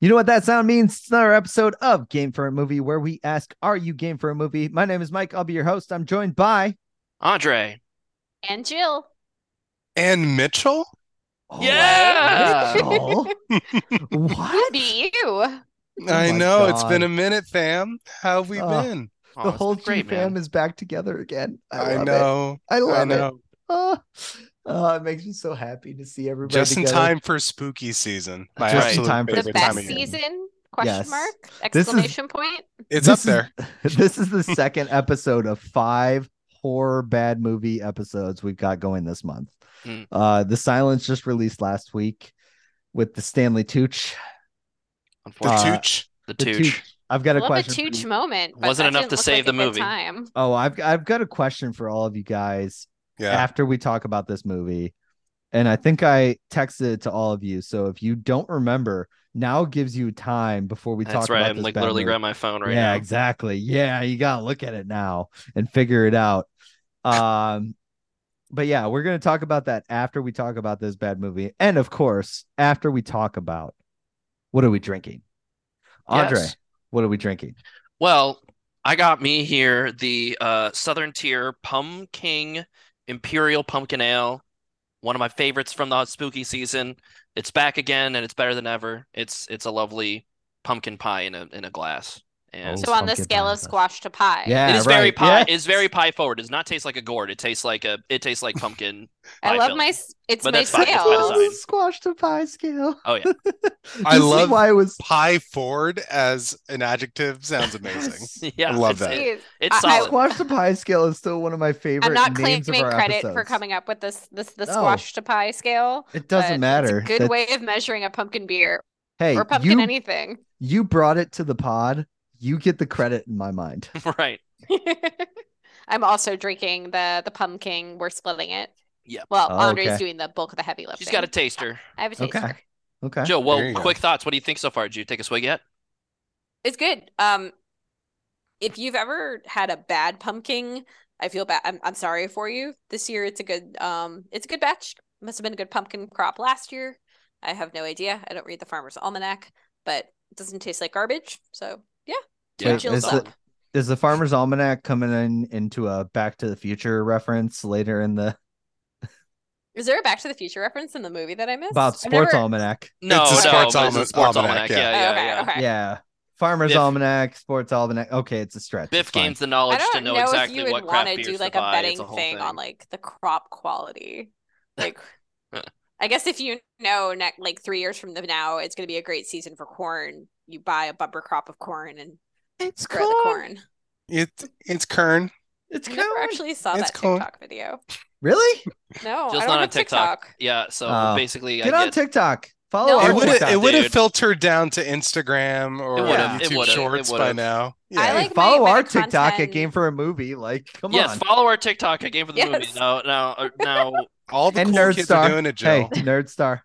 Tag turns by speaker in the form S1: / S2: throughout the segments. S1: You know what that sound means? It's another episode of Game for a Movie where we ask, Are you game for a movie? My name is Mike. I'll be your host. I'm joined by.
S2: Andre.
S3: and Jill.
S4: And Mitchell?
S1: Oh,
S2: Yeah!
S1: Mitchell?
S3: Could
S1: what?
S3: be you.
S4: I
S1: Oh my
S4: know it's been
S1: God.
S4: a minute, fam. How have we
S1: Oh,
S4: been?
S2: Oh,
S1: the
S2: it's
S1: whole
S2: been great,
S1: G fam
S2: man.
S1: is back together again. I,
S4: I,
S1: love it.
S4: know.
S1: I love
S4: I
S1: it.
S4: know.
S1: Ah. Oh, it makes me so happy to see everybody
S4: Just in
S1: together.
S4: time for spooky season. My
S1: Just in
S4: absolute
S1: time for
S3: The
S4: favorite
S1: Favorite
S3: best
S4: time of year.
S3: season? Question
S1: Yes.
S3: mark?
S1: This is-
S3: Exclamation point?
S4: It's
S1: This
S4: up
S1: is-
S4: there.
S1: this is the second episode of five horror bad movie episodes we've got going this month.
S2: Mm.
S1: Uh, the Silence just released last week with the Stanley Tooch.
S4: The
S2: Unfortunately,
S1: Uh,
S4: Tooch.
S2: the
S1: the
S2: Tooch.
S1: Tooch. I've got
S3: I
S1: a
S3: love
S1: question.
S3: a
S1: for you.
S3: Tooch moment. But
S2: Wasn't
S3: that
S2: enough
S3: didn't
S2: to
S3: look
S2: save
S3: like
S2: the
S3: a good
S2: movie.
S3: Time.
S1: Oh, I've I've got a question for all of you guys
S4: Yeah.
S1: after we talk about this movie. And I think I texted it to all of you. So if you don't remember, now gives you time before we
S2: That's
S1: talk
S2: right.
S1: about
S2: I'm
S1: this
S2: like
S1: bad
S2: literally
S1: movie.
S2: grabbing my phone right
S1: yeah,
S2: now.
S1: exactly. Yeah, you gotta look at it now and figure it out. Um, but yeah, we're gonna talk about that after we talk about this bad movie, and of course, after we talk about what are we drinking, Andre?
S2: Yes.
S1: What are we drinking?
S2: Well, I got me here the uh, Southern Tier Pum King Imperial Pumpkin Ale, one of my favorites from the spooky season. It's back again, and it's better than ever. It's it's a lovely pumpkin pie in a in a glass, and
S1: Oh,
S2: it
S3: So on the
S1: pumpkin
S3: scale
S1: pie
S3: of
S1: sauce.
S3: squash to pie.
S1: Yeah,
S2: is very
S1: right,
S2: pie.
S1: yeah.
S2: It's very pie forward. It does not taste like a gourd. It tastes like a. It tastes like pumpkin.
S3: I
S2: pie
S3: love
S2: filling.
S3: my s- it's
S2: But
S3: my
S2: that's fine, it's by
S3: scale.
S2: design.
S1: Squash to pie scale.
S2: Oh, yeah.
S4: I
S1: This is
S4: love-
S1: why it was
S4: Pie Ford as an adjective sounds amazing.
S2: Yeah,
S4: I love
S2: it's-
S4: that.
S2: it-
S3: Jeez.
S2: it's
S3: I- I-
S2: solid.
S1: squash to pie scale is still one of my favorite.
S3: I'm not claiming
S1: names of our
S3: credit
S1: episodes.
S3: for coming up with this this the
S1: No.
S3: squash to pie scale.
S1: It
S3: but
S1: doesn't matter.
S3: It's a good
S1: That-
S3: way of measuring a pumpkin beer
S1: hey,
S3: or pumpkin
S1: you,
S3: anything.
S1: you brought it to the pod. You get the credit in my mind.
S2: right.
S3: I'm also drinking the the pumpkin. We're splitting it.
S2: Yep.
S3: Well,
S1: Oh,
S3: Andre's
S1: okay.
S3: doing the bulk of the heavy lifting.
S2: She's got a taster.
S3: I have a
S1: Okay.
S3: taster.
S1: Okay.
S2: Joe, well,
S4: There you go.
S2: quick thoughts. What do you think so far? Did you take a swig yet?
S3: It's good. Um, if you've ever had a bad pumpkin, I feel bad. I'm I'm sorry for you. This year, it's a good um, it's a good batch. Must have been a good pumpkin crop last year. I have no idea. I don't read the Farmer's Almanac, but it doesn't taste like garbage. So yeah,
S2: Yeah,
S1: Wait,
S3: Jill's
S1: is
S3: up.
S1: it- Is the Farmer's Almanac coming in into a Back to the Future reference later in the
S3: Is there a Back to the Future reference in the movie that I missed?
S1: about
S3: I've
S1: sports
S3: never-
S1: almanac?
S2: No,
S4: It's a
S2: no,
S4: sports
S2: but it's
S4: alma-
S2: a sports almanac.
S4: almanac, yeah.
S2: Yeah,
S3: Oh,
S2: yeah,
S3: okay,
S2: yeah.
S3: okay.
S1: Yeah, Farmer's
S2: Biff.
S1: Almanac, Sports Almanac. Okay, it's a stretch.
S2: Biff
S1: it's fine.
S2: gains the
S3: I
S2: knowledge to
S3: don't
S2: know,
S3: know,
S2: exactly
S3: if you
S2: what
S3: would
S2: craft
S3: want to
S2: beers
S3: do
S2: to
S3: like
S2: buy.
S3: a
S2: It's
S3: betting
S2: whole
S3: thing, on like the crop quality. Like, I guess if you know, ne- like three years from the now, it's going to be a great season for corn. You buy a bumper crop of corn and
S1: It's
S3: grow the corn.
S4: It's it's Kern.
S1: It's
S3: I
S1: corn.
S3: never actually saw
S4: It's
S3: that
S4: corn.
S3: TikTok video.
S1: Really?
S3: No, I
S2: Just
S3: don't
S2: not on
S3: have
S2: TikTok.
S3: TikTok.
S2: Yeah, so
S1: Oh.
S2: basically,
S1: Get
S2: I
S1: on
S2: get
S1: TikTok. Follow
S3: No.
S1: our
S4: it would
S1: TikTok.
S4: have it would have
S2: dude.
S4: filtered down to Instagram or
S1: would've,
S2: it
S4: YouTube
S2: would've, it
S4: Shorts by
S2: would've.
S4: now.
S3: I
S1: Hey,
S3: like my
S1: follow our
S3: meta
S1: TikTok at
S3: content.
S1: Game for a Movie. Like, come
S2: yes.
S1: on.
S2: Follow our TikTok. I game for the movie.
S3: Yes.
S2: No, no, uh, no.
S4: all the
S1: and
S4: cool
S1: Nerd
S4: kids
S1: Star.
S4: are doing it, Joe.
S1: hey, Nerd Star.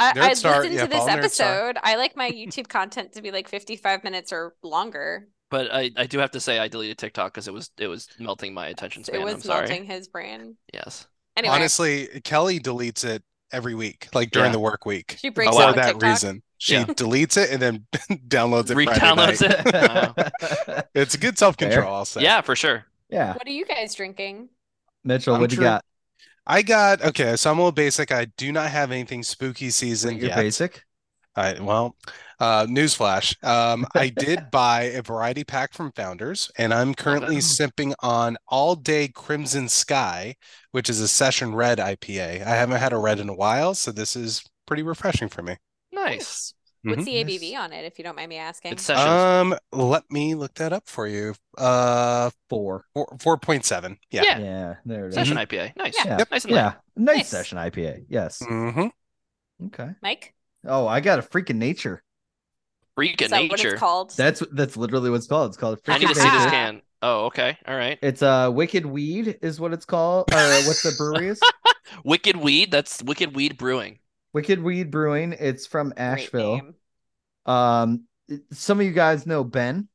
S3: I, I
S4: Nerd Star-
S3: listened
S4: yeah,
S3: to this
S4: follow Nerd Star.
S3: episode. I like my YouTube content to be like 55 minutes or longer.
S2: But I, I do have to say I deleted TikTok because it was it was melting my attention
S3: it
S2: span. I'm
S3: was
S2: sorry.
S3: melting his brain.
S2: Yes.
S3: Anyway,
S4: Honestly, Kelly deletes it every week, like during
S2: Yeah.
S4: the work week.
S3: She breaks
S4: for
S2: out on
S4: that
S3: TikTok?
S4: reason. She
S2: Yeah.
S4: deletes it and then downloads it.
S2: Redownloads
S4: Friday night.
S2: it. Wow.
S4: It's a good self
S1: Fair.
S4: control. I'll say.
S2: Yeah, for sure.
S1: yeah,
S3: what are you guys drinking?
S1: Mitchell,
S4: I'm
S1: what do you
S4: sure-
S1: got?
S4: I got okay. So I'm a little basic. I do not have anything spooky season
S1: Your
S4: yet.
S1: basic.
S4: I well, uh, newsflash. Um, I did buy a variety pack from Founders, and I'm currently
S2: Oh.
S4: sipping on All Day Crimson Sky, which is a session red IPA. I haven't had a red in a while, so this is pretty refreshing for me.
S2: Nice.
S3: What's
S4: Mhm.
S3: the ABV on it, if you don't mind me asking?
S2: Mm-hmm. It's sessions.
S4: Um, let me look that up for you. Uh,
S1: Four.
S4: four four point seven. Yeah.
S2: Yeah.
S1: Yeah, there it is.
S2: Session IPA. Nice.
S1: Yeah.
S2: Nice and light.
S1: Yeah, nice,
S3: Nice.
S1: session IPA. Yes.
S4: hmm
S2: Mm-hmm.
S1: Okay.
S3: Mike?
S1: Oh, I got a freaking nature.
S2: Freak
S3: Is
S2: of
S3: that what
S2: nature.
S3: it's called?
S1: That's that's literally what it's called. It's called
S2: I
S1: freaking
S2: need to see this
S1: nature.
S3: Ah.
S2: can. Oh, okay. All right.
S1: It's uh wicked weed is what it's called. Or what's the brewery is?
S2: Wicked Weed. That's Wicked Weed Brewing.
S1: wicked weed brewing. It's from
S3: Great
S1: Asheville.
S3: name.
S1: Um it- some of you guys know Ben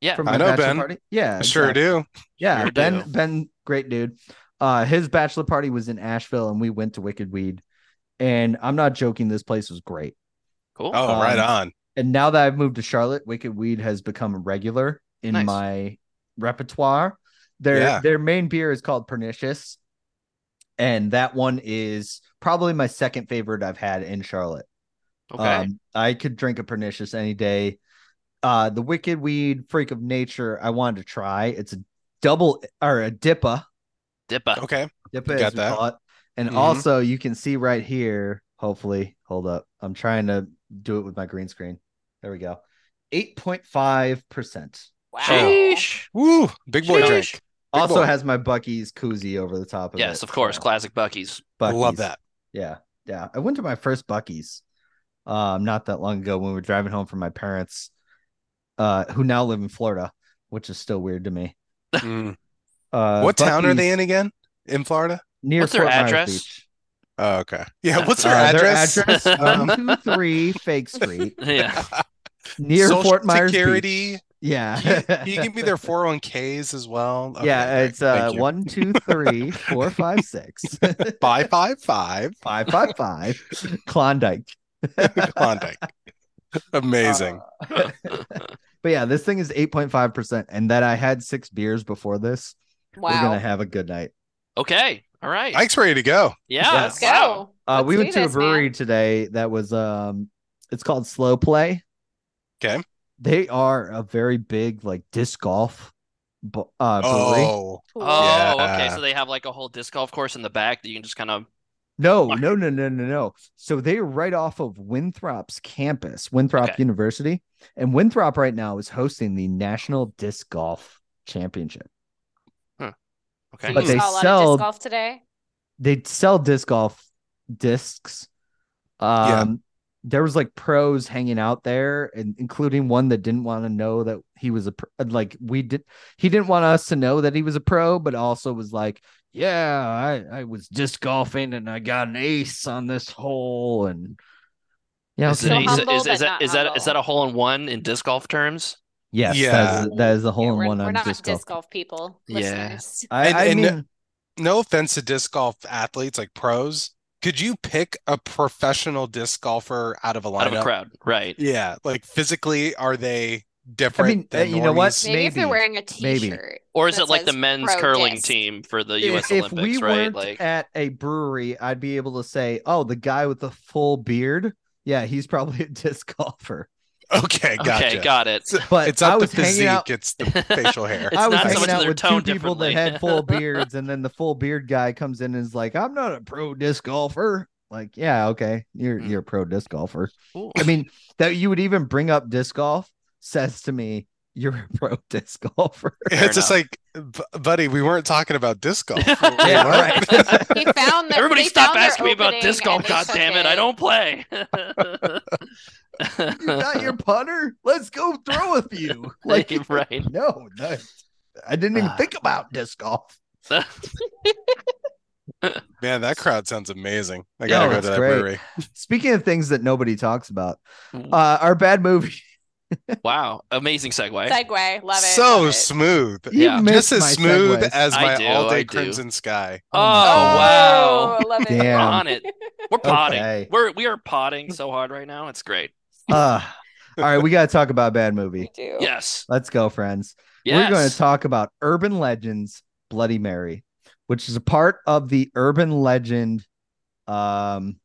S2: Yeah.
S1: from
S4: I
S1: my
S4: know
S1: bachelor
S4: Ben.
S1: party. Yeah.
S4: I sure
S1: exactly.
S4: do.
S1: Yeah,
S2: Sure
S1: Ben
S2: do.
S1: Ben great dude. Uh his bachelor party was in Asheville and we went to Wicked Weed. And I'm not joking, this place was great.
S2: Cool.
S4: Oh, right
S1: Um,
S4: on.
S1: And now that I've moved to Charlotte, Wicked Weed has become regular in
S2: Nice.
S1: my repertoire. Their
S4: Yeah.
S1: their main beer is called Pernicious, and that one is probably my second favorite I've had in Charlotte.
S2: Okay.
S1: Um, I could drink a Pernicious any day. Uh, the Wicked Weed Freak of Nature, I wanted to try. It's a double or a DIPA.
S2: Dippa.
S1: oh,
S4: Okay.
S1: DIPA,
S4: Got
S1: as we
S4: that.
S1: call it. And
S4: Mhm.
S1: also, you can see right here, hopefully, hold up. I'm trying to do it with my green screen. There we go. 8.5%.
S3: Wow.
S2: Sheesh.
S4: Woo! Big boy
S2: Sheesh.
S4: drink. Big
S1: also
S4: boy.
S1: has my Bucky's koozie over the top of it.
S2: Yes, of course.
S1: So,
S2: Classic Bucky's.
S4: I love
S1: Buc-ee's.
S4: that.
S1: Yeah. Yeah. I went to my first Bucky's um not that long ago when we were driving home from my parents, uh, who now live in Florida, which is still weird to me.
S4: Mm.
S1: Uh
S4: what town are they
S1: Buc-ee's
S4: in again? In Florida?
S1: Near
S2: What's their
S1: Fort Myers
S2: address?
S1: Beach.
S4: Oh, okay. Yeah.
S2: Yeah.
S4: What's their
S1: Uh,
S4: address?
S1: Their address
S4: Um,
S1: one two three Fake Street
S2: Yeah.
S1: near
S4: Social
S1: Fort Myers
S4: Security.
S1: Beach. Yeah,
S4: Can you- can you give me their 401ks as well? Okay,
S1: yeah,
S4: great.
S1: it's uh
S4: Thank you.
S1: one two three four five six
S4: Five, five, five.
S1: five five five Klondike.
S4: Klondike. Amazing.
S1: Uh, but yeah, this thing is eight point five percent, and that I had six beers before this. We're
S3: Wow.
S1: gonna have a good night.
S2: Okay. All right.
S4: Mike's ready to go.
S2: yeah.
S3: Let's go.
S2: wow.
S1: Uh, we
S3: Let's
S1: went
S3: do
S1: to a
S3: this, man.
S1: brewery today that was um, it's called Slow Play.
S4: Okay.
S1: They are a very big like disc golf, bu- uh, brewery.
S4: Oh,
S3: Cool.
S2: Oh, okay.
S4: Yeah.
S2: So they have like a whole disc golf course in the back that you can just kind of.
S1: No,
S2: Fuck.
S1: no, no, no, no, no. So they're right off of Winthrop's campus, Winthrop
S2: Okay.
S1: University, and Winthrop right now is hosting the National Disc Golf Championship.
S2: Okay.
S1: But
S3: you
S1: they
S3: saw a lot of
S1: sell-
S3: disc golf today.
S1: They sell disc golf discs. Um,
S4: Yeah.
S1: there was like pros hanging out there, and including one that didn't want to know that he was a pro. Like we did, he didn't want us to know that he was a pro, but also was like, "Yeah, I I was disc golfing and I got an ace on this hole," and yeah,
S2: Is,
S3: So
S2: it- is, it-
S3: humble,
S2: is, is
S3: but
S2: that
S3: not
S2: is that
S3: humble.
S2: is that a hole in one in disc golf terms?
S1: Yes, that, is,
S2: Yeah.
S1: that is the hole
S3: Yeah,
S1: in
S3: we're,
S1: one
S3: we're
S1: on
S3: not
S1: disc golf.
S3: people,
S2: Yeah.
S3: listeners.
S1: I,
S4: And-
S1: I
S4: and-
S1: mean,
S4: no offense to disc golf athletes like pros. Could you pick a professional disc golfer out of a lineup?
S2: Out of a crowd, right?
S4: Yeah, like physically, are they different?
S1: mean,
S4: than
S1: uh, you know what?
S4: normies?
S3: Maybe, if they're
S1: Maybe.
S3: wearing a
S1: Maybe.
S3: t-shirt.
S2: Or is
S3: that
S2: it like the
S3: says
S2: men's
S3: pro
S2: curling
S3: disc.
S2: team for the
S1: if,
S2: U.S.
S1: if we
S2: Olympics,
S1: weren't
S2: right? Like,
S1: at a brewery, I'd be able to say, "Oh, the guy with the full beard, yeah, he's probably a disc golfer."
S4: Okay, gotcha.
S2: okay, got it.
S4: So-
S1: But
S4: It's
S1: I
S4: not the
S1: was hanging
S4: physique,
S1: out.
S4: it's the facial hair.
S2: It's
S1: I was
S2: not so
S1: hanging
S2: much
S1: out
S2: their
S1: with two
S2: tone
S1: people that
S2: differently.
S1: had full beards, and then the full beard guy comes in and is like, "I'm not a pro disc golfer." Like, yeah, okay, you're
S2: Hmm.
S1: you're a pro disc golfer.
S2: Cool.
S1: I mean, that you would even bring up disc golf says to me you're a pro disc golfer.
S2: Fair
S4: It's just like, "Bu- buddy, we weren't talking about disc golf.
S2: Yeah,
S4: What?
S1: right.
S3: He found that
S2: Everybody
S3: they
S2: stop
S3: found their
S2: asking me about
S3: opening
S2: disc golf.
S3: and they
S2: God
S3: took
S2: damn it! I
S3: it.
S2: don't play.
S1: you got your punter. Let's go throw a few. Like,
S2: right.
S1: no, no, I didn't even
S2: Ah.
S1: think about disc golf.
S4: Man, that crowd sounds amazing. I
S1: Yeah,
S4: gotta go
S1: that's
S4: to that
S1: great.
S4: brewery.
S1: Speaking of things that nobody talks about,
S2: Mm.
S1: uh, our bad movie.
S2: wow, amazing segue.
S3: Segue, love it.
S4: So
S3: love it.
S4: smooth.
S1: You
S2: Yeah.
S1: missed
S4: Just
S1: my
S4: as smooth
S1: segues.
S4: as
S2: I
S4: my
S2: do, I
S4: all-day
S2: do.
S4: Crimson Sky.
S2: oh
S1: Oh,
S2: wow.
S3: Oh, love it.
S2: We're
S1: Damn.
S2: on it. We're potting.
S1: Okay.
S2: We're we are potting so hard right now. It's great.
S1: Uh, all right, we got to talk about bad
S3: We
S1: movie.
S3: do.
S2: Yes.
S1: Let's go, friends.
S2: Yes.
S1: We're going to talk about urban legends, Bloody Mary, which is a part of the urban legend, um,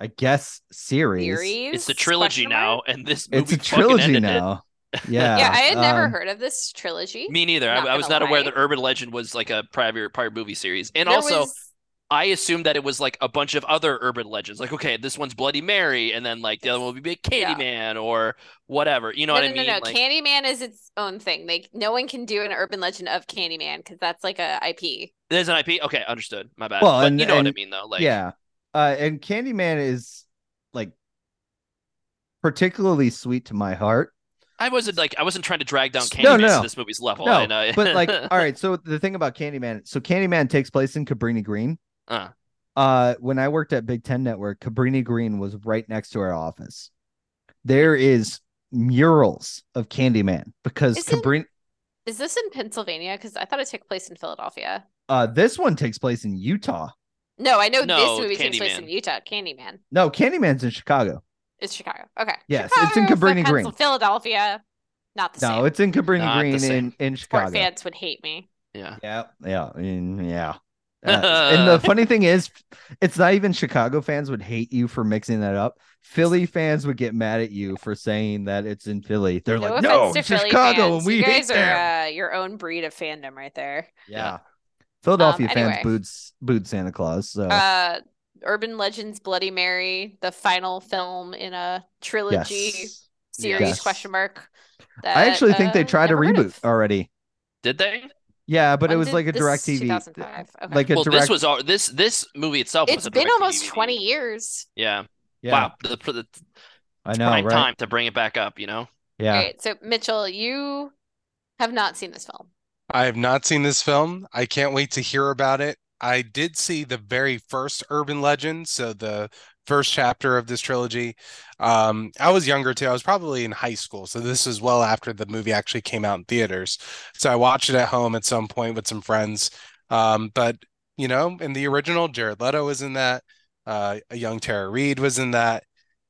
S1: I guess series.
S3: Theories?
S2: it's the trilogy
S3: Question mark?
S2: now, and this movie
S1: It's a
S2: fucking
S1: trilogy
S2: ended it.
S1: now.
S3: Yeah,
S1: Yeah,
S3: I had never
S1: um,
S3: heard of this trilogy.
S2: Me neither.
S3: Not
S2: I, I was
S3: gonna
S2: not aware
S3: lie.
S2: that Urban Legend was like a prior prior movie series, and
S3: There
S2: also
S3: was-
S2: I assumed that it was like a bunch of other urban legends. Like, okay, this one's Bloody Mary, and then like the other one would be
S3: Yeah.
S2: Candyman or whatever. You know
S3: no,
S2: what
S3: no,
S2: I mean?
S3: no, no.
S2: Like,
S3: Candyman is its own thing. Like no one can do an urban legend of Candyman because that's like a IP.
S2: there's an IP. Okay, understood. My bad.
S1: Well,
S2: but
S1: and-
S2: you know what I
S1: and-
S2: mean, though. Like,
S1: yeah. Uh, and Candyman is like particularly sweet to my heart.
S2: I wasn't like I wasn't trying to drag down Candyman
S1: No, no,
S2: to this movie's level.
S1: No,
S2: and I-
S1: but like, all right. So the thing about Candyman, so Candyman takes place in Cabrini Green.
S2: Uh.
S1: Uh, when I worked at Big Ten Network, Cabrini Green was right next to our office. There is murals of Candyman because
S3: Is it-
S1: Cabrini.
S3: Is this in Pennsylvania? Because I thought it took place in Philadelphia.
S1: Uh, this one takes place in Utah.
S3: No, I know
S2: No,
S3: this movie takes place
S2: Candyman.
S3: in Utah. Candyman.
S1: No, Candyman's in Chicago.
S3: It's Chicago. Okay.
S1: Yes, it's in
S3: Chicago, Flint,
S1: Cabrini
S3: Pencil-
S1: Green.
S3: Philadelphia, not the
S1: No,
S3: same.
S1: it's in Cabrini
S2: Not the
S1: Green in,
S2: same.
S1: in
S3: Sport
S1: Chicago.
S3: fans would hate me.
S2: Yeah.
S1: Yeah, yeah, mm, yeah. Uh, and the funny thing is, it's not even Chicago fans would hate you for mixing that up. Philly fans would get mad at you for saying that it's in Philly. They're
S3: no
S1: like,
S3: offense
S1: no,
S3: to
S1: it's
S3: Philly
S1: Chicago,
S3: fans.
S1: and we
S3: you
S1: hate
S3: guys are
S1: them.
S3: Uh, your own breed of fandom right there.
S1: yeah. Philadelphia
S3: anyway.
S1: fans booed booed Santa Claus. So
S3: Um, Uh, Urban Legends Bloody Mary, the final film in a trilogy
S1: yes,
S3: series
S1: Yes.
S3: question mark.
S1: I actually think they
S3: that, uh,
S1: tried to
S3: never heard
S1: reboot
S3: of.
S1: already.
S2: Did they?
S1: Yeah, but it
S3: When
S1: was
S3: did-
S1: like a
S3: this
S1: direct
S3: is
S1: TV.
S3: 2005. Okay.
S1: Like a
S2: well,
S1: direct
S2: this was al- this this movie itself was
S3: it's
S2: a
S3: been
S2: direct
S3: almost
S2: DVD.
S3: 20 years.
S2: Yeah.
S1: yeah,
S2: Wow. The, the, the
S1: I know,
S2: prime
S1: right?
S2: time to bring it back up, you know?
S1: Yeah.
S3: All right. So, Mitchell, you have not seen this film.
S4: I have not seen this film. I can't wait to hear about it. I did see the very first urban legend, so the first chapter of this trilogy. Um, I was younger too. I was probably in high school, so this is well after the movie actually came out in theaters. So I watched it at home at some point with some friends. Um, but you know, in the original, Jared Leto was in that. Uh, a young Tara Reid was in that.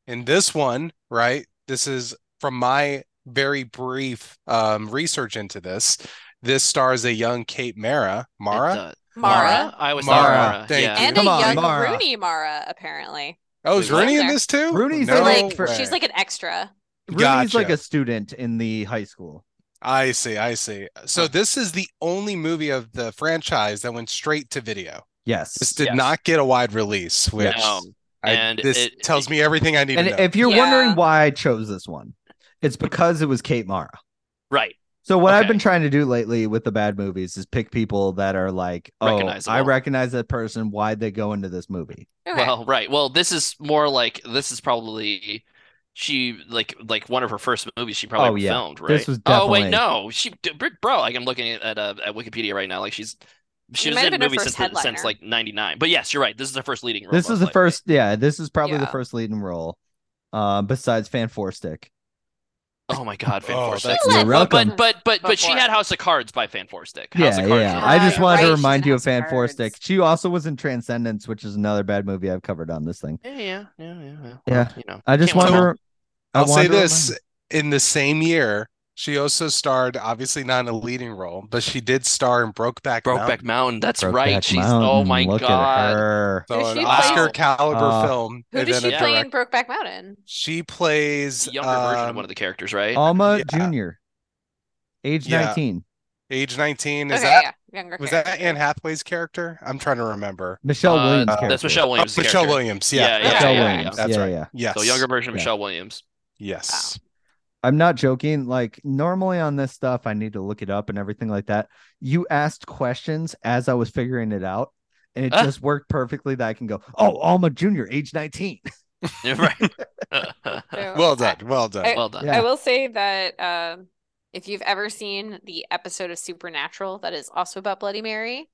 S4: In this one, right? This is from my very brief um, research into this. This stars a young Kate Mara.
S2: It,
S4: Mara?
S2: uh,
S3: Mara.
S2: I was
S1: Mara,
S2: Mara.
S4: thank
S2: Yeah.
S4: you.
S3: And
S1: Come
S3: a
S1: on,
S3: young
S1: Mara.
S3: Rooney Mara, apparently.
S4: Oh, is
S2: Wait,
S4: Rooney in
S3: what?
S4: this too?
S1: Rooney's in
S4: no
S3: like,
S4: way.
S3: She's like an extra.
S1: Rooney's like
S4: Gotcha.
S1: a student in the high school.
S4: I see, I see. So
S1: Huh.
S4: this is the only movie of the franchise that went straight to video.
S1: Yes.
S4: This did
S2: Yes.
S4: not get a wide release, which
S2: No.
S4: I-
S2: And
S4: this
S2: it-
S4: tells me everything I need
S1: And
S4: to know.
S1: if you're
S3: Yeah.
S1: wondering why I chose this one, it's because it was Kate Mara.
S2: Right.
S1: So what I've
S2: Okay.
S1: been trying to do lately with the bad movies is pick people that are like, oh, I
S2: Recognizable.
S1: recognize that person. Why'd they go into this movie?
S3: Okay.
S2: Well, right. Well, this is more like this is probably she like like one of her first movies she probably
S1: Oh, yeah.
S2: filmed, right?
S1: was
S2: Oh wait,
S1: definitely-
S2: no. She d- br- bro, like I'm looking at uh, at Wikipedia right now. Like she's she
S3: It
S2: was
S3: might have
S2: in
S3: been her
S2: movies
S3: first
S2: since the, since
S3: headliner.
S2: like 99. But yes, you're right. This is her first leading role.
S1: This
S2: most
S1: is the
S2: likely.
S1: first, yeah, this is probably the
S3: Yeah.
S1: first leading role, uh, besides Fan Four Stick.
S2: Oh my god, Fan
S4: Oh,
S2: Four
S4: that's
S2: Stick.
S1: You're
S3: Let-
S2: But
S1: welcome.
S2: but but but she
S3: Before.
S2: had House of Cards by Fan Four Stick. House
S1: Yeah, yeah.
S2: of Cards.
S1: yeah.
S2: was
S1: I
S3: Ah,
S1: just wanted
S3: you're right,
S1: to
S3: she's in
S1: remind you of
S3: House of
S1: Fan Four
S3: Cards.
S1: Stick. She also was in Transcendence, which is another bad movie I've covered on this thing.
S2: Yeah, yeah, yeah, yeah. yeah.
S1: Yeah.
S2: you know.
S1: I just
S2: Can't wait.
S1: wonder. I
S4: I'll say
S1: wanted to
S4: this
S1: remind-
S4: in the same year, she also starred, obviously not in a leading role, but she did star in Brokeback Mountain.
S2: Brokeback Mountain. That's
S1: Brokeback
S2: right. She's oh
S1: Mountain,
S2: my
S1: look at
S2: god.
S1: her.
S4: So
S3: Does
S4: an
S3: she play-
S4: Oscar caliber
S1: Uh,
S4: film.
S3: Who
S4: and
S3: does
S4: then
S3: she
S4: a
S3: play
S4: direct-
S3: in Brokeback Mountain?
S4: She plays
S2: Younger version of
S4: um,
S2: one of the characters, right?
S1: Alma
S4: Yeah.
S1: Junior, age
S4: Yeah.
S1: nineteen.
S4: age 19. Is
S3: okay,
S4: that
S3: yeah, younger.
S4: was that
S3: character.
S4: Anne Hathaway's character? I'm trying to remember.
S1: Michelle
S2: Uh,
S1: Williams.
S2: That's
S1: character.
S2: Michelle
S4: Oh,
S2: Williams.
S4: Michelle Williams. Yeah.
S2: Yeah,
S4: that's
S1: Michelle
S4: right.
S3: yeah, yeah.
S1: Williams.
S4: That's
S1: yeah,
S4: right.
S1: yeah.
S4: Yes.
S2: So younger version of
S1: Yeah.
S2: Michelle Williams.
S4: Yes.
S1: I'm not joking. Like normally on this stuff, I need to look it up and everything like that. You asked questions as I was figuring it out, and it
S2: Ah.
S1: just worked perfectly that I can go, oh, Alma Junior, age nineteen.
S2: Yeah, right.
S3: So,
S4: Well
S3: I-
S4: done. Well done.
S3: I-
S2: well done.
S1: Yeah.
S3: I will say that um, if you've ever seen the episode of Supernatural that is also about Bloody Mary,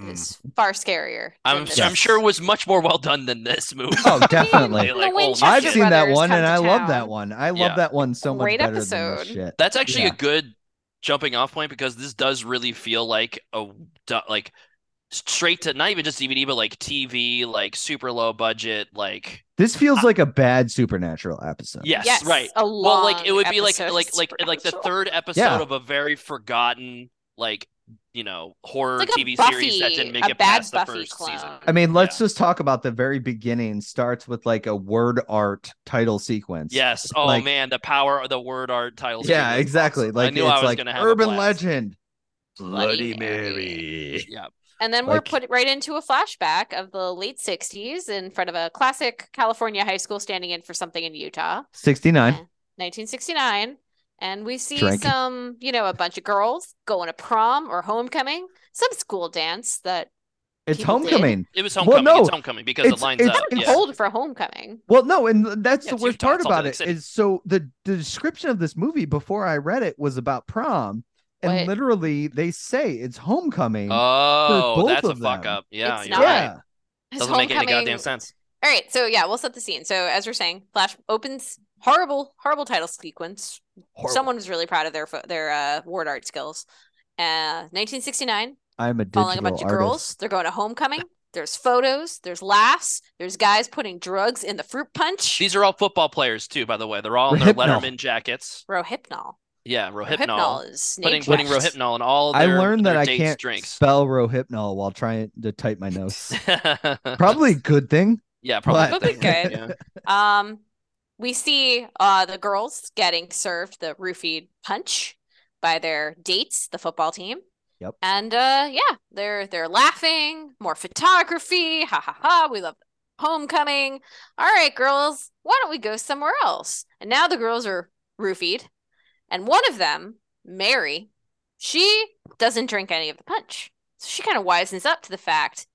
S4: Mm.
S3: it's far scarier.
S2: Hmm. I'm,
S3: than this.
S2: I'm sure it was much more well done than this movie.
S1: Oh,
S3: Even
S1: definitely.
S3: the
S2: Like, oh,
S3: Winchester
S1: I've
S2: Shit.
S1: seen that
S3: Brothers
S1: one,
S3: Come
S1: and
S3: to
S1: I love that
S3: Town.
S1: one. I
S2: Yeah.
S1: love that one so much
S3: Great
S1: better than
S3: episode.
S1: this shit.
S2: That's actually
S1: Yeah.
S2: a good jumping off point because this does really feel like a do- like straight to not even just DVD but like TV like super low budget like
S1: This
S2: Uh,
S1: feels like a bad supernatural episode.
S2: yes,
S3: Yes,
S2: right.
S3: a
S2: Well, like it
S3: long
S2: would be like
S3: episode of
S2: like like like the
S3: Supernatural.
S2: third episode
S1: Yeah.
S2: of a very forgotten like you know horror
S3: It's like a
S2: TV series that
S3: Buffy-
S2: didn't make
S3: a
S2: it
S3: bad
S2: past the
S3: Buffy
S2: first season.
S3: clone.
S1: I mean, let's
S2: Yeah.
S1: just talk about the very beginning. Starts with like a word art title sequence.
S2: Yes. Oh
S1: Like-
S2: man, the power of the word art title. screen
S1: Yeah,
S2: was
S1: exactly.
S2: awesome.
S1: Like
S2: I knew
S1: it's
S2: I was
S1: like
S2: gonna have a
S1: urban
S2: blast.
S1: legend.
S3: Bloody Mary.
S2: Yeah.
S3: And then we're
S1: Like-
S3: put right into a flashback of the late 60s in front of a classic California high school standing in for something in Utah,
S1: 69.
S3: 1969. And we see
S1: Drinking.
S3: some, you know, a bunch of girls going to prom or homecoming, some school dance that
S1: It's
S3: People did.
S1: homecoming.
S2: It was
S1: Well,
S2: homecoming.
S1: no,
S2: it's homecoming because
S1: it's-
S2: it lines
S1: it's-
S2: up.
S1: it's-
S2: yeah.
S3: old for homecoming.
S1: Well, no, and that's
S2: Yeah,
S1: the
S2: it's
S1: worst
S2: Utah,
S1: part
S2: it's
S1: about
S2: Salt Lake
S1: it
S2: City.
S1: is so the, the description of this movie before I read it was about prom, and
S3: What?
S1: literally they say it's homecoming.
S2: Oh,
S1: both
S2: that's a
S1: of
S2: fuck
S1: them.
S2: up. Yeah,
S3: It's
S2: you're
S3: not.
S2: right.
S1: yeah,
S3: His
S2: Doesn't make any
S3: homecoming-
S2: goddamn sense.
S3: All right, so yeah, we'll set the scene. So as we're saying, Flash opens horrible, horrible title sequence.
S1: Horrible.
S3: Someone was really proud of their pho- their uh, ward art skills. Uh, 1969,
S1: I'm a
S3: following a
S1: digital
S3: bunch of
S1: artist.
S3: girls. They're going to homecoming. There's photos, there's laughs, there's guys putting drugs in the fruit punch.
S2: These are all football players too, by the way. They're all in their
S1: Rohypnol.
S2: Letterman jackets.
S3: Rohypnol.
S2: Yeah,
S3: Rohypnol
S2: Rohypnol.
S3: is snake
S2: Putting putting
S3: draft.
S2: Rohypnol in all
S1: I
S2: their,
S1: learned
S2: their
S1: that I
S2: dates,
S1: can't
S2: drinks.
S1: spell rohypnol while trying to type my notes. Probably a good thing.
S2: yeah, probably.
S1: but-
S2: a thing.
S3: Probably
S2: Yeah.
S3: Um, we see uh the girls getting served the roofied punch by their dates, the football team.
S1: Yep.
S3: And uh, yeah, they're they're laughing. More photography. Ha ha ha! We love homecoming. All right, girls, why don't we go somewhere else? And now the girls are roofied, and one of them, Mary, she doesn't drink any of the punch, so she kind of wisens up to the fact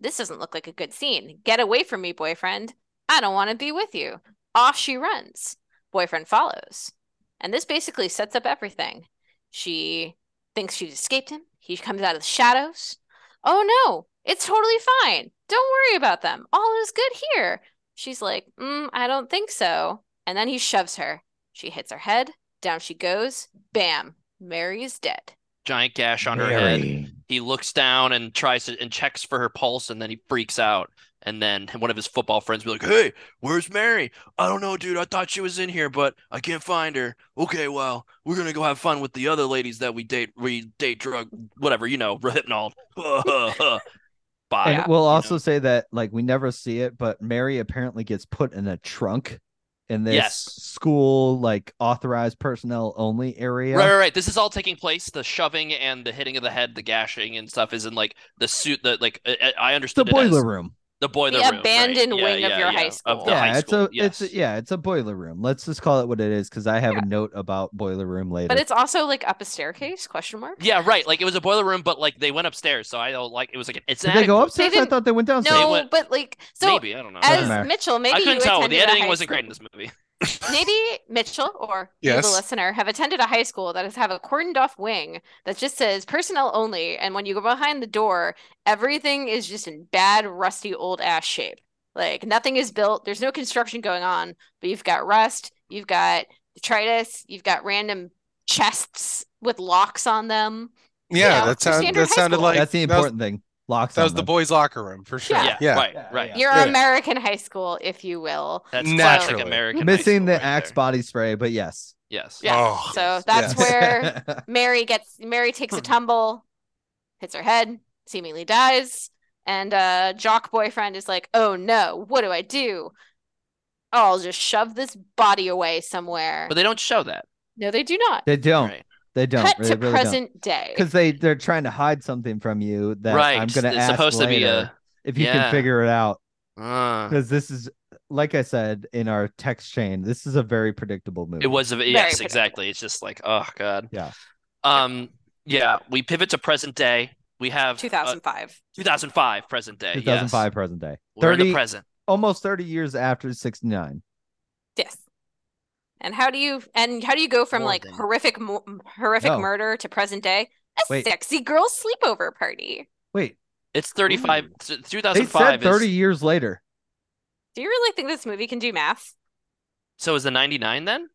S3: this doesn't look like a good scene. Get away from me, boyfriend. I don't want to be with you. Off she runs. Boyfriend follows. And this basically sets up everything. She thinks she's escaped him. He comes out of the shadows. Oh no, it's totally fine. Don't worry about them. All is good here. She's like, mm, I don't think so. And then he shoves her. She hits her head. Down she goes. Bam. Mary is dead.
S2: Giant gash on her head. He looks down and tries to and checks for her pulse, and then he freaks out. And then one of his football friends be like, "Hey, where's Mary? I don't know, dude. I thought she was in here, but I can't find her. Okay, well, we're gonna go have fun with the other ladies that we date. We date drug, whatever, you know, Rohypnol. Bye.
S1: And we'll
S2: you
S1: also
S2: know?
S1: say that like we never see it, but Mary apparently gets put in a trunk in this
S2: Yes.
S1: school like authorized personnel only area.
S2: Right, right, right. This is all taking place. The shoving and the hitting of the head, the gashing and stuff is in like the suit. The like I- I I
S1: It's the
S2: understood it as
S1: boiler room.
S2: the boiler
S3: The
S2: room, right.
S3: abandoned
S2: Yeah,
S3: wing of
S2: yeah,
S3: your
S2: yeah,
S3: high
S2: of the
S3: school.
S2: high
S1: Yeah, it's a
S2: school,
S1: it's
S2: yes.
S1: a, yeah, it's a boiler room. Let's just call it what it is because I have a note about boiler room later.
S3: But it's also like up a staircase? Question mark.
S2: Yeah, right. Like it was a boiler room, but like they went upstairs, so I don't like it was like it's an
S1: Did they go
S2: attic,
S1: upstairs? I
S3: didn't-
S1: thought they went downstairs.
S3: No,
S2: went-
S3: but like so
S2: maybe I don't know.
S1: Doesn't
S3: as
S1: matter.
S3: Mitchell, maybe
S2: I
S3: you
S2: couldn't tell.
S3: attended
S2: The
S3: a
S2: editing
S3: high
S2: wasn't
S3: school-
S2: great in this movie.
S3: Maybe Mitchell or you,
S4: Yes.
S3: the listener, have attended a high school that has have a cordoned off wing that just says personnel only, and when you go behind the door, everything is just in bad, rusty, old ass shape. Like nothing is built. There's no construction going on, but you've got rust, you've got detritus, you've got random chests with locks on them.
S4: Yeah,
S3: Yeah,
S4: that
S3: your
S4: sound,
S3: standard
S4: that
S3: high
S4: sounded
S3: school.
S4: like
S1: That's the
S4: that was-
S1: important thing. Locks.
S4: That
S1: on
S4: was the
S1: them.
S4: boys' locker room for sure.
S2: Yeah,
S4: Yeah,
S2: right,
S1: Yeah,
S2: right.
S1: yeah.
S3: Your
S4: Yeah.
S3: American high school, if you will.
S2: That's
S4: Naturally.
S2: classic American. high
S1: missing
S2: school
S1: the
S2: right
S1: axe
S2: there.
S1: body spray, but yes.
S2: Yes.
S3: Yeah.
S4: Oh,
S3: so
S2: yes,
S3: that's
S4: yes.
S3: where Mary gets Mary takes a tumble, hits her head, seemingly dies, and uh jock boyfriend is like, "Oh no, what do I do? Oh, I'll just shove this body away somewhere."
S2: But they don't show that.
S3: no, they do not.
S1: they don't.
S2: Right.
S1: They don't.
S3: Cut
S1: they
S3: to
S1: really
S3: present day.
S1: because they they're trying to hide something from you that
S2: right.
S1: I'm gonna
S2: it's
S1: ask
S2: supposed to be
S1: later
S2: a.
S1: if you
S2: yeah.
S1: can figure it out.
S3: Ah.
S2: Uh,
S1: Because this is like I said in our text chain, this is a very predictable movie.
S2: It was a yes,
S3: predictable.
S2: exactly. It's just like, oh god.
S1: Yeah.
S2: Um. Yeah. We pivot to present day. We have uh,
S3: 2005.
S2: 2005 present day.
S1: 2005
S2: Yes.
S1: present day.
S2: We're in the
S1: 30
S2: present.
S1: almost 30 years after 69.
S3: Yes. And how do you and how do you go from
S2: More
S3: like
S2: than-
S3: horrific mo- horrific
S1: No.
S3: murder to present day? A
S1: Wait.
S3: sexy girl sleepover party.
S1: Wait,
S2: It's 35.
S1: Ooh.
S2: t-
S1: Hmm. they
S2: 2005
S1: said 30
S2: is.
S1: years later.
S3: Do you really think this movie can do math?
S2: So is the 99 then?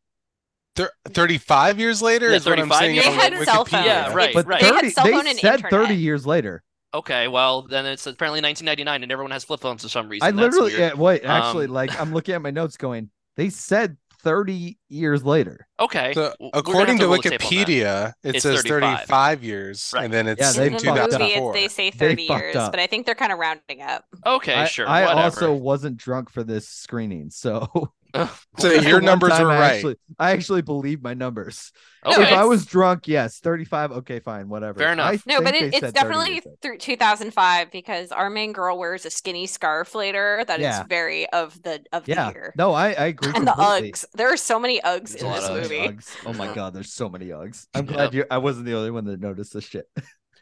S4: Thir- 35 years later
S2: Yeah,
S4: is what I'm
S2: 35
S4: saying.
S2: years
S4: on
S3: They had cell
S4: Wikipedia.
S3: phones.
S2: Yeah, right,
S1: But
S2: right.
S3: They
S1: 30,
S3: had cell
S1: they
S3: phone and
S1: said 30
S3: internet.
S1: years later.
S2: Okay, well then it's apparently 1999 and everyone has flip phones for some reason.
S1: I
S2: That's
S1: literally,
S2: weird.
S1: yeah, wait, actually,
S2: Um,
S1: like I'm looking at my notes going, they said 30 years later.
S2: Okay.
S4: So,
S2: w- we're gonna
S4: according
S2: have
S4: to
S2: roll the tape on that.
S4: Wikipedia, it
S2: It's
S4: says
S2: 35.
S4: 35 years,
S2: Right.
S4: and then
S1: Yeah,
S4: it's
S1: they
S3: in
S1: they've
S3: the
S4: 2004.
S1: fucked
S3: movie, it's, they say 30
S1: fucked
S3: years,
S1: up.
S3: but I think they're kind of rounding up.
S2: Okay,
S1: I,
S2: sure.
S1: I
S2: whatever.
S1: also wasn't drunk for this screening, so
S4: So
S1: That's the
S4: your
S1: one
S4: numbers
S1: time
S4: were
S1: I
S4: right.
S1: Actually, I actually believe my numbers.
S3: No,
S2: okay.
S1: if I
S3: it's-
S1: was drunk, yes, 35. Okay, fine, whatever.
S2: Fair enough.
S1: I
S3: No, but
S1: think
S3: it,
S1: they
S3: it's
S1: said 30
S3: definitely
S1: years later.
S3: through 2005 because our main girl wears a skinny scarf later that is
S1: Yeah.
S3: very of the of the
S1: Yeah.
S3: year.
S1: No, I, I agree.
S3: And the
S1: completely.
S3: Uggs. There are so many Uggs
S2: There's
S3: in
S2: a lot
S3: this
S2: of Uggs.
S3: movie.
S1: Uggs. Oh my god, there's so many Uggs. I'm
S2: Yeah.
S1: glad you I wasn't the only one that noticed this shit.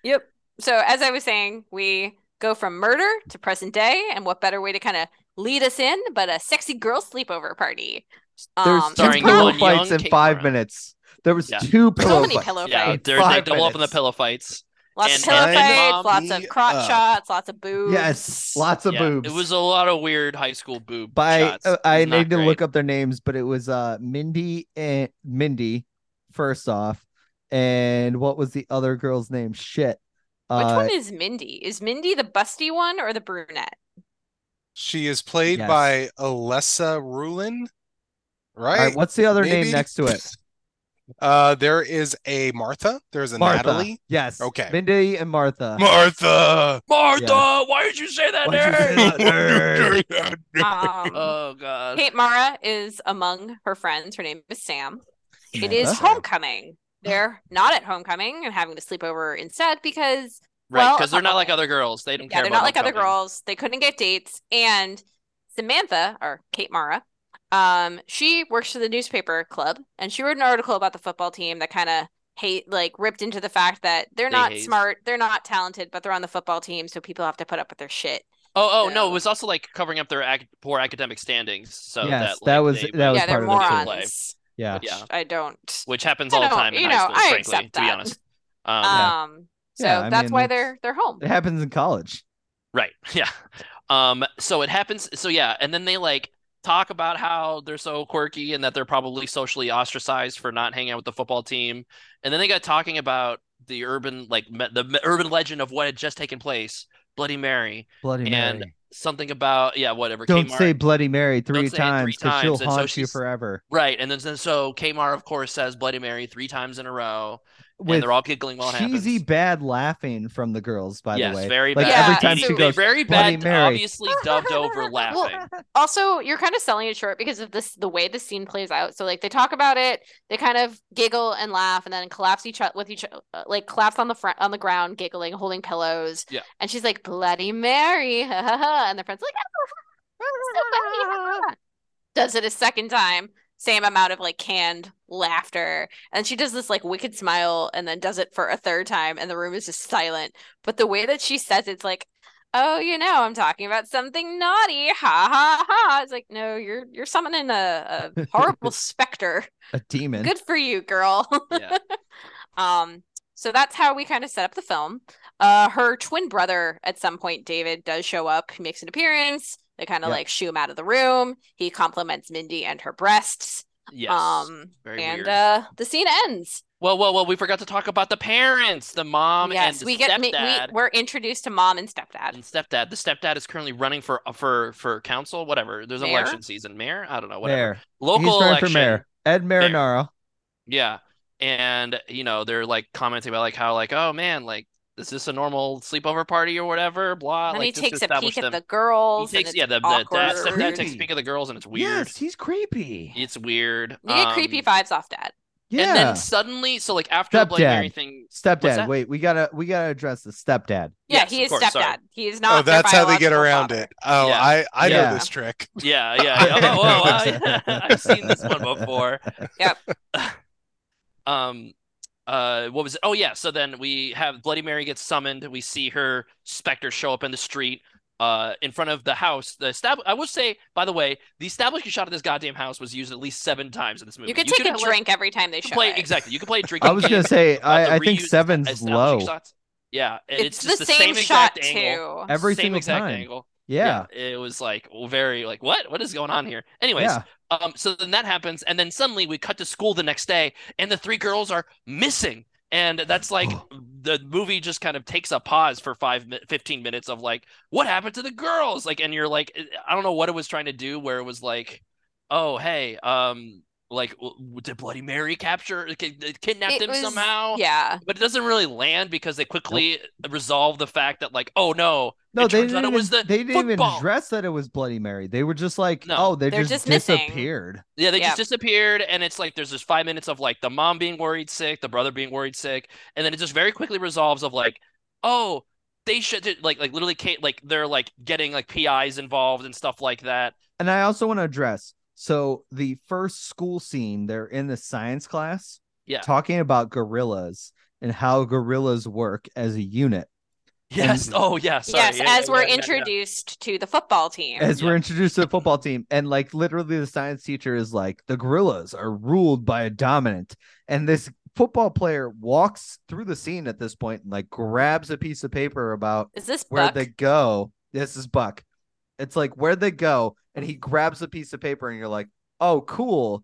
S3: Yep. So as I was saying, we go from murder to present day, and what better way to kind of lead us in but a sexy girl sleepover party?
S1: There's
S3: Um,
S1: two
S2: starring
S1: pillow
S2: Yvonne
S1: fights
S2: Young,
S1: in
S2: Kate
S1: five
S2: Mara.
S1: minutes. There was
S2: Yeah.
S1: two pillow
S3: so many
S1: fights.
S3: pillow
S2: yeah,
S3: fights.
S2: they're, they
S1: Five
S2: double up on the
S1: minutes.
S2: pillow fights.
S3: Lots
S2: and-
S3: of pillow
S2: and
S3: fights,
S2: mom
S3: lots
S4: me
S3: of crotch
S4: up.
S3: shots, lots of boobs.
S1: Yes, lots of
S2: Yeah,
S1: boobs.
S2: It was a lot of weird high school boob
S1: by
S2: shots.
S1: uh, I
S2: It was not
S1: need to look
S2: great.
S1: up their names, but it was uh Mindy and Mindy first off, and what was the other girl's name? Shit,
S3: Which
S1: Uh,
S3: one is Mindy? Is Mindy the busty one or the brunette?
S4: She is played
S1: Yes.
S4: by Alessa Rulin,
S1: all
S4: right?
S1: right, what's the other
S4: Maybe.
S1: name next to it?
S4: Uh, there is a Martha. There's a
S1: Martha.
S4: Natalie.
S1: Yes.
S4: Okay.
S1: Mindy and Martha.
S4: Martha.
S2: Martha,
S1: Yeah.
S2: why did you say that
S1: Why'd you say
S2: name?
S1: that? Nerd.
S3: Um,
S2: Oh god.
S3: Kate Mara is among her friends. Her name is Sam. It is
S1: Samantha?
S3: homecoming. They're not at homecoming and having to sleep over instead because
S2: Right,
S3: well,
S2: because they're not like
S3: okay.
S2: other girls. They don't
S3: yeah,
S2: care
S3: they're
S2: about
S3: not like other
S2: homecoming.
S3: girls. They couldn't get dates. And Samantha or Kate Mara, um, she works for the newspaper club and she wrote an article about the football team that kind of hate like ripped into the fact that they're
S2: They
S3: not
S2: hate.
S3: smart, they're not talented, but they're on the football team, so people have to put up with their shit.
S2: Oh, oh no,
S3: So-
S2: it was also like covering up their ac- poor academic standings. So
S1: Yes,
S2: that,
S1: that
S2: like,
S1: was-
S2: they
S1: that was
S3: yeah, they're
S1: part of the team.
S3: morons.
S1: Yeah.
S3: Which
S2: Yeah.
S3: I don't.
S2: which happens
S3: I
S2: all the
S3: don't-
S2: time in
S3: you
S2: high
S3: know,
S2: school,
S3: I
S2: frankly,
S3: accept
S2: to be
S3: that.
S2: honest. Um,
S3: Um, so
S1: Yeah, I
S3: that's
S1: mean,
S3: why
S1: it's-
S3: they're they're home.
S1: It happens in college.
S2: Right. Yeah. Um, so it happens. So yeah, and then they like talk about how they're so quirky and that they're probably socially ostracized for not hanging out with the football team. And then they got talking about the urban like me- the me- urban legend of what had just taken place, Bloody Mary,
S1: Bloody
S2: And
S1: Mary.
S2: something about yeah, whatever.
S1: Don't
S2: Kmart.
S1: say Bloody Mary
S2: say
S1: three
S2: it three
S1: times because she'll
S2: times, and so
S1: haunt you
S2: she's-
S1: forever.
S2: Right, and then then so Kmart of course says Bloody Mary three times in a row, and
S1: With
S2: they're all giggling while it happens.
S1: cheesy bad laughing from the girls, by
S2: yes,
S1: the way.
S2: very
S1: like
S2: bad.
S3: Yeah,
S1: every time
S3: so-
S1: she goes,
S2: very
S1: "Bloody
S2: bad,
S1: Mary."
S2: obviously dubbed over laughing.
S3: Also, you're kind of selling it short because of this the way the scene plays out. So like they talk about it, they kind of giggle and laugh, and then collapse each other with each uh, like collapse on the front on the ground, giggling, holding pillows.
S2: Yeah.
S3: And she's like, "Bloody Mary," ha ha ha, and the friends like, "So funny, ha, ha, ha." does it a second time, same amount of like canned laughter, and she does this like wicked smile, and then does it for a third time, and the room is just silent. But the way that she says it's like. Oh, you know, I'm talking about something naughty. Ha ha ha. It's like, no, you're you're summoning a, a horrible specter.
S1: a demon.
S3: Good for you, girl.
S2: Yeah.
S3: um, so that's how we kind of set up the film. Uh her twin brother at some point, David, does show up, he makes an appearance. They kind of
S1: Yeah.
S3: like shoo him out of the room. He compliments Mindy and her breasts.
S2: Yes.
S3: um
S2: very
S3: and
S2: weird.
S3: uh the scene ends.
S2: Well, well, well, we forgot to talk about the parents, the mom and
S3: yes,
S2: the
S3: we get we, we,
S2: stepdad.
S3: we're introduced to mom and stepdad.
S2: and stepdad. The stepdad is currently running for uh, for for council, whatever. There's an
S3: Mayor?
S2: election season, mayor. I don't know, whatever.
S1: Mayor.
S2: Local
S1: He's running
S2: election.
S1: for mayor. Ed Marinaro.
S2: Yeah, and you know they're like commenting about like how like oh man like is this a normal sleepover party or whatever? Blah.
S3: And then
S2: like
S3: he
S2: just
S3: takes a
S2: establish
S3: peek
S2: them.
S3: at the
S2: He
S3: girls. and
S2: takes
S3: it's
S2: yeah the, the dad
S3: awkward.
S2: stepdad takes a
S1: Creepy.
S2: peek at the girls and it's weird.
S1: Yes, he's creepy.
S2: It's weird.
S3: You get
S2: Um,
S3: creepy vibes off dad.
S1: yeah.
S2: And then suddenly, so like after the Bloody
S1: Stepdad.
S2: Mary thing,
S1: stepdad.
S2: that?
S1: Wait, we gotta we gotta address the stepdad.
S3: Yeah,
S2: Yes,
S3: he
S2: of
S3: is
S2: course,
S3: stepdad.
S2: sorry.
S3: He is not.
S4: Oh,
S3: their
S4: that's how they get
S3: biological
S4: around
S3: father.
S4: it. Oh,
S2: Yeah.
S4: I I
S1: Yeah.
S4: know this trick.
S2: Yeah, yeah. yeah. Oh, oh, I, I've seen this one before.
S3: Yep.
S2: Um, uh, what was it? Oh, yeah. So then we have Bloody Mary gets summoned. We see her specter show up in the street, uh, in front of the house. The estab- I would say, by the way, the establishing shot of this goddamn house was used at least seven times in this movie.
S3: You could take a
S2: have, like,
S3: drink every time they
S2: you could
S3: show
S2: play
S3: it.
S2: exactly. You could play a drink.
S1: I was gonna say
S2: the
S1: I, I think
S2: reused
S1: seven's low.
S2: establishing shots. Yeah, and
S3: It's,
S2: it's, just
S3: the,
S2: same,
S3: same, shot
S2: exact angle.
S3: too.
S1: Every
S2: same
S1: single
S2: exact
S1: time.
S2: angle.
S1: Yeah.
S2: it was like very like what? What is going on here? Anyways,
S1: Yeah.
S2: um, so then that happens, and then suddenly we cut to school the next day, and the three girls are missing. And that's like the movie just kind of takes a pause for five, mi- 15 minutes of like, what happened to the girls? Like, and you're like, I don't know what it was trying to do, where it was like, oh, hey, um, like, w- did Bloody Mary capture, uh, ki- kidnap
S3: It
S2: them
S3: was-
S2: somehow?
S3: Yeah.
S2: But it doesn't really land because they quickly resolve the fact that, like, oh no,
S1: No,
S2: it
S1: they
S2: turns
S1: didn't,
S2: out it
S1: even,
S2: was the
S1: they didn't even
S2: football.
S1: address that it was Bloody Mary. They were just like,
S2: No.
S1: oh, they
S3: They're
S1: just,
S3: just missing.
S1: disappeared.
S2: Yeah, they
S3: Yeah.
S2: just disappeared, and it's like there's just five minutes of like the mom being worried sick, the brother being worried sick, and then it just very quickly resolves of like, oh, they should did- like like literally Kate like they're like getting like PIs involved and stuff like that.
S1: And I also want to address so the first school scene, they're in the science class
S2: Yeah.
S1: talking about gorillas and how gorillas work as a unit.
S2: Yes. Oh yeah. Sorry.
S3: yes,
S2: Yeah,
S3: as
S2: yeah, yeah,
S3: we're
S2: yeah, yeah.
S3: introduced to the football team.
S1: As
S2: Yeah.
S1: we're introduced to the football team, and like literally the science teacher is like, the gorillas are ruled by a dominant. And this football player walks through the scene at this point and like grabs a piece of paper about
S3: Is this
S1: where'd
S3: Buck?
S1: they go? This is Buck. It's like, where'd they go? And he grabs a piece of paper and you're like, oh, cool.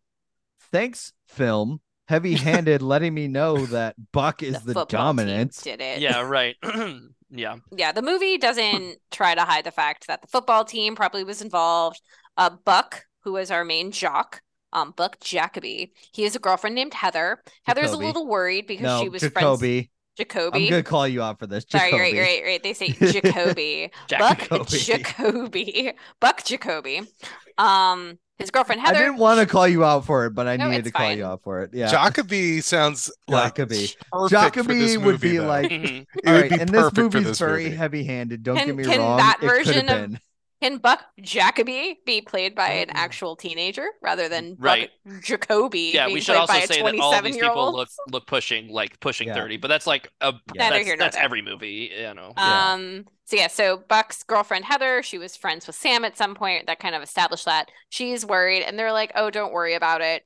S1: Thanks, film. heavy handed letting me know that Buck is the,
S3: football team
S1: dominant.
S3: Did it?
S2: Yeah, right. yeah.
S3: Yeah, the movie doesn't try to hide the fact that the football team probably was involved. Uh, Buck, who was our main jock, um, Buck Jacoby, he has a girlfriend named Heather. Heather's a
S1: Jacoby.
S3: little worried because
S1: No,
S3: she was friends.
S1: Jacoby.
S3: Jacoby.
S1: I'm gonna call you out for this.
S3: Sorry,
S1: Jacoby.
S3: right, right, right. They say Jacoby. Buck
S2: Jack.
S1: Jacoby.
S3: Jacoby. Buck Jacoby. Um, his girlfriend
S1: I
S3: Heather.
S1: didn't want to call you out for it, but I
S3: No,
S1: needed
S3: it's
S1: to call
S3: fine.
S1: you out for it. Yeah,
S4: Jacoby sounds like
S1: Jacoby.
S4: perfect for
S1: Jacoby
S4: this
S1: would
S4: movie,
S1: be
S4: though.
S1: like-
S2: Mhm.
S4: it
S1: All
S4: would
S1: right,
S4: be
S1: and this
S4: perfect for
S1: movie's
S4: this
S1: very
S4: movie.
S1: heavy-handed. Don't
S3: Can-
S1: get me
S3: can
S1: wrong.
S3: that
S1: it could
S3: version
S1: have
S3: of-
S1: been.
S3: Can Buck Jacoby be played by an
S1: Mm.
S3: actual teenager rather than
S2: Right.
S3: Buck Jacoby
S2: Yeah,
S3: being
S2: we should
S3: played
S2: also
S3: by a
S2: say that all of these people
S3: 27-year-old?
S2: look look pushing like pushing
S1: Yeah.
S2: 30, but that's like
S1: Yeah.
S2: a
S3: Neither
S2: that's,
S3: here nor
S2: that's
S3: there.
S2: every movie, you know.
S1: Yeah.
S3: Um, so yeah, so Buck's girlfriend Heather, she was friends with Sam at some point. That kind of established that she's worried, and they're like, "Oh, don't worry about it."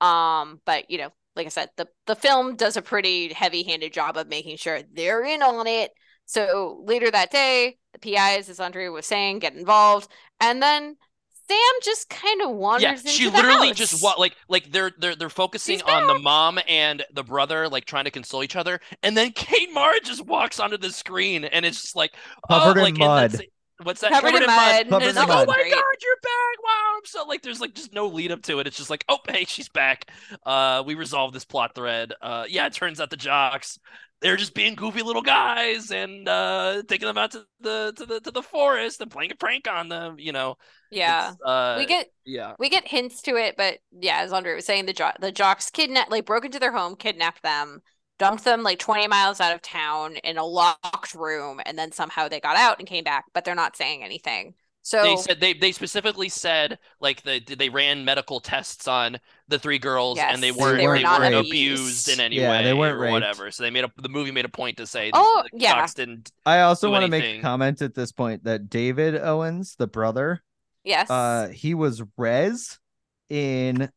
S3: Um, but you know, like I said, the the film does a pretty heavy-handed job of making sure they're in on it. So later that day, the PIs, as Andrea was saying, get involved, and then Sam just kind of wanders
S2: yeah,
S3: into
S2: she
S3: the
S2: literally
S3: house.
S2: just wa- like like they're they're they're focusing
S3: She's
S2: on the mom and the brother like trying to console each other, and then Kate Mara just walks onto the screen and it's just like
S1: Covered
S2: oh,
S1: in
S2: like, and that's
S1: mud.
S2: it. what's that?
S3: covered, in mud.
S1: Covered
S2: And it's
S1: in
S2: like, oh
S1: mud.
S2: my god, you're back! Wow, I'm so like, there's like just no lead up to it. It's just like, oh hey, she's back. Uh, we resolved this plot thread. Uh, yeah, it turns out the jocks, they're just being goofy little guys and uh taking them out to the to the to the forest and playing a prank on them. You know,
S3: Yeah,
S2: It's, uh,
S3: we get
S2: yeah.
S3: we get hints to it, but yeah, as Andre was saying, the jo- the jocks kidnapped, like broke into their home, kidnapped them, dumped them like twenty miles out of town in a locked room, and then somehow they got out and came back, but they're not saying anything. So
S2: they said they they specifically said like they they ran medical tests on the three girls and they
S3: Yes,
S2: weren't
S1: they were not
S2: abused
S3: abused.
S2: in any
S1: Yeah,
S2: way
S1: they weren't
S2: or
S1: raped.
S2: whatever. So they made a the movie made a point to say
S3: Oh,
S2: the
S3: yeah.
S2: Cox didn't
S1: I also
S2: do
S1: want to make a
S2: anything.
S1: comment at this point that David Owens, the brother,
S3: yes,
S1: uh, he was Rez in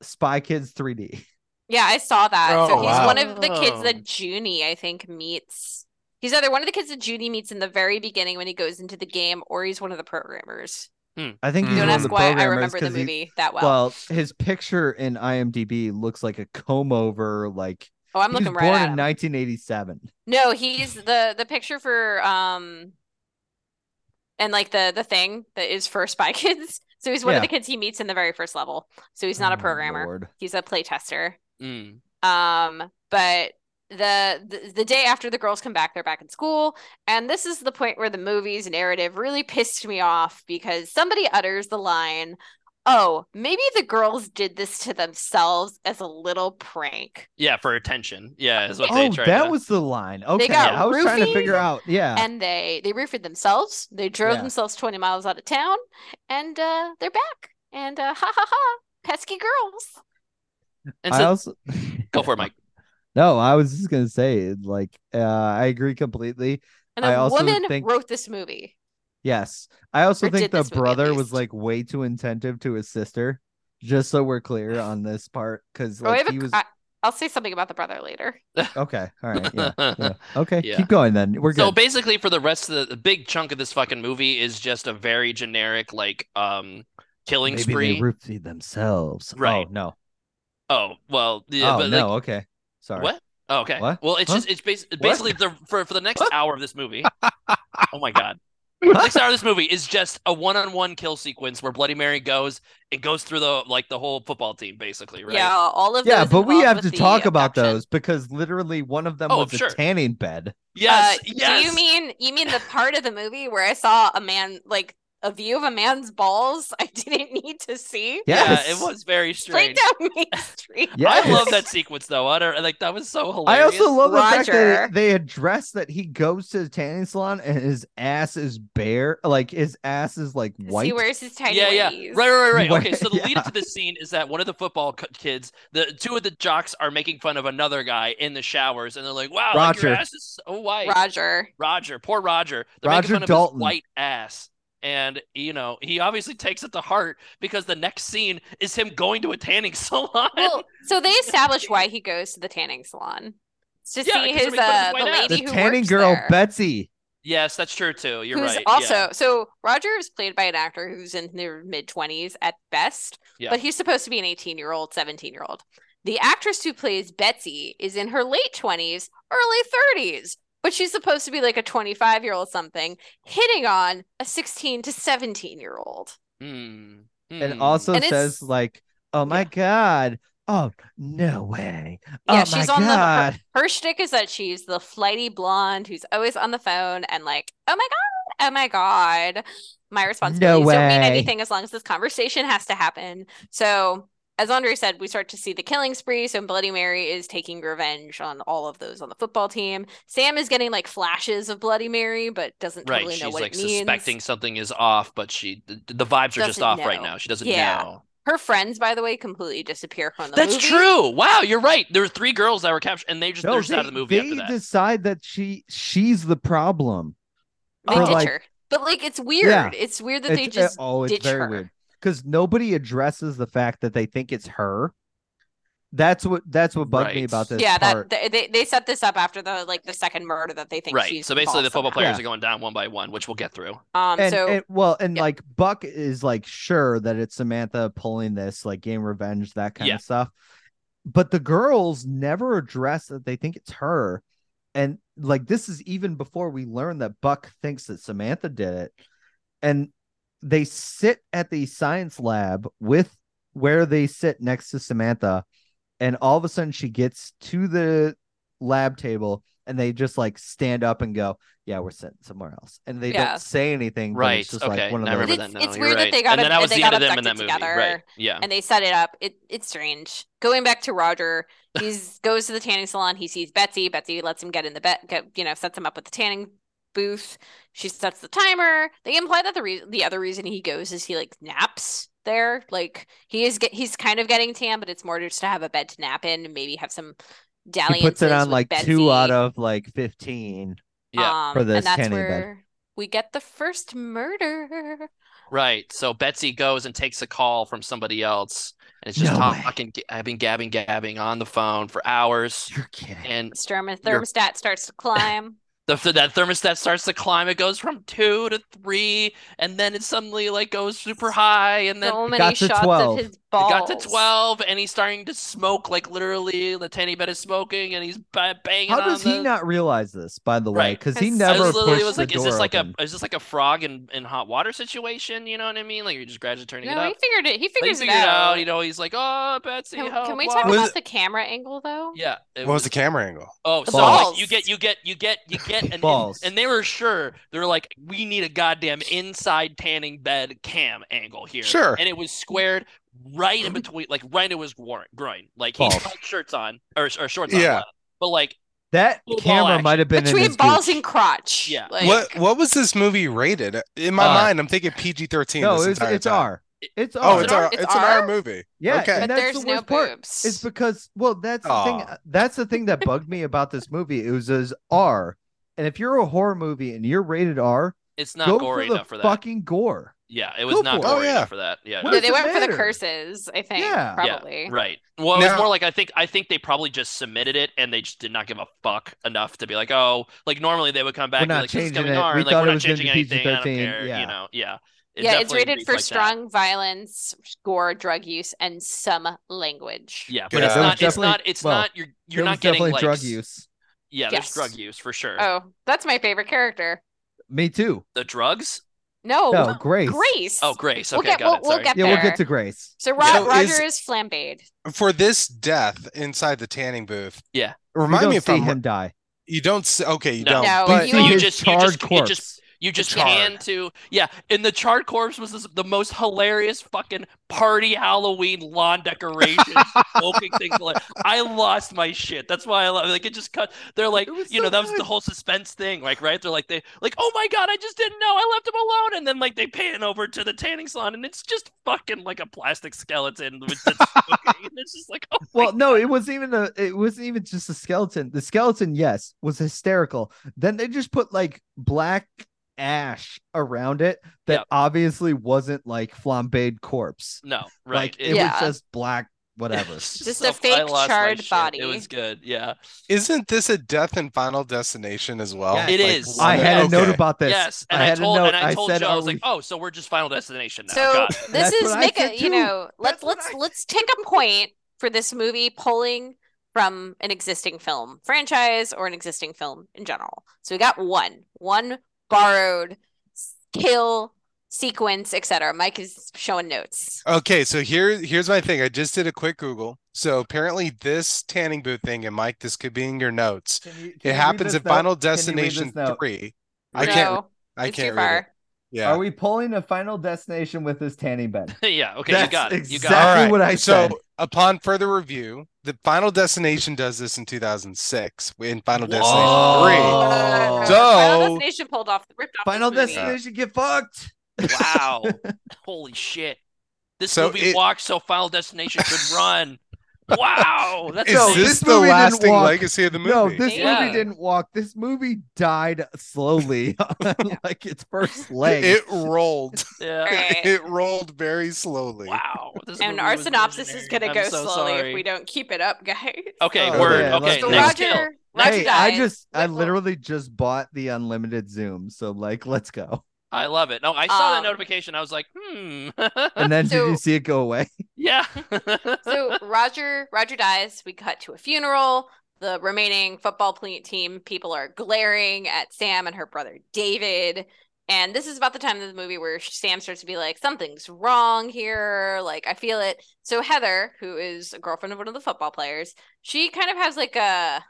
S1: Spy Kids 3D.
S3: yeah, I saw that. so
S4: Oh,
S3: he's
S4: wow.
S3: one of the kids
S2: Oh.
S3: that Junie, I think, meets. He's either one of the kids that Junie meets in the very beginning when he goes into the game, or he's one of the programmers.
S1: I think he's
S3: Hmm. Don't
S4: Mm.
S1: one of
S3: ask
S1: the
S3: why I
S1: programmers
S3: remember the
S1: 'cause he-
S3: movie that well.
S1: well, his picture in IMDb looks like a comb over. Like
S3: oh, I'm
S1: he was
S3: looking right
S1: born
S3: at
S1: in
S3: him.
S1: 1987.
S3: No, he's the the picture for um and like the the thing that is for Spy Kids. So he's one of
S1: Yeah.
S3: the kids he meets in the very first level. So he's not a
S1: Oh,
S3: programmer.
S1: Lord.
S3: He's a playtester.
S2: Mm.
S3: Um, but the, the the day after the girls come back, they're back in school, and this is the point where the movie's narrative really pissed me off because somebody utters the line, "Oh, maybe the girls did this to themselves as a little prank."
S2: yeah for attention. Yeah, is what they
S1: Oh,
S2: tried.
S1: that
S2: to-
S1: was the line. Okay,
S3: got
S1: I was trying to
S3: roofied
S1: figure out. Yeah,
S3: and they they roofed themselves. They drove
S1: Yeah.
S3: themselves twenty miles out of town, and uh, they're back. And uh, ha ha ha, pesky girls.
S2: and
S1: I
S2: so
S1: also
S2: go for it, Mike.
S1: No, I was just gonna say, like, uh, I agree completely.
S3: And
S1: I
S3: a
S1: also
S3: woman
S1: think-
S3: wrote this movie.
S1: Yes, I also
S3: Or
S1: think
S3: did
S1: the
S3: this movie at
S1: brother was
S3: least.
S1: like way too attentive to his sister. Just so we're clear on this part, because
S3: oh, I
S1: like
S3: have
S1: he
S3: a,
S1: was
S3: I, I'll say something about the brother later.
S1: okay. All right, yeah, yeah. okay.
S2: Yeah.
S1: Keep going then. We're
S2: So
S1: good.
S2: basically, for the rest of the, the big chunk of this fucking movie is just a very generic like um killing
S1: Maybe
S2: spree.
S1: they roofied themselves.
S2: Right.
S1: Oh no.
S2: oh well, yeah,
S1: oh
S2: but
S1: no.
S2: like,
S1: okay. Sorry.
S2: What? Oh, okay.
S1: What?
S2: Well, it's
S1: Huh?
S2: just it's bas- basically the, for for the next hour of this movie. oh my god.
S1: Huh?
S2: next hour of this movie is just a one-on-one kill sequence where Bloody Mary goes it goes through the like the whole football team basically, right?
S3: Yeah, all of
S1: Yeah,
S3: those
S1: but we
S3: involved
S1: have
S3: with
S1: to
S3: the
S1: talk about
S3: abduction.
S1: those because literally one of them
S2: Oh,
S1: was
S2: I'm sure.
S1: a tanning bed.
S2: Yes,
S3: Uh,
S2: yes.
S3: Do you mean you mean the part of the movie where I saw a man like a view of a man's balls I didn't need to see?
S1: Yes.
S2: Yeah, it was very strange.
S3: Straight down Main Street.
S1: Yes.
S2: I love that sequence though. I don't like that was so
S1: I
S2: hilarious.
S1: also love the fact that
S3: Roger.
S1: they address that he goes to the tanning salon and his ass is bare, like his ass is like white.
S3: He wears his tiny
S2: yeah, yeah,
S3: whities.
S2: right, right, right.
S1: Wait,
S2: Okay, so the lead up
S1: yeah.
S2: to this scene is that one of the football c- kids, the two of the jocks, are making fun of another guy in the showers, and they're like, "Wow, like, your
S1: Roger.
S2: ass is so white."
S3: Roger.
S2: Roger, poor Roger. They're
S1: Roger
S2: making fun of
S1: Dalton.
S2: his white ass. And you know, he obviously takes it to heart because the next scene is him going to a tanning salon.
S3: Well, so they establish why he goes to the tanning salon. It's to
S2: Yeah, 'cause they're
S3: see his
S2: making fun of his
S3: uh, the
S2: white ass.
S3: lady
S1: the
S3: who
S1: tanning
S3: works
S1: girl
S3: there,
S1: Betsy.
S2: yes, that's true too. You're
S3: who's
S2: right. yeah.
S3: also so Roger is played by an actor who's in their mid twenties at best,
S2: Yeah.
S3: but he's supposed to be an eighteen year old, seventeen year old. The actress who plays Betsy is in her late 20s, early 30s, but she's supposed to be like a 25 year old something, hitting on a 16 to 17 year old.
S2: Hmm.
S1: and
S2: Hmm.
S1: also
S3: And it's-
S1: says like, "Oh my
S3: Yeah.
S1: god, oh no way, oh
S3: Yeah,
S1: my
S3: she's on the her-
S1: god."
S3: her, shtick is that she's the flighty blonde who's always on the phone and like, oh my god, oh my god. My responsibilities don't mean
S1: way.
S3: anything as long as this conversation has to happen. So as Andre said, we start to see the killing spree. So Bloody Mary is taking revenge on all of those on the football team. Sam is getting like flashes of Bloody Mary, but doesn't
S2: right,
S3: totally know
S2: she's
S3: what
S2: like
S3: it means.
S2: suspecting something is off, but she the, the vibes are just
S3: Doesn't
S2: off right
S3: know.
S2: now. She doesn't
S3: Yeah.
S2: know.
S3: Her friends, by the way, completely disappear from the
S2: That's
S3: movie.
S2: true. Wow, you're right. There were three girls that were captured, and they just
S1: No,
S2: they're just
S1: they,
S2: out of the movie
S1: they
S2: after that.
S1: decide that she she's the problem.
S3: They
S1: For,
S3: ditch
S1: like-
S3: her. But like it's weird. It's weird that they
S1: It's- uh,
S3: just
S1: oh, it's
S3: ditch
S1: very
S3: her.
S1: weird because nobody addresses the fact that they think it's her. That's what that's what bugged me
S2: Right.
S1: about this
S3: yeah,
S1: part.
S3: that they, they set this up after the like the second murder that they think
S2: Right.
S3: she's
S2: So basically, the
S3: involved
S2: football
S3: somehow.
S2: players are going down one by one, which we'll get through.
S3: Um,
S1: and,
S3: so
S1: and- well, and
S3: yeah.
S1: like Buck is like sure that it's Samantha pulling this like game revenge that kind
S2: Yeah.
S1: of stuff, but the girls never address that they think it's her, and like this is even before we learn that Buck thinks that Samantha did it, and they sit at the science lab with where they sit next to Samantha, and all of a sudden she gets to the lab table and they just like stand up and go, "Yeah, we're sitting somewhere else," and they
S3: Yeah.
S1: don't say anything. but
S2: Right.
S1: it's just
S2: okay.
S1: like one of
S2: Now I
S1: those.
S2: remember
S3: It's-
S2: that. now.
S3: it's
S2: You're
S3: weird that
S2: right.
S3: they got
S2: And then
S3: ab-
S2: that was
S3: they
S2: the
S3: got
S2: end of them in that
S3: abducted
S2: movie. Right.
S3: together.
S2: Yeah.
S3: and they set it up. It it's strange. Going back to Roger, he's goes to the tanning salon. He sees Betsy. Betsy lets him get in the bed. Get, you know, sets him up with the tanning booth. She sets the timer. They imply that the reason the other reason he goes is he like naps there. Like he is get he's kind of getting tan, but it's more just to have a bed to nap in and maybe have some dalliances
S1: He puts it on
S3: with
S1: like
S3: Betsy.
S1: two out of like fifteen.
S2: Yeah.
S3: um,
S1: for this
S3: and that's
S1: tanning bed.
S3: where we get the first murder.
S2: Right. So Betsy goes and takes a call from somebody else, and it's just
S1: No way.
S2: talking, g- gabbing, gabbing, gabbing on the phone for hours.
S1: You're kidding.
S2: And
S3: Sturm-
S2: Your-
S3: thermostat starts to climb.
S2: the that thermostat starts to climb. It goes from two to three, and then it suddenly like goes super high, and then
S3: so many
S1: got to
S3: shots
S1: 12.
S3: of his
S2: it
S3: balls.
S2: got to twelve, and he's starting to smoke like literally. The tanny bed is smoking, and he's ba- banging.
S1: How
S2: on
S1: does he
S2: the-
S1: not realize this? By the way,
S2: Right.
S1: because he
S3: It's-
S2: I
S1: never
S2: was literally
S1: pushed
S2: was
S1: the
S2: like,
S1: door
S2: is this like
S1: open.
S2: a is this like a frog in, in hot water situation? You know what I mean? Like you're just gradually turning it
S3: No,
S2: up.
S3: he figured it. He
S2: But he
S3: figures
S2: figured
S3: it
S2: it
S3: out.
S2: You know, he's like, oh, Betsy,
S3: can,
S2: help,
S3: can we
S2: blah,
S3: talk
S2: blah,
S4: Was
S3: about
S4: it-
S3: the camera angle though?
S2: Yeah. it
S4: What was the camera angle?
S2: Oh,
S3: The
S2: so like, you
S3: balls.
S2: get, you get, you get, you get, and, and-
S1: Balls.
S2: and they were sure they were like, we need a goddamn inside tanning bed cam angle here.
S4: Sure.
S2: And it was squared right in between, like right into his groin. groin. Like he
S1: Balls.
S2: still had shirts on or, or shorts on.
S4: Yeah.
S2: rather. But like,
S1: that
S2: Full ball
S1: camera
S2: action.
S1: might have been in
S3: Between
S1: his
S3: balls
S1: gooch.
S3: and crotch.
S2: Yeah.
S3: Like,
S4: what What was this movie rated? In my
S1: R.
S4: mind, I'm thinking PG-13.
S1: No,
S4: this
S1: it's
S4: entire
S1: it's
S4: time.
S1: R. It's
S4: Oh,
S1: R.
S4: it's
S3: It's
S4: our
S3: R-
S4: It's,
S3: it's
S4: an
S3: R?
S4: R movie.
S1: Yeah,
S4: Okay.
S1: and
S3: But
S1: that's
S3: there's
S1: the
S3: no
S1: worst part.
S3: boobs.
S1: It's because well, that's the thing.
S4: Aw.
S1: That's the thing that bugged me about this movie. It was as R, and if you're a horror movie and you're rated R,
S2: it's not
S1: go for
S2: gory
S1: the
S2: enough for that.
S1: fucking gore.
S2: Yeah. It was
S1: go
S2: not
S1: for it.
S4: Oh,
S2: gory
S4: yeah.
S2: enough for that. Yeah.
S1: What
S3: no,
S1: does
S3: they
S1: it
S3: went for the
S1: matter?
S3: curses. I think
S1: Yeah.
S2: Yeah,
S3: probably.
S2: Right. Well, it was
S4: Now-
S2: more like I think I think they probably just submitted it and they just did not give a fuck enough to be like, oh, like normally they would come back
S1: We're
S2: and be
S1: not
S2: like, this is
S1: changing
S2: coming
S1: it.
S2: R,
S1: We
S2: and like
S1: thought
S2: we're
S1: it
S2: not
S1: was gonna
S2: changing
S1: be
S2: anything. I don't
S1: PG-13,
S2: care.
S1: yeah.
S2: You know, yeah. It
S3: yeah, it's
S2: definitely
S3: rated
S2: reads
S3: for
S2: like that.
S3: strong violence, gore, drug use, and some language.
S2: Yeah, but
S4: Yeah.
S2: it's
S4: There was
S2: not. It's
S1: definitely-
S2: not. It's
S1: well,
S2: not. You're you're
S1: It
S2: not
S1: was
S2: getting
S1: definitely
S2: like
S1: drug
S2: s-
S1: use.
S2: Yeah, there's
S3: Yes.
S2: drug use for sure.
S3: Oh, that's my favorite character.
S1: Me too.
S2: The drugs?
S3: No,
S1: no, Grace.
S3: Grace.
S2: Oh, Grace.
S3: We'll
S2: Okay,
S3: get-
S2: got
S3: we'll-
S2: it.
S3: we'll
S2: Sorry.
S3: Oh, get-
S1: Yeah, we'll
S3: there.
S1: get to Grace.
S3: So Ro-
S2: Yeah.
S4: So is-
S3: Roger is, flambéed.
S4: For this death inside the tanning booth.
S2: Yeah.
S1: You
S4: Remind
S1: don't
S4: me if
S1: see
S4: I'm
S1: him die.
S4: You don't see, okay, you
S2: No.
S4: don't.
S3: No,
S4: but
S1: you
S2: So
S1: see
S2: you
S1: his
S2: just you
S1: charred
S2: just you
S1: corpse.
S2: just You just
S4: charred.
S2: pan to yeah, and the charred corpse was this, the most hilarious fucking party Halloween lawn decoration, smoking things like I lost my shit. That's why I love like it. Just cut. They're like
S1: It was
S2: you
S1: so
S2: know that was
S1: good.
S2: the whole suspense thing, like right? They're like they like oh my god, I just didn't know I left him alone, and then like they pan over to the tanning salon, and it's just fucking like a plastic skeleton with that's smoking, and it's just like oh my
S1: Well, no,
S2: God.
S1: it was even a. It wasn't even just a skeleton. The skeleton, yes, was hysterical. Then they just put like black ash around it that
S2: Yep.
S1: obviously wasn't like flambéed corpse.
S2: no right.
S1: Like it
S3: Yeah.
S1: was just black whatever.
S3: Just
S2: So
S3: a fake
S2: I lost my
S3: charred
S2: shit.
S3: body.
S2: It was good. Yeah.
S4: isn't this a death and final destination as well?
S1: Yes.
S2: It is.
S1: I had a note
S4: okay.
S1: about this.
S2: Yes, and
S1: I
S2: I,
S1: had
S2: told
S1: a note.
S2: and I told
S1: said,
S2: Joe, I
S1: are
S2: was
S1: we-
S2: like, "Oh, so we're just Final Destination now."
S3: So
S2: Got it.
S3: this
S1: That's
S3: is
S1: what I
S3: make
S1: said
S3: a you
S1: too.
S3: know let's
S1: That's what
S3: let's
S1: I
S3: let's take a point for this movie pulling from an existing film franchise or an existing film in general. So we got one, one borrowed kill sequence, etc. Mike is showing notes.
S4: Okay, so here here's my thing. I just did a quick Google. So apparently this tanning booth thing, and Mike, this could be in your notes.
S1: Can you- can you
S4: It
S1: read
S4: happens
S1: this
S4: in
S1: note?
S4: Final
S1: Can you read this
S4: Destination
S1: note?
S4: Three. I can't I
S3: it's too
S4: can't read it.
S3: far.
S4: Yeah.
S1: Are we pulling a final destination with this tanning bed?
S2: yeah. Okay.
S1: That's
S2: you
S1: exact-
S2: got it. You got it.
S1: Exactly what I
S4: so,
S1: said.
S4: upon further review, the Final Destination does this in 2006 in Final
S1: Whoa.
S4: Destination
S1: Oh.
S4: So-
S3: Final Destination pulled off, ripped off.
S1: Final
S3: this movie.
S1: destination, get fucked.
S2: Wow. Holy shit. This
S4: So
S2: movie
S4: it-
S2: walks so Final Destination could run. Wow. That's
S4: 3. Is
S1: No,
S2: amazing.
S4: this,
S1: this
S4: the
S1: movie didn't
S4: lasting
S1: walk.
S4: legacy of the movie?
S1: No, this
S3: Yeah.
S1: movie didn't walk. This movie died slowly, on, like its first leg.
S4: it rolled.
S2: yeah.
S3: Alright.
S4: It rolled very slowly.
S2: Wow. This
S3: And
S2: movie
S3: our
S2: was
S3: synopsis is
S2: legendary.
S3: gonna go
S2: I'm so
S3: slowly
S2: sorry.
S3: if we don't keep it up, guys.
S2: Okay,
S4: Oh,
S2: word.
S1: yeah,
S2: okay,
S1: let's-
S2: next
S3: Roger,
S2: kill.
S3: Roger
S1: hey, I
S3: dies.
S1: just, I
S3: Well-
S1: literally just bought the unlimited Zoom, so like, let's go.
S2: I love it. No, I saw that
S3: Um,
S2: notification. I was like, hmm.
S1: And then did you
S3: So-
S1: see it go away?
S2: yeah.
S3: so Roger Roger dies. We cut to a funeral. The remaining football ple- team people are glaring at Sam and her brother David. And this is about the time of the movie where Sam starts to be like, something's wrong here. Like, I feel it. So, Heather, who is a girlfriend of one of the football players, she kind of has like a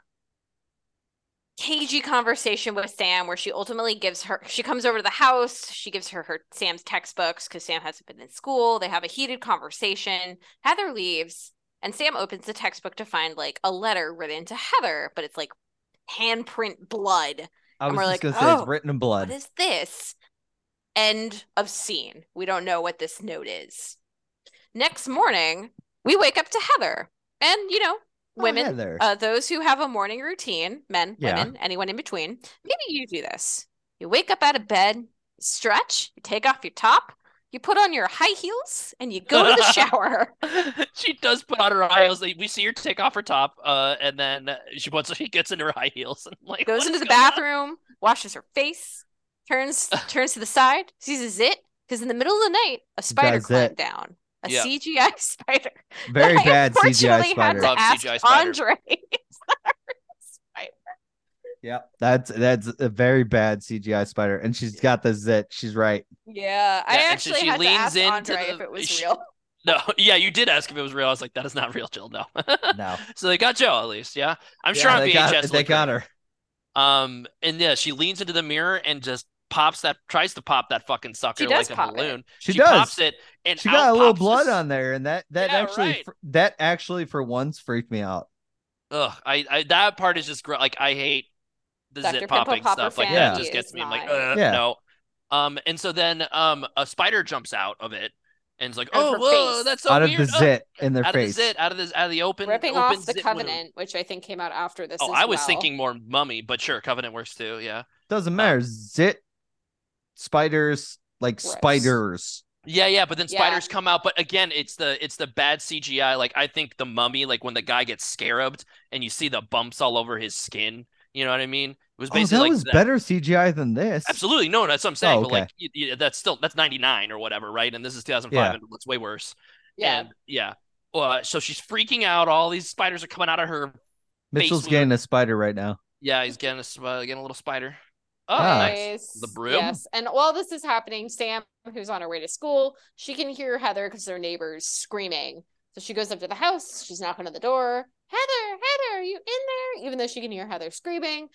S3: cagey conversation with Sam where she ultimately gives her she comes over to the house she gives her her Sam's textbooks because Sam hasn't been in school they have a heated conversation Heather leaves and Sam opens the textbook to find like a letter written to Heather but it's like handprint blood
S1: I
S3: And
S1: was
S3: we're
S1: just gonna
S3: like,
S1: say
S3: oh,
S1: it's written in
S3: what
S1: blood.
S3: is this end of scene we don't know what this note is next morning we wake up to Heather and you know
S1: Oh,
S3: women
S1: there.
S3: uh, those who have a morning routine, men,
S1: Yeah.
S3: women, anyone in between, maybe you do this. You wake up out of bed, you stretch, you take off your top, you put on your high heels, and you go to the shower.
S2: she does put on her high heels. Like, We see her take off her top, uh, and then she once she gets into her high heels and I'm like
S3: Goes
S2: "What's
S3: into the
S2: going on?"
S3: bathroom, washes her face, turns turns to the side, sees a zit, because in the middle of the night, a spider
S1: Does
S3: climbed
S1: it.
S3: down. A
S2: Yeah.
S3: CGI spider.
S1: Very
S3: I
S1: bad CGI
S3: unfortunately
S1: spider.
S2: Love
S3: Had to
S2: CGI
S3: ask
S2: spider.
S3: Andre.
S1: Yeah, that's that's a very bad CGI spider, and she's got the zit. She's right.
S3: Yeah, I
S2: Yeah, and so
S3: actually
S2: she
S3: had to
S2: leans
S3: ask
S2: into
S3: Andre
S2: the-
S3: if it was
S2: she-
S3: real.
S2: No, yeah, you did ask if it was real. I was like, that is not real, Jill. No.
S1: No,
S2: so they got Joe at least, yeah. I'm
S1: Yeah,
S2: sure on
S1: they got,
S2: VHS
S1: they
S2: looked
S1: got
S2: great.
S1: her.
S2: Um, and yeah, she leans into the mirror and just pops that, tries to pop that fucking sucker like
S3: does
S2: a
S3: pop it.
S2: balloon.
S1: She, does.
S2: pops it, and
S1: she
S2: out
S1: got a little
S2: pops
S1: blood
S2: this-
S1: on there, and that that
S2: Yeah,
S1: actually
S2: right.
S1: fr- that actually for once freaked me out.
S2: Ugh, I, I that part is just gr- like I hate the
S3: Dr.
S2: zit
S3: Pimple
S2: popping
S3: Popper
S2: stuff like that.
S1: fantasy
S2: Just gets
S3: is
S2: me. I'm like,
S3: my-
S2: Ugh,
S1: Yeah.
S2: no. Um, and so then um a spider jumps out of it and is like,
S3: Out of
S2: oh,
S3: her
S2: whoa,
S3: face.
S2: that's so
S1: out
S2: weird.
S1: of the
S2: Ugh."
S1: zit in their
S2: out
S1: face.
S2: of the zit, out of this, out of the open,
S3: ripping
S2: open
S3: off the
S2: zit wound.
S3: covenant, which I think came out after this.
S2: Oh,
S3: as
S2: I was
S3: well.
S2: thinking more mummy, but sure, covenant works too. Yeah,
S1: Doesn't matter. Zit spiders like
S3: Gross.
S1: spiders.
S2: yeah, yeah. But then
S3: Yeah.
S2: spiders come out. But again, it's the it's the bad CGI. Like I think the mummy, like when the guy gets scarabed and you see the bumps all over his skin. You know what I mean? It was
S1: Oh,
S2: basically
S1: that
S2: like
S1: was
S2: that.
S1: better CGI than this.
S2: Absolutely. No, that's what I'm saying.
S1: Oh,
S2: But
S1: okay.
S2: like, y y- that's still that's 99 or whatever, right? And this is 2005,
S1: Yeah.
S2: and it looks way worse.
S3: Yeah,
S2: And, yeah. Uh, so she's freaking out. All these spiders are coming out of her.
S1: Mitchell's
S2: wound.
S1: getting a spider right now.
S2: Yeah, he's getting a, sp- uh, getting a little spider. Oh,
S1: Ah.
S2: nice. The broom?
S3: Yes, and while this is happening, Sam, who's on her way to school, she can hear Heather because their neighbors screaming. So she goes up to the house. She's knocking on the door. Heather, Heather, are you in there? Even though she can hear Heather screaming,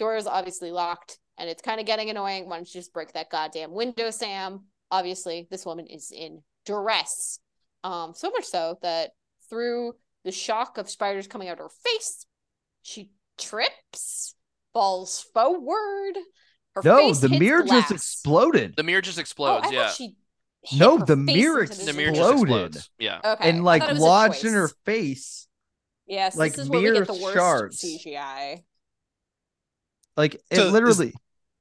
S3: door is obviously locked, and it's kind of getting annoying. Why don't you just break that goddamn window, Sam? Obviously, this woman is in duress. Um, so much so that through the shock of spiders coming out her face, she trips, falls forward. Her
S1: No,
S3: face
S1: the
S3: hits
S1: mirror
S3: glass.
S1: just exploded.
S2: The mirror just
S3: Oh, I
S2: explodes.
S3: thought
S2: yeah.
S3: she hit
S1: No,
S3: her
S1: the
S3: face
S1: mirror
S3: into
S2: The
S1: just
S2: mirror just
S1: exploded.
S2: explodes. Yeah.
S3: Okay, I
S1: and like
S3: thought it was a
S1: lodged in
S3: choice.
S1: her face.
S3: Yes,
S1: like,
S3: this is where we get the
S1: mirror
S3: worst
S1: shards.
S3: CGI.
S1: Like it
S4: So is-
S1: literally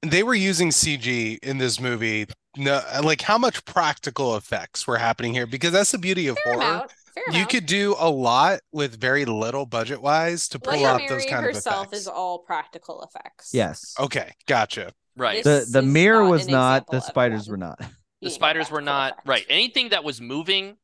S4: They were using CG in this movie. No, like how much practical effects were happening here? Because that's the beauty of
S3: Fair
S4: horror.
S3: amount. Fair
S4: You
S3: amount.
S4: could do a lot with very little budget wise to pull
S3: Bloody
S4: off
S3: Mary
S4: those kind of
S3: herself
S4: effects.
S3: is all practical effects.
S1: yes.
S4: Okay, gotcha.
S2: Right.
S1: The
S3: This
S1: the
S3: is
S1: mirror
S3: not
S1: was
S3: an
S1: not,
S3: example
S1: the
S3: of
S1: spiders
S3: one.
S1: were not.
S2: the
S3: being a
S2: spiders were
S3: practical
S2: not
S3: effect.
S2: right anything that was moving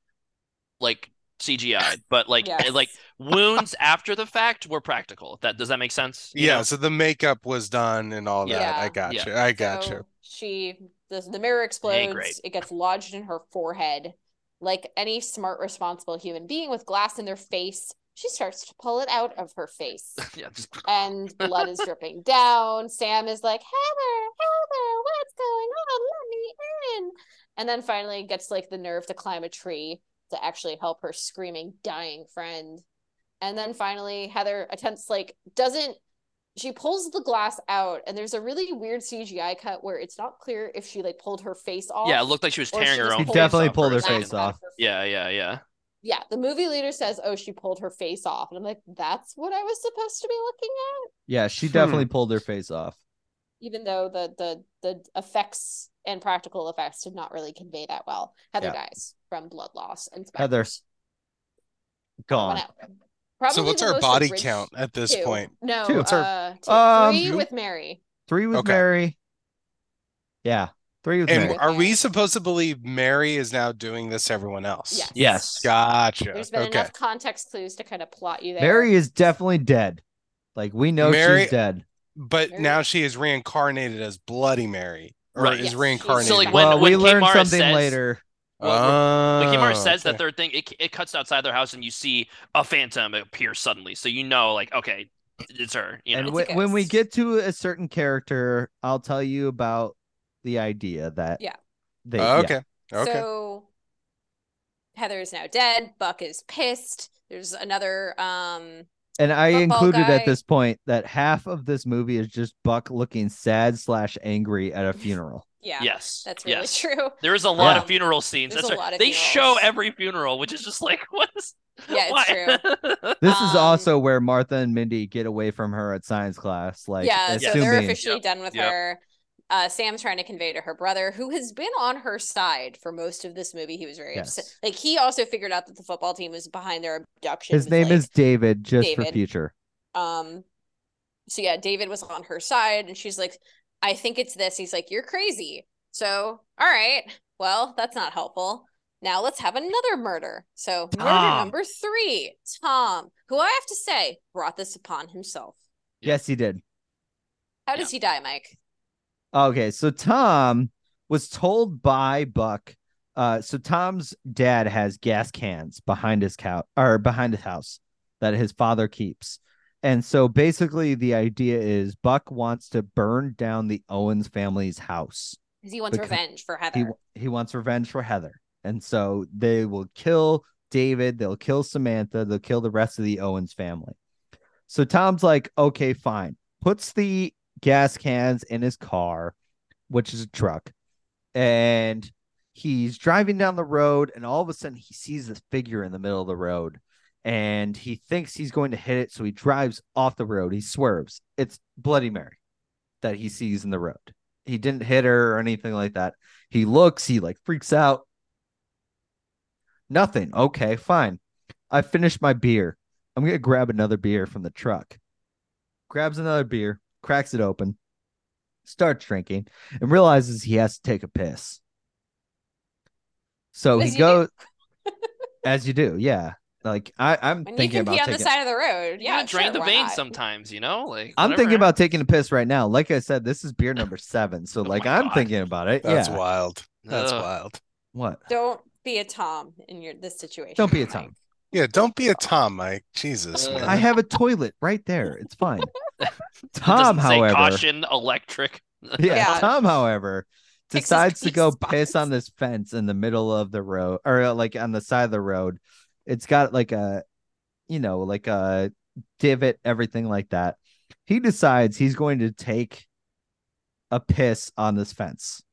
S2: like CGI, but like
S3: Yes.
S2: like wounds after the fact were practical. That does that make sense? You
S4: yeah,
S2: know?
S4: so the makeup was done and all
S2: Yeah.
S4: that. I
S3: Yeah.
S4: got
S2: Yeah.
S4: you. I got you.
S3: So She the, the mirror explodes.
S2: great.
S3: It gets lodged in her forehead. Like any smart, responsible human being with glass in their face, she starts to pull it out of her face,
S2: yeah. Just,
S3: and blood is dripping down. Sam is like, "Heather, Heather, what's going on? Let me in!" And then finally gets like the nerve to climb a tree to actually help her screaming, dying friend. And then finally, Heather attempts like doesn't she pulls the glass out and there's a really weird CGI cut where it's not clear if she like pulled her face off.
S2: yeah, it looked like she was
S3: Or she
S2: tearing her
S3: just
S2: own.
S3: pulled
S2: face
S1: Definitely
S2: off
S1: pulled
S2: for a
S1: her
S3: the glass
S2: second.
S1: face
S3: out of
S1: off.
S3: her face.
S2: Yeah, yeah, yeah.
S3: Yeah. The movie later says, Oh, she pulled her face off. And I'm like, that's what I was supposed to be looking at.
S1: Yeah, she
S4: Hmm.
S1: definitely pulled her face off.
S3: Even though the the the effects and practical effects did not really convey that well. Heather dies from blood loss and
S1: Heather,
S3: spectacles.
S1: Gone.
S3: Went out. Probably
S4: so what's
S3: the
S4: our
S3: most
S4: body
S3: abridged-
S4: count at this
S3: two.
S4: point?
S3: No,
S1: Two. What's our-
S3: uh, two-
S1: Um,
S3: three
S4: Two?
S3: with Mary.
S1: Three with
S4: Okay.
S1: Mary. Yeah, three with
S4: And
S1: Mary.
S3: Right.
S4: are we supposed to believe Mary is now doing this to everyone else?
S3: Yes.
S2: Yes.
S4: Gotcha.
S3: There's been
S4: Okay.
S3: enough context clues to kind of plot you there.
S1: Mary is definitely dead. Like we know
S4: Mary-
S1: she's dead.
S4: But
S3: Mary-
S4: now she is reincarnated as Bloody Mary. Or
S2: Right.
S4: is
S3: Yes, she's-
S4: reincarnated.
S3: So, like,
S2: when-
S1: well, we
S2: when
S1: learned
S2: Kimara
S1: something
S2: says-
S1: later.
S4: oh,
S2: When Kimar says
S4: okay.
S2: that third thing, it, it cuts outside their house and you see a phantom appear suddenly. So you know, like, okay, it's her. You
S1: and
S2: know,
S3: it's a
S1: when, when we
S3: ghost.
S1: get to a certain character, I'll tell you about the idea that
S3: Yeah.
S1: They,
S4: Oh,
S1: yeah.
S4: okay. Okay.
S3: So Heather is now dead. Buck is pissed. There's another um
S1: And I
S3: Football
S1: included
S3: guy.
S1: at this point that half of this movie is just Buck looking sad slash angry at a funeral.
S3: yeah,
S2: yes,
S3: that's really
S2: yes.
S3: true.
S2: There is a lot
S3: Um,
S2: of funeral scenes.
S3: there's
S2: That's
S3: a
S2: right.
S3: lot of
S2: they show
S3: funerals.
S2: every funeral, which is just like, what is?
S3: Yeah, it's
S2: why? true.
S1: This is
S3: Um,
S1: also where Martha and Mindy get away from her at science class. Like,
S3: yeah, so they're
S1: assuming
S3: officially
S2: Yep,
S3: done with
S2: yep.
S3: her. Uh, Sam's trying to convey to her brother, who has been on her side for most of this movie. He was very upset.
S1: Yes.
S3: Like he also figured out that the football team was behind their abduction.
S1: his
S3: was
S1: name
S3: like,
S1: is David, just for
S3: David.
S1: future.
S3: Um, so yeah, David was on her side, and she's like, "I think it's this." He's like, "You're crazy." So, all right, well, that's not helpful. Now let's have another murder. So, murder
S2: Tom.
S3: number three, Tom, who I have to say brought this upon himself.
S2: Yeah.
S1: Yes, he did.
S3: How does he die, Mike?
S1: Okay, so Tom was told by Buck. Uh, so Tom's dad has gas cans behind his cow or behind his house that his father keeps, and so basically the idea is Buck wants to burn down the Owens family's house.
S3: Because he wants
S1: Because
S3: revenge for Heather.
S1: He he wants revenge for Heather, and so they will kill David. They'll kill Samantha. They'll kill the rest of the Owens family. So Tom's like, okay, fine. Puts the gas cans in his car, which is a truck, and he's driving down the road, and all of a sudden he sees this figure in the middle of the road, and he thinks he's going to hit it, so he drives off the road. He swerves. It's Bloody Mary that he sees in the road. He didn't hit her or anything like that. He looks, he like freaks out. Nothing. Okay, fine. I finished my beer. I'm gonna grab another beer from the truck. Grabs another beer, cracks it open, starts drinking, and realizes he has to take a piss. So
S3: As
S1: he
S3: you do.
S1: goes as you do, yeah. Like I, I'm
S3: when you
S1: thinking
S3: can
S1: about
S3: be on the
S1: taking.
S3: side of the road,
S2: yeah,
S3: yeah,
S2: drain
S3: sure,
S2: the
S3: why
S2: veins
S3: not?
S2: sometimes, you know? Like
S1: I'm
S2: whatever.
S1: thinking about taking a piss right now. Like I said, this is beer number seven, so
S2: Oh
S1: like
S2: my
S1: I'm
S2: God.
S1: thinking about it.
S4: That's
S1: yeah.
S4: wild. That's
S2: Ugh.
S4: wild.
S1: What?
S3: Don't be a Tom in your this situation.
S1: Don't be a
S3: Mike.
S1: Tom.
S4: Yeah, don't be a Tom, Mike. Jesus,
S2: Uh,
S4: man.
S1: I have a toilet right there. It's fine.
S2: It
S1: Tom,
S2: doesn't say
S1: however,
S2: caution electric.
S1: yeah,
S3: Yeah.
S1: Tom, however,
S3: Picks his
S1: decides to
S3: pee
S1: go
S3: spots.
S1: piss on this fence in the middle of the road, or uh, like on the side of the road. It's got like a, you know, like a divot, everything like that. He decides he's going to take a piss on this fence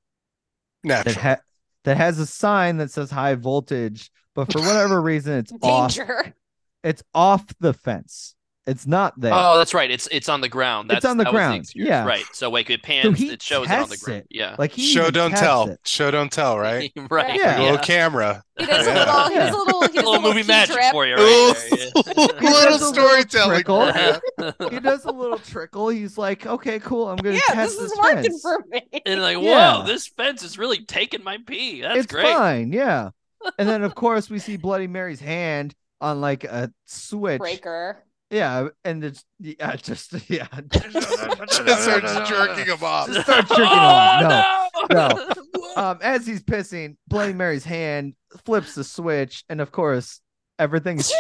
S1: that
S4: Natural.
S1: ha- that has a sign that says high voltage, but for whatever reason, it's off.
S3: Danger.
S1: It's off the fence. It's not there.
S2: Oh, that's right. It's it's on the ground.
S1: It's
S2: That's,
S1: on the
S2: that was
S1: ground,
S2: excuse.
S1: yeah.
S2: Right. So like it pans,
S1: he
S2: it shows it on the
S1: tests
S2: ground.
S1: it.
S2: Yeah.
S1: like he
S4: Show
S1: even
S4: don't
S1: tests
S4: tell.
S1: it.
S4: Show don't tell, right?
S2: right.
S1: Yeah.
S4: Little camera.
S3: He does a
S4: Yeah.
S3: little. He does a little. He does a
S2: little movie
S3: key
S2: magic
S3: drip.
S2: for you
S4: Ooh,
S2: right there.
S1: He does
S4: little
S1: a little
S4: storytelling.
S1: trickle.
S4: Yeah.
S1: he does a little trickle. He's like, okay, cool. I'm gonna
S3: Yeah,
S1: test
S3: this is
S1: this
S3: working
S1: fence.
S3: for me.
S2: and like,
S1: Yeah.
S2: whoa, this fence is really taking my pee. That's
S1: it's
S2: great.
S1: fine, yeah. and then of course we see Bloody Mary's hand on like a switch.
S3: Breaker.
S1: Yeah, and it's yeah, just yeah.
S4: Just starts jerking him off.
S1: Just start jerking off. No.
S2: Oh, no.
S1: Um, as he's pissing, Bloody Mary's hand flips the switch, and of course everything's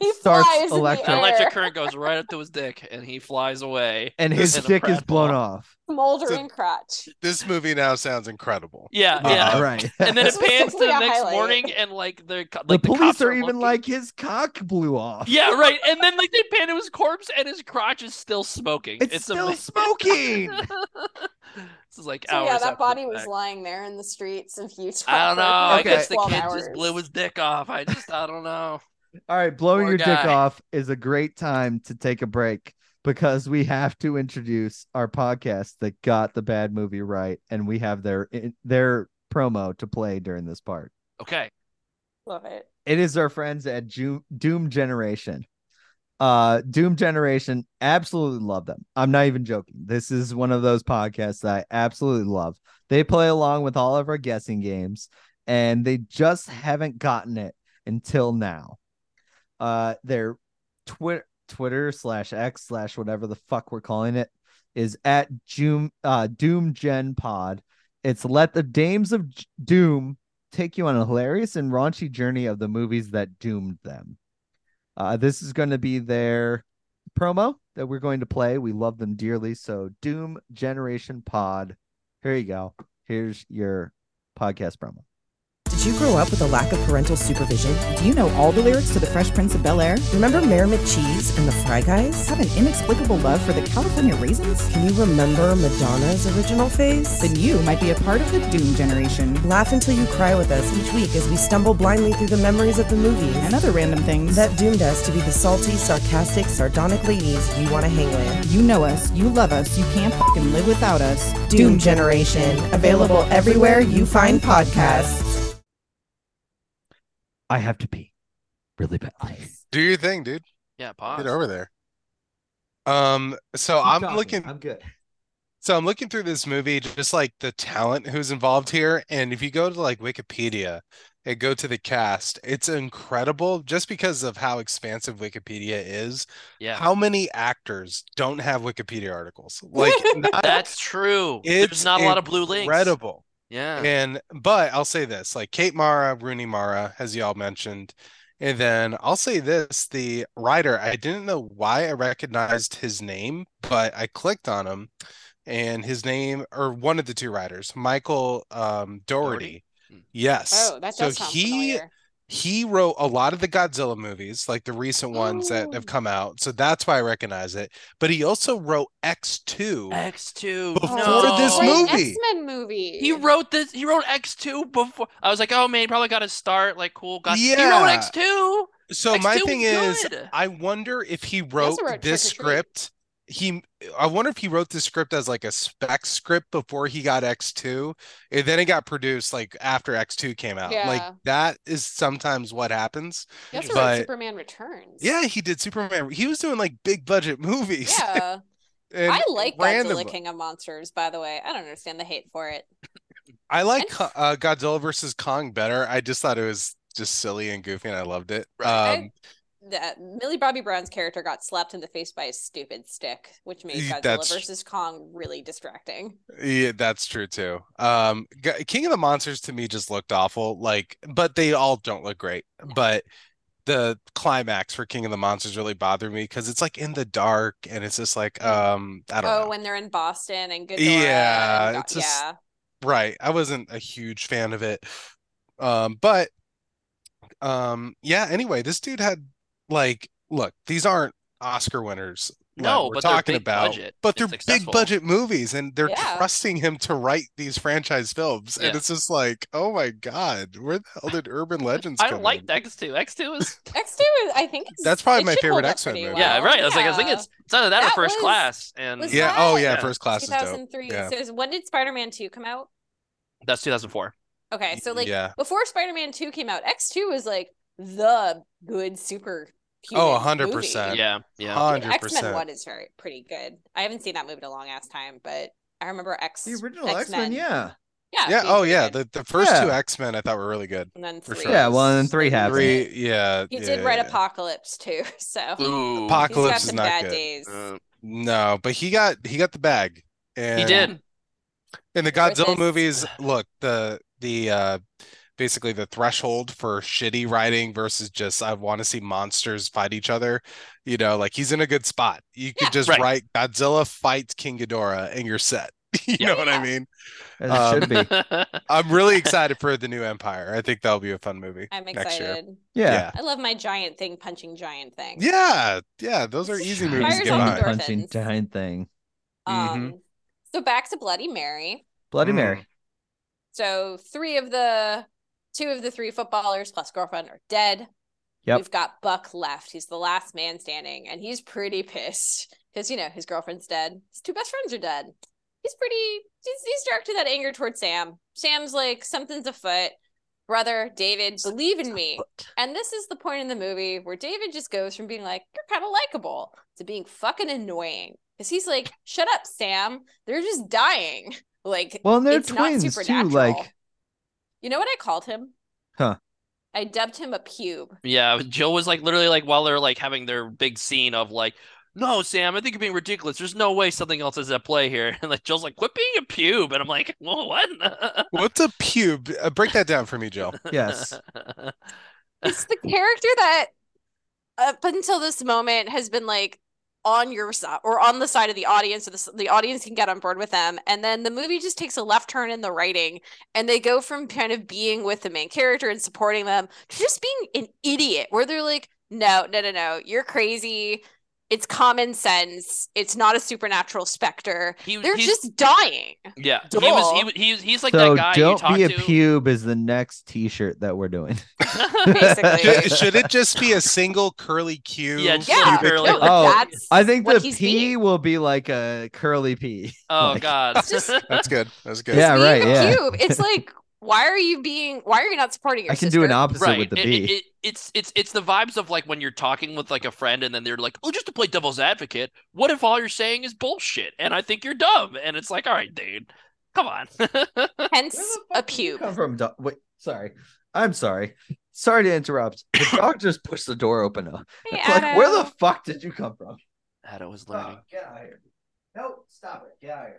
S3: he
S1: Starts
S3: flies
S1: electric-
S3: in the air.
S2: Electric current goes right up to his dick, and he flies away.
S1: and his
S2: And the
S1: dick is
S2: prat-
S1: blown off.
S3: smoldering crotch.
S4: This movie now sounds incredible.
S2: Yeah,
S1: Yeah,
S2: yeah.
S1: Uh, right.
S2: And then it
S3: This was
S2: pans to the
S3: definitely a
S2: next
S3: highlight.
S2: morning, and like the co-
S1: the
S2: like
S1: police
S2: cops
S1: are, even
S2: looking-
S1: like his cock blew off.
S2: Yeah, right. And then like they pan to his corpse, and his crotch is still smoking.
S1: It's, still
S2: amazing.
S1: smoking.
S2: this is like
S3: So
S2: hours.
S3: yeah, that
S2: after
S3: body
S2: the
S3: was
S2: fact.
S3: lying there in the streets of Utah.
S2: I don't
S3: for
S1: Okay.
S2: know. I guess the
S3: 12
S2: kid
S3: hours.
S2: just blew his dick off. I just I don't know.
S1: All right, blowing
S2: Poor
S1: your dick
S2: guy.
S1: off is a great time to take a break because we have to introduce our podcast that got the bad movie right, and we have their their promo to play during this part.
S2: Okay.
S3: Love it.
S1: It is our friends at Ju- Doom Generation. Uh, Doom Generation, absolutely love them. I'm not even joking. This is one of those podcasts that I absolutely love. They play along with all of our guessing games, and they just haven't gotten it until now. Uh, their Twitter Twitter slash X slash whatever the fuck we're calling it is at Doom uh, Doom Gen Pod. It's let the dames of J- Doom take you on a hilarious and raunchy journey of the movies that doomed them. Uh, this is going to be their promo that we're going to play. We love them dearly. So, Doom Generation Pod. Here you go. Here's your podcast promo.
S5: Did you grow up with a lack of parental supervision? Do you know all the lyrics to The Fresh Prince of Bel Air? Remember Mayor McCheese and the Fry Guys? Have an inexplicable love for the California raisins?
S6: Can you remember Madonna's original face?
S5: Then you might be a part of the Doom generation
S6: Laugh until you cry with us each week as we stumble blindly through the memories of the movies
S5: and other random things.
S6: that doomed us to be the salty, sarcastic, sardonic ladies you want to hang with.
S5: you know us, you love us, you can't fucking live without us.
S6: Doom Generation, available everywhere you find podcasts.
S1: I have to pee really badly.
S4: Do your thing, dude.
S2: Yeah, pause.
S4: Get over there. Um, so I'm looking
S1: I'm good.
S4: so I'm looking through this movie, just like the talent who's involved here. And if you go to like Wikipedia and go to the cast, it's incredible just because of how expansive Wikipedia is.
S2: Yeah.
S4: How many actors don't have Wikipedia articles? Like not-
S2: That's true.
S4: it's
S2: There's not a lot of blue links.
S4: Incredible.
S2: Yeah.
S4: And but I'll say this, like Kate Mara, Rooney Mara, as y'all mentioned. And then I'll say this, the writer, I didn't know why I recognized his name, but I clicked on him and his name or one of the two writers, Michael um Doherty.
S2: Hmm.
S4: Yes.
S3: Oh, that
S4: So
S3: does sound
S4: he
S3: familiar.
S4: he wrote a lot of the Godzilla movies, like the recent ones that have
S3: Ooh.
S4: come out. So that's why I recognize it. But he also wrote X2.
S2: X2.
S4: Before
S2: no.
S4: this
S3: Great
S4: movie-
S3: X-Men movie.
S2: He wrote this. He wrote X2 before. I was like, oh man, he probably got a start. Like, cool. Got. He wrote
S4: Yeah.
S2: X2.
S4: So my
S2: X2 was
S4: thing is,
S2: good.
S4: I wonder if he wrote
S3: also wrote
S4: this
S3: Trick or Treat.
S4: script. He, I wonder if he wrote this script as like a spec script before he got X2, and then it got produced like after X2 came out. Like
S3: Yeah.
S4: that is sometimes what happens.
S3: He also wrote
S4: but-
S3: Superman Returns.
S4: Yeah, he did Superman. He was doing like big budget movies.
S3: Yeah.
S4: and
S3: I like
S4: ran the
S3: Godzilla
S4: bu-
S3: King of Monsters, by the way. I don't understand the hate for it.
S4: I like
S3: and-
S4: Co- uh, Godzilla versus Kong better. I just thought it was just silly and goofy, and I loved it.
S3: I-
S4: Um,
S3: that Millie Bobby Brown's character got slapped in the face by a stupid stick, which made
S4: Ye-
S3: Godzilla
S4: that's-
S3: versus Kong really distracting.
S4: Yeah, that's true too. Um, G- King of the Monsters to me just looked awful. Like, but they all don't look great. But the climax for King of the Monsters really bothered me because it's like in the dark and it's just like, um, I don't
S3: Oh,
S4: know.
S3: when they're in Boston and Ghidorah.
S4: Yeah,
S3: and Go-
S4: it's just-
S3: yeah.
S4: Right. I wasn't a huge fan of it. Um, but um, yeah, anyway, this dude had like, look, these aren't Oscar winners that
S2: No,
S4: we're
S2: but they're
S4: talking
S2: big
S4: about,
S2: budget
S4: but
S2: and
S4: they're big
S2: successful.
S4: budget movies and they're
S3: Yeah.
S4: trusting him to write these franchise films. And
S2: Yeah.
S4: it's just like, oh my God, where the hell did Urban Legends
S2: I
S4: come in?
S2: liked X2. X2 is.
S3: X2 is, I think it's,
S4: That's probably
S3: it
S4: my
S3: should
S4: favorite
S3: hold up
S4: X-Men
S3: pretty
S4: movie.
S2: Yeah,
S3: well.
S2: right. I was like, I
S3: Yeah.
S2: think it's it's either that,
S3: That
S2: or first
S3: was-
S2: class, and
S3: was
S4: Yeah, oh
S3: that
S4: yeah,
S2: Yeah.
S4: first class is dope.
S3: 2003.
S4: Yeah.
S3: So when did Spider-Man 2 come out?
S2: that's 2004.
S3: Okay, so like
S4: Yeah.
S3: before Spider-Man 2 came out, X2 was like the good super
S4: Oh, 100%.
S3: movie.
S4: Yeah.
S2: Yeah, yeah.
S3: I mean, X-Men
S4: 100%.
S3: 1 is very pretty good. I haven't seen that movie in a long ass time, but I remember X
S1: The original
S3: X-Men.
S1: X Men, yeah.
S3: Yeah.
S4: Yeah.
S3: these
S4: Oh,
S3: are
S4: yeah.
S3: good.
S4: The, the first
S1: Yeah.
S4: two X Men I thought were really good.
S3: and then
S4: for
S3: three.
S4: sure.
S1: Yeah, well, and then three happened.
S4: Three. Yeah.
S3: He
S4: yeah,
S3: did
S4: yeah,
S3: write
S4: yeah.
S3: Apocalypse too, so he's
S2: Ooh.
S4: Apoc- Apocalypse
S3: got
S4: is
S3: some
S4: not
S3: bad
S4: good.
S3: days.
S2: Uh,
S4: No, but he got he got the bag. And
S2: he did.
S4: in the
S3: There was
S4: Godzilla
S3: this-
S4: movies, look, the the uh basically the threshold for shitty writing versus just I want to see monsters fight each other, you know, like he's in a good spot. You could
S3: Yeah.
S4: just
S2: Right.
S4: write Godzilla fights King Ghidorah and you're set. You
S2: Yeah.
S4: know what I
S3: Yeah.
S4: mean?
S1: As it
S4: Um,
S1: should be. Yeah.
S4: I'm really excited for the new Empire. I think that'll be a fun movie.
S3: I'm
S4: Next year.
S3: excited. I love my giant thing punching giant thing.
S4: Yeah, yeah, those are easy movies to
S3: Empire's
S4: get
S3: on the
S4: behind.
S3: door.
S1: punching
S3: Endorphins.
S1: giant thing.
S3: Um,
S4: Mhm.
S3: So back to Bloody Mary.
S1: Bloody
S4: Mm.
S1: Mary.
S3: So three of the two of the three footballers plus girlfriend are dead.
S1: Yep.
S3: We've got Buck left. He's the last man standing, and he's pretty pissed because you know his girlfriend's dead. His two best friends are dead. He's pretty. He's, he's directed that anger towards Sam. Sam's like something's afoot. Brother David, believe in me. And this is the point in the movie where David just goes from being like, you're kind of likable to being fucking annoying. Because he's like, shut up, Sam. They're just dying. Like,
S1: Well, and they're
S3: it's not
S1: twins too.
S3: supernatural.
S1: Like,
S3: you know what I called him?
S1: Huh.
S3: I dubbed him a pube.
S2: Yeah, Joe was like literally like while they're like having their big scene of like, no, Sam, I think you're being ridiculous. There's no way something else is at play here. And like Joe's like, quit being a pube. And I'm like, well, what?
S4: What's a pube? Uh, break that down for me, Jill.
S1: Yes.
S3: It's the character that up until this moment has been like on your side or on the side of the audience so the, the audience can get on board with them and then the movie just takes a left turn in the writing and they go from kind of being with the main character and supporting them to just being an idiot where they're like no no no no you're crazy it's common sense it's not a supernatural specter
S2: He,
S3: they're
S2: Mm, he's-
S3: just dying
S2: yeah. He was, he
S3: dull.
S2: was he's he's like
S1: so
S2: that guy you
S1: don't
S2: talk
S1: be a
S2: to.
S1: pube is the next T-shirt that we're doing.
S3: Basically.
S4: Should, should it just be a single curly Q?
S2: Yeah, just
S3: yeah
S2: like curly.
S3: no,
S1: Oh,
S3: that's
S1: I think
S3: what
S1: the P
S3: he's being.
S1: will be like a curly P.
S2: Oh
S1: Like-
S2: God.
S3: Just-
S4: That's good. That's good.
S1: Yeah,
S3: being
S1: right,
S3: a
S1: yeah.
S3: cube it's like why are you being why are you not supporting your
S1: I can do an
S3: sister?
S1: opposite
S2: right.
S1: with the
S2: It-
S1: B.
S2: it- it- it's it's it's the vibes of like when you're talking with like a friend and then they're like, oh, just to play devil's advocate. What if all you're saying is bullshit and I think you're dumb? And it's like, all right, dude, come on.
S3: hence a pube
S1: Come from doc- wait, sorry. I'm sorry. Sorry to interrupt. The dog just pushed the door open up.
S3: Hey,
S1: It's like, where the
S3: Adam.
S1: fuck did you come from?
S2: Adam was learning.
S1: Stop, get out of here. No, stop it. Get out of here.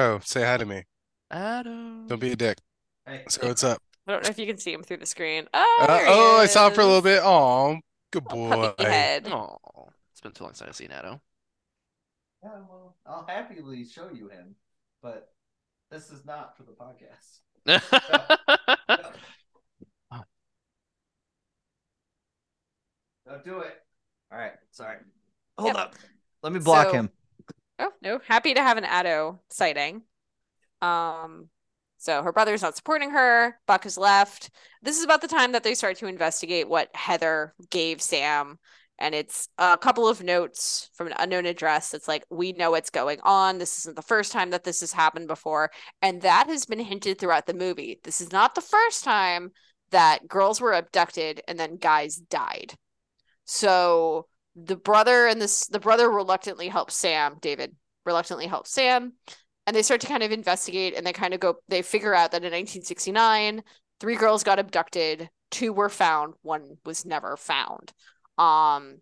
S4: Addo, say hi to me.
S2: Adam.
S4: Don't be a dick.
S1: Hey,
S4: So what's up?
S3: I don't know if you can see him through the screen. Oh,
S4: Uh,
S3: there he
S4: oh, I saw it for a little
S3: is.
S4: bit. Oh, good
S3: Little
S4: boy.
S3: puppy head.
S2: Oh, it's been too long since I've seen Adam.
S1: Yeah, well, I'll happily show you him, but this is not for the podcast. No. Don't do it. All right, sorry. Hold
S3: Yep.
S1: up. Let me block
S3: So-
S1: him.
S3: Oh no, happy to have an Addo sighting. Um, so her brother's not supporting her. Buck is left. This is about the time that they start to investigate what Heather gave Sam, and it's a couple of notes from an unknown address. That's like we know what's going on. This isn't the first time that this has happened before, and that has been hinted throughout the movie. This is not the first time that girls were abducted and then guys died. So the brother and this the brother reluctantly helps Sam, David reluctantly helps Sam, and they start to kind of investigate and they kind of go they figure out that in 1969 three girls got abducted, two were found, one was never found. Um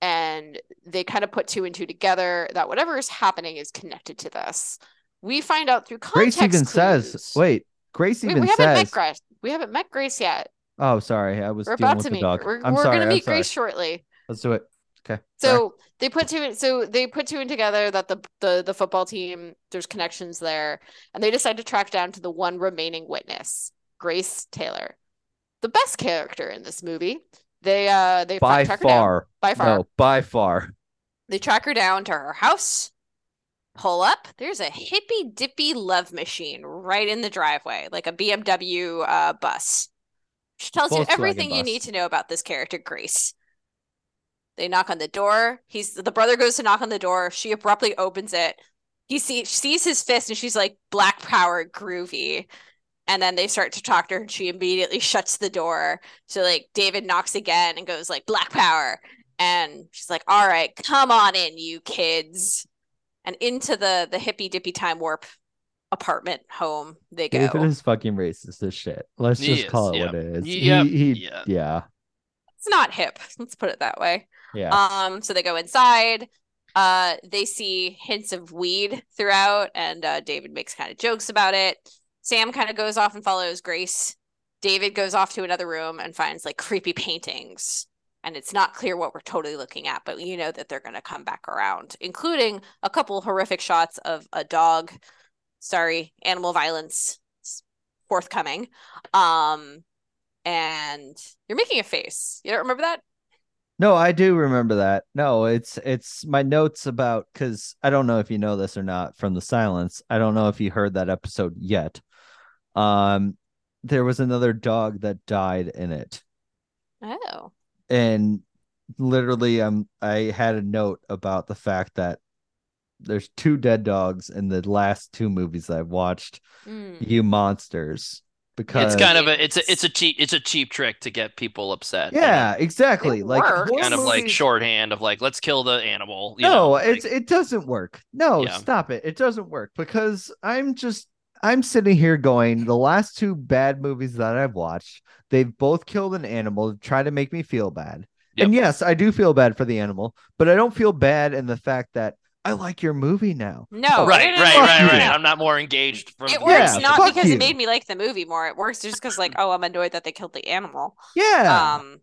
S3: and they kind of put two and two together that whatever is happening is connected to this. We find out through
S1: Grace
S3: context
S1: even
S3: clues-
S1: says, wait, Grace
S3: Wait,
S1: even
S3: we haven't
S1: says,
S3: met Grace. We haven't met Grace yet.
S1: oh, sorry, I was
S3: We're
S1: dealing
S3: about
S1: with
S3: to
S1: the
S3: meet.
S1: dog.
S3: We're,
S1: I'm
S3: we're
S1: sorry,
S3: gonna
S1: I'm
S3: meet
S1: sorry.
S3: Grace shortly.
S1: Let's do it. Okay. sorry.
S3: So they put two in, so they put two in together that the the the football team there's connections there and they decide to track down to the one remaining witness, Grace Taylor. The best character in this movie. They uh they
S1: by
S3: track her down
S1: far,
S3: by far.
S1: no, by far.
S3: They track her down to her house. Pull up. There's a hippy dippy love machine right in the driveway, like a BMW uh, bus. She tells you
S1: Volkswagen
S3: everything you
S1: bus.
S3: need to know about this character, Grace. They knock on the door. He's the brother goes to knock on the door. She abruptly opens it. He see, sees his fist and she's like, Black Power groovy. And then they start to talk to her and she immediately shuts the door. So like David knocks again and goes like Black Power. And she's like, All right, come on in, you kids. And into the the hippy dippy time warp apartment home they go.
S1: David is fucking racist as shit. Let's
S2: He
S1: just
S2: is,
S1: call it
S2: yeah.
S1: what it is.
S2: Yep,
S1: He- he-
S2: yeah.
S1: yeah.
S3: It's not hip. Let's put it that way.
S1: Yeah.
S3: Um, so they go inside. Uh, they see hints of weed throughout, and uh, David makes kind of jokes about it. Sam kind of goes off and follows Grace. David goes off to another room and finds like creepy paintings. And it's not clear what we're totally looking at, but you know that they're going to come back around, including a couple horrific shots of a dog. Sorry, animal violence is forthcoming. Um, and you're making a face. You don't remember that?
S1: No, I do remember that. No, it's it's my notes about because I don't know if you know this or not from the silence. I don't know if you heard that episode yet. Um, there was another dog that died in it,
S3: Oh.
S1: and literally, um, I had a note about the fact that there's two dead dogs in the last two movies that I've watched.
S3: Mm.
S1: You monsters, because
S2: Hmm. It's kind of a it's a it's a cheap it's a cheap trick to get people upset. and
S1: yeah, exactly.
S3: It
S1: like
S3: works.
S1: horror
S2: kind of like
S1: movies-
S2: shorthand of like let's kill the animal. you
S1: no,
S2: know,
S1: it's
S2: like-
S1: it doesn't work. No,
S2: Yeah.
S1: stop it. It doesn't work because I'm just I'm sitting here going the last two bad movies that I've watched, they've both killed an animal to try to make me feel bad.
S2: Yep.
S1: And yes, I do feel bad for the animal, but I don't feel bad in the fact that I like your movie now. Oh,
S3: No,
S2: right,
S3: no, no,
S2: right,
S3: no,
S2: right,
S3: no,
S2: right.
S1: you.
S3: no.
S2: I'm not more engaged from
S3: It
S2: the
S3: works
S1: Yeah,
S2: first
S3: not
S1: fuck
S2: episode.
S3: because
S1: you.
S3: it made me like the movie more. It works just because like, oh, I'm annoyed that they killed the animal.
S1: Yeah.
S3: Um,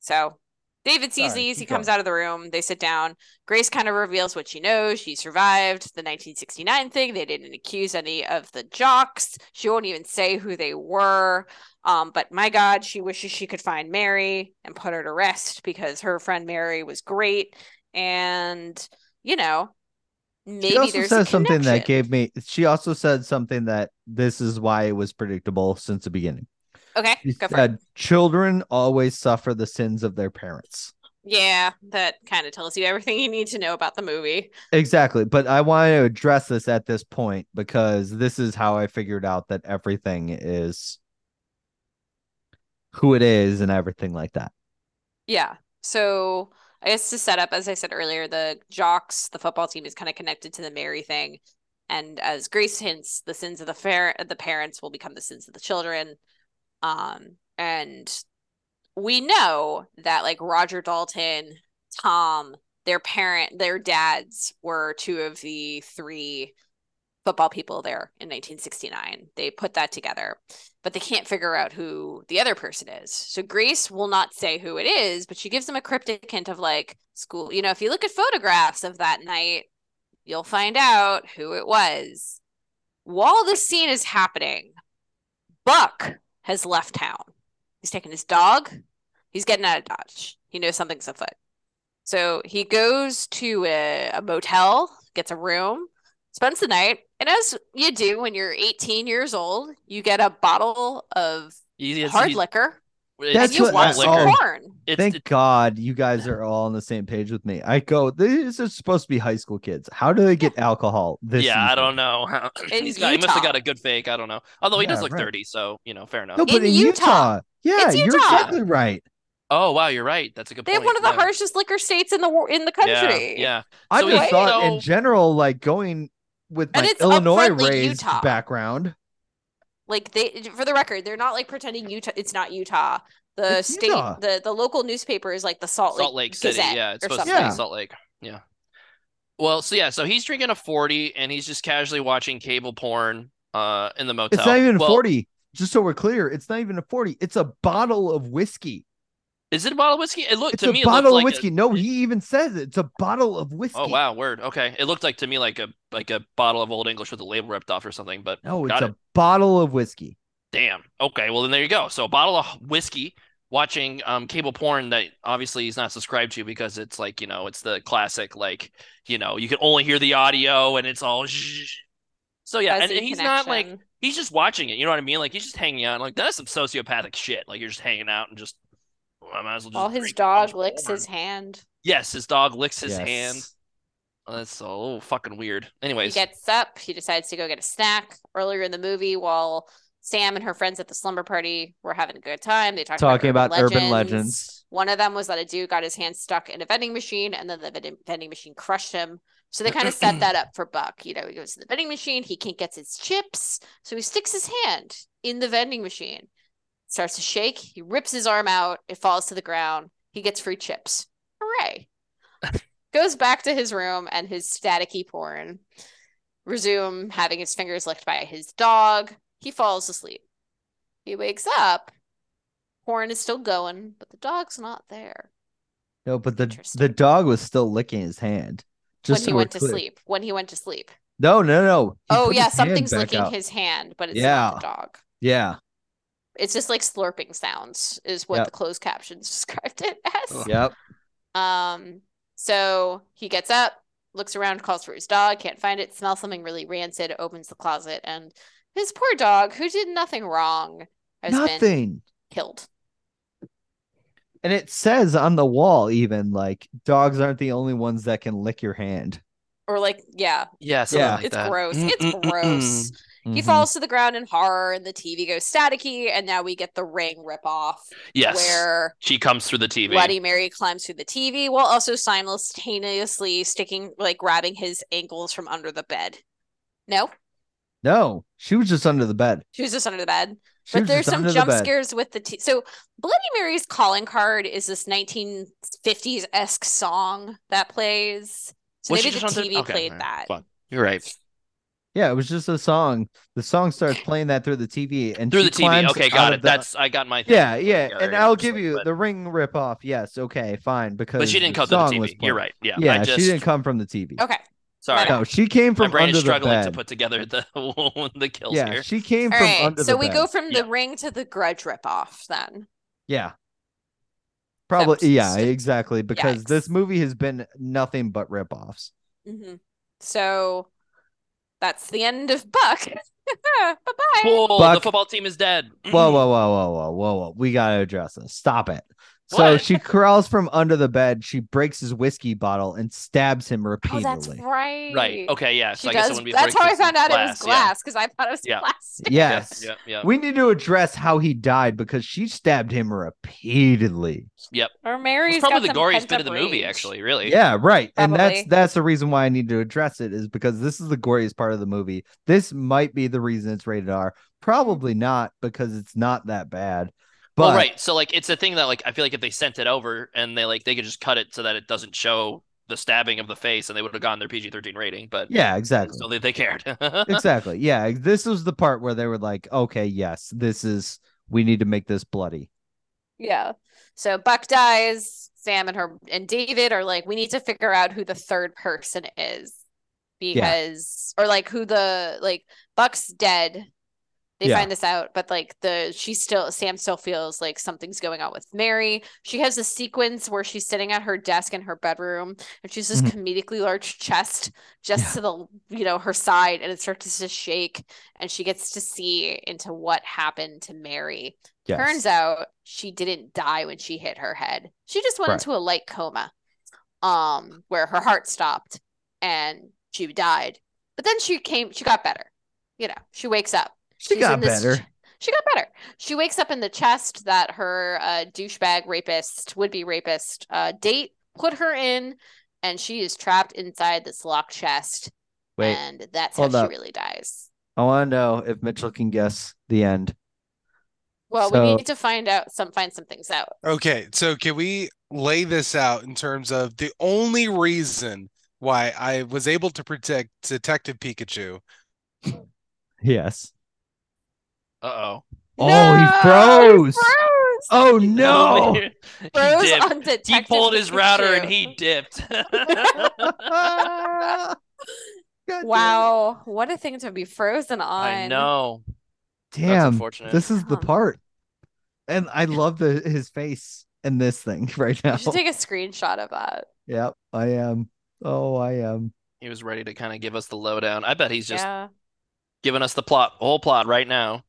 S3: so David sees
S1: Sorry,
S3: these. He
S1: keep
S3: comes
S1: going.
S3: out of the room. They sit down. Grace kind of reveals what she knows. She survived the 1969 thing. They didn't accuse any of the jocks. She won't even say who they were. Um, but my God, she wishes she could find Mary and put her to rest because her friend Mary was great. And you know, maybe
S1: she also
S3: there's
S1: says something that
S3: gave.
S1: gave me she also said something that this is why it was predictable since the beginning.
S3: Okay,
S1: She
S3: go for it.
S1: said children always suffer the sins of their parents.
S3: Yeah, that kind of tells you everything you need to know about the movie.
S1: Exactly. But I want to address this at this point because this is how I figured out that everything is who it is and everything like that.
S3: Yeah. So I guess to set up, as I said earlier, the jocks, the football team is kind of connected to the Mary thing. And as Grace hints, the sins of the fair the parents will become the sins of the children. Um, and we know that like Roger Dalton, Tom, their parent, their dads were two of the three football people there in 1969. They put that together, but they can't figure out who the other person is. So Grace will not say who it is, but she gives them a cryptic hint of like school. You know, if you look at photographs of that night, you'll find out who it was. While this scene is happening, Buck has left town. He's taken his dog. He's getting out of Dodge. He knows something's afoot. So he goes to a, a motel, gets a room, spends the night. And as you do when you're 18 years old, you get a bottle of
S2: He- he's-
S3: hard
S2: he's-
S3: liquor
S2: it's-
S1: That's
S3: and you
S2: it's
S1: what
S3: watch
S2: malt
S1: I-
S3: some
S2: liquor.
S1: oh.
S3: porn.
S2: It's,
S1: Thank
S2: it's-
S1: God you guys are all on the same page with me. I go, this is supposed to be high school kids. How do they get alcohol? This
S2: yeah, I
S1: easy?"
S2: don't know. how-
S3: In
S2: He's got, he must have
S3: Utah.
S2: got a good fake. I don't know. Although he
S1: Yeah,
S2: does look
S1: right.
S2: dirty, so you know, fair enough.
S1: No, but in,
S3: In
S1: Utah.
S3: Utah.
S1: Yeah,
S3: It's
S1: you're
S3: Utah.
S1: exactly right.
S2: Oh wow, you're right. That's a good
S3: They
S2: point.
S3: have one of the
S2: Yeah.
S3: harshest liquor states in the wor- in the
S2: Yeah,
S3: country.
S2: Yeah.
S1: I
S2: So
S1: just
S2: wait,
S1: thought
S2: so-
S1: in general, like going with
S3: And
S1: my
S3: it's
S1: Illinois
S3: upfront, like,
S1: raised
S3: Utah.
S1: background.
S3: Like they for the record, they're not like pretending Utah it's not Utah. The
S1: It's
S3: state
S1: Utah.
S3: the the local newspaper is like the Salt,
S2: Salt Lake City.
S3: Gazette
S2: Yeah, it's
S3: or
S2: supposed
S3: something.
S2: to be
S1: Yeah.
S2: Salt Lake. Yeah. Well, so yeah, so he's drinking a 40 and he's just casually watching cable porn uh in the motel.
S1: It's not even
S2: Well,
S1: 40. Just so we're clear, it's not even a 40. It's a bottle of whiskey.
S2: Is it a bottle of whiskey? It looked
S1: it's
S2: to
S1: a
S2: me it looked
S1: bottle of
S2: like a-
S1: whiskey. no, he even says it. it's a bottle of whiskey.
S2: Oh wow, word. Okay. It looked like to me like a like a bottle of old English with the label ripped off or something, but
S1: No, it's
S2: Got
S1: a bottle of whiskey.
S2: damn. Okay, well then there you go. So a bottle of whiskey watching um cable porn that obviously he's not subscribed to because it's like, you know, it's the classic like, you know, you can only hear the audio and it's all zzzz. So yeah, and,
S3: Fuzzy
S2: and he's not like
S3: connection.
S2: he's just watching it. You know what I mean? Like he's just hanging out. Like that's some sociopathic shit. Like you're just hanging out and just. well, I might as well just
S3: While his
S2: drink
S3: dog
S2: porn.
S3: licks his hand.
S2: Yes, his dog licks his
S1: Yes.
S2: hand. Oh, That's a little fucking weird.
S3: He
S2: Anyways,
S3: gets up. He decides to go get a snack. Earlier in the movie, while Sam and her friends at the slumber party were having a good time, they talked
S1: Talking about urban legends.
S3: One of them was that a dude got his hand stuck in a vending machine and then the vending- vending machine crushed him. So they kind of set that up for Buck. You know, he goes to the vending machine, he can't get his chips, so he sticks his hand in the vending machine, starts to shake, he rips his arm out, it falls to the ground, he gets free chips. Hooray. goes back to his room and his staticky porn, resume having his fingers licked by his dog. He falls asleep. He wakes up. Porn is still going, but the dog's not there.
S1: No, but the the
S3: Interesting.
S1: dog was still licking his hand. Just
S3: when
S1: so
S3: he
S1: we're
S3: went to
S1: clear.
S3: sleep. When he went to sleep.
S1: No, no, no. He
S3: oh
S1: put
S3: yeah,
S1: his hand
S3: something's
S1: back
S3: licking
S1: out.
S3: his hand, but it's not the dog.
S1: Yeah,
S3: It's just like slurping sounds is what
S1: Yep.
S3: the closed captions described it as.
S2: Ugh.
S1: yep.
S3: Um, so he gets up, looks around, calls for his dog, can't find it, smells something really rancid, opens the closet, and his poor dog, who did nothing wrong, has been
S1: Nothing.
S3: killed.
S1: And it says on the wall even like dogs aren't the only ones that can lick your hand.
S3: Or like, yeah,
S2: Yeah, something
S1: Yeah.
S2: like
S3: it's
S2: that.
S3: gross. It's
S4: Mm-mm-mm-mm.
S3: gross. He
S1: Mhm.
S3: falls to the ground in horror, and the TV goes staticky, and now we get the ring ripoff
S2: Yes,
S3: where
S2: she comes through the TV.
S3: Bloody Mary climbs through the TV while also simultaneously sticking, like grabbing his ankles from under the bed. No,
S1: No, she was just under the bed.
S3: she was just under the bed.
S1: She
S3: But
S1: was
S3: there's
S1: just
S3: some
S1: under the
S3: jump
S1: bed.
S3: scares with the t- so Bloody Mary's calling card is this 1950s esque song that plays. So
S2: Was she
S3: maybe the
S2: just on
S3: TV
S2: okay,
S3: played
S2: alright,
S3: that.
S2: fine. You're right.
S1: Yeah, it was just a song. The song starts playing that through the TV and
S2: Through
S1: she
S2: the TV.
S1: climbs
S2: Okay,
S1: out
S2: got
S1: of
S2: it.
S1: the-
S2: That's I got my. thing.
S1: yeah, yeah.
S2: Yeah,
S1: And
S2: yeah,
S1: I'll
S2: just
S1: give
S2: like-
S1: you
S2: but-
S1: the ring rip off. Yes, okay, fine. Because
S2: But she didn't come
S1: song
S2: through the
S1: was
S2: TV. You're
S1: playing.
S2: right. Yeah.
S1: Yeah,
S2: I just,
S1: she didn't come from the TV.
S3: Okay.
S2: Sorry.
S1: No, she came
S2: My
S1: from
S2: brain
S1: under
S2: is
S1: the
S2: struggling
S1: bed.
S2: to put together the the kills
S1: yeah,
S2: here.
S1: she came
S3: All
S1: from
S3: right.
S1: under
S3: so
S1: the
S3: we
S1: bed.
S3: go from the
S2: Yeah.
S3: ring to the grudge ripoff then.
S1: Yeah. Probably
S3: was
S1: yeah,
S3: just-
S1: exactly. Because this
S3: Yikes.
S1: movie has been nothing but ripoffs.
S3: hmm So that's the end of Buck. bye bye.
S2: Bull, the
S1: Buck-
S2: football team is dead.
S1: Whoa, whoa, whoa, whoa, whoa, whoa, whoa. We gotta address this. Stop it. So
S2: What?
S1: she crawls from under the bed, she breaks his whiskey bottle and stabs him
S3: oh, that's
S1: repeatedly.
S3: right.
S2: Right. Okay. Yeah.
S3: She
S2: So I guess it
S3: does.
S2: wouldn't be
S3: That's
S2: break
S3: how I
S2: this in
S3: found out it was
S2: yeah.
S3: glass because I thought it was
S2: Yeah.
S3: plastic.
S1: Yes.
S2: Yeah. Yeah.
S1: We need to address how he died because she stabbed him repeatedly.
S3: Or
S2: It's
S3: Mary's got
S2: probably the
S3: some
S2: goriest bit of
S3: pent-up
S2: the movie,
S3: rage.
S2: actually. Really.
S1: Yeah, right. And that's
S3: Probably.
S1: that's the reason why I need to address it is because this is the goriest part of the movie. This might be the reason it's rated R. Probably not because it's not that bad. But
S2: well, right. So like, it's a thing that like I feel like if they sent it over and they like they could just cut it so that it doesn't show the stabbing of the face and they would have gotten their PG-13 rating, but
S1: yeah, exactly.
S2: so they, they cared.
S1: exactly. Yeah, this was the part where they were like, "Okay, yes, this is we need to make this bloody."
S3: Yeah. So Buck dies. Sam and her and David are like, we need to figure out who the third person is because, or like who the like Buck's dead. They
S1: Yeah.
S3: find this out, but like the she still Sam still feels like something's going on with Mary. She has a sequence where she's sitting at her desk in her bedroom and she's this
S1: Mhm.
S3: comedically large chest just
S1: Yeah.
S3: to the you know her side and it starts to shake and she gets to see into what happened to Mary.
S1: Yes.
S3: Turns out she didn't die when she hit her head. She just went
S1: Right.
S3: into a light coma, um, where her heart stopped and she died. But then she came, she got better. You know, she wakes up.
S1: she
S3: She's in
S1: got
S3: this
S1: better.
S3: ch- she got better. She wakes up in the chest that her uh, douchebag rapist, would be rapist, uh, date put her in, and she is trapped inside this locked chest.
S1: Wait,
S3: and that's
S1: hold
S3: how
S1: up.
S3: she really dies.
S1: I want to know if Mitchell can guess the end.
S3: Well,
S1: So-
S3: we need to find out some find some things out.
S4: Okay, so can we lay this out in terms of the only reason why I was able to predict Detective Pikachu?
S1: Yes.
S2: Uh oh.
S1: Oh, he froze.
S3: froze.
S1: Oh no!
S2: he
S3: Froze
S2: dipped.
S3: on Detective
S2: He pulled his router and
S3: Pikachu.
S2: he dipped.
S1: God damn it.
S3: Wow, what a thing to be frozen on.
S2: I know. That's
S1: Damn.
S2: unfortunate.
S1: This is the
S3: Damn.
S1: part. And I love the his face in this thing right now.
S3: You should take a screenshot of that.
S1: yep, I am. Oh, I am.
S2: He was ready to kind of give us the lowdown. I bet he's just
S3: yeah.
S2: giving us the plot, whole plot right now.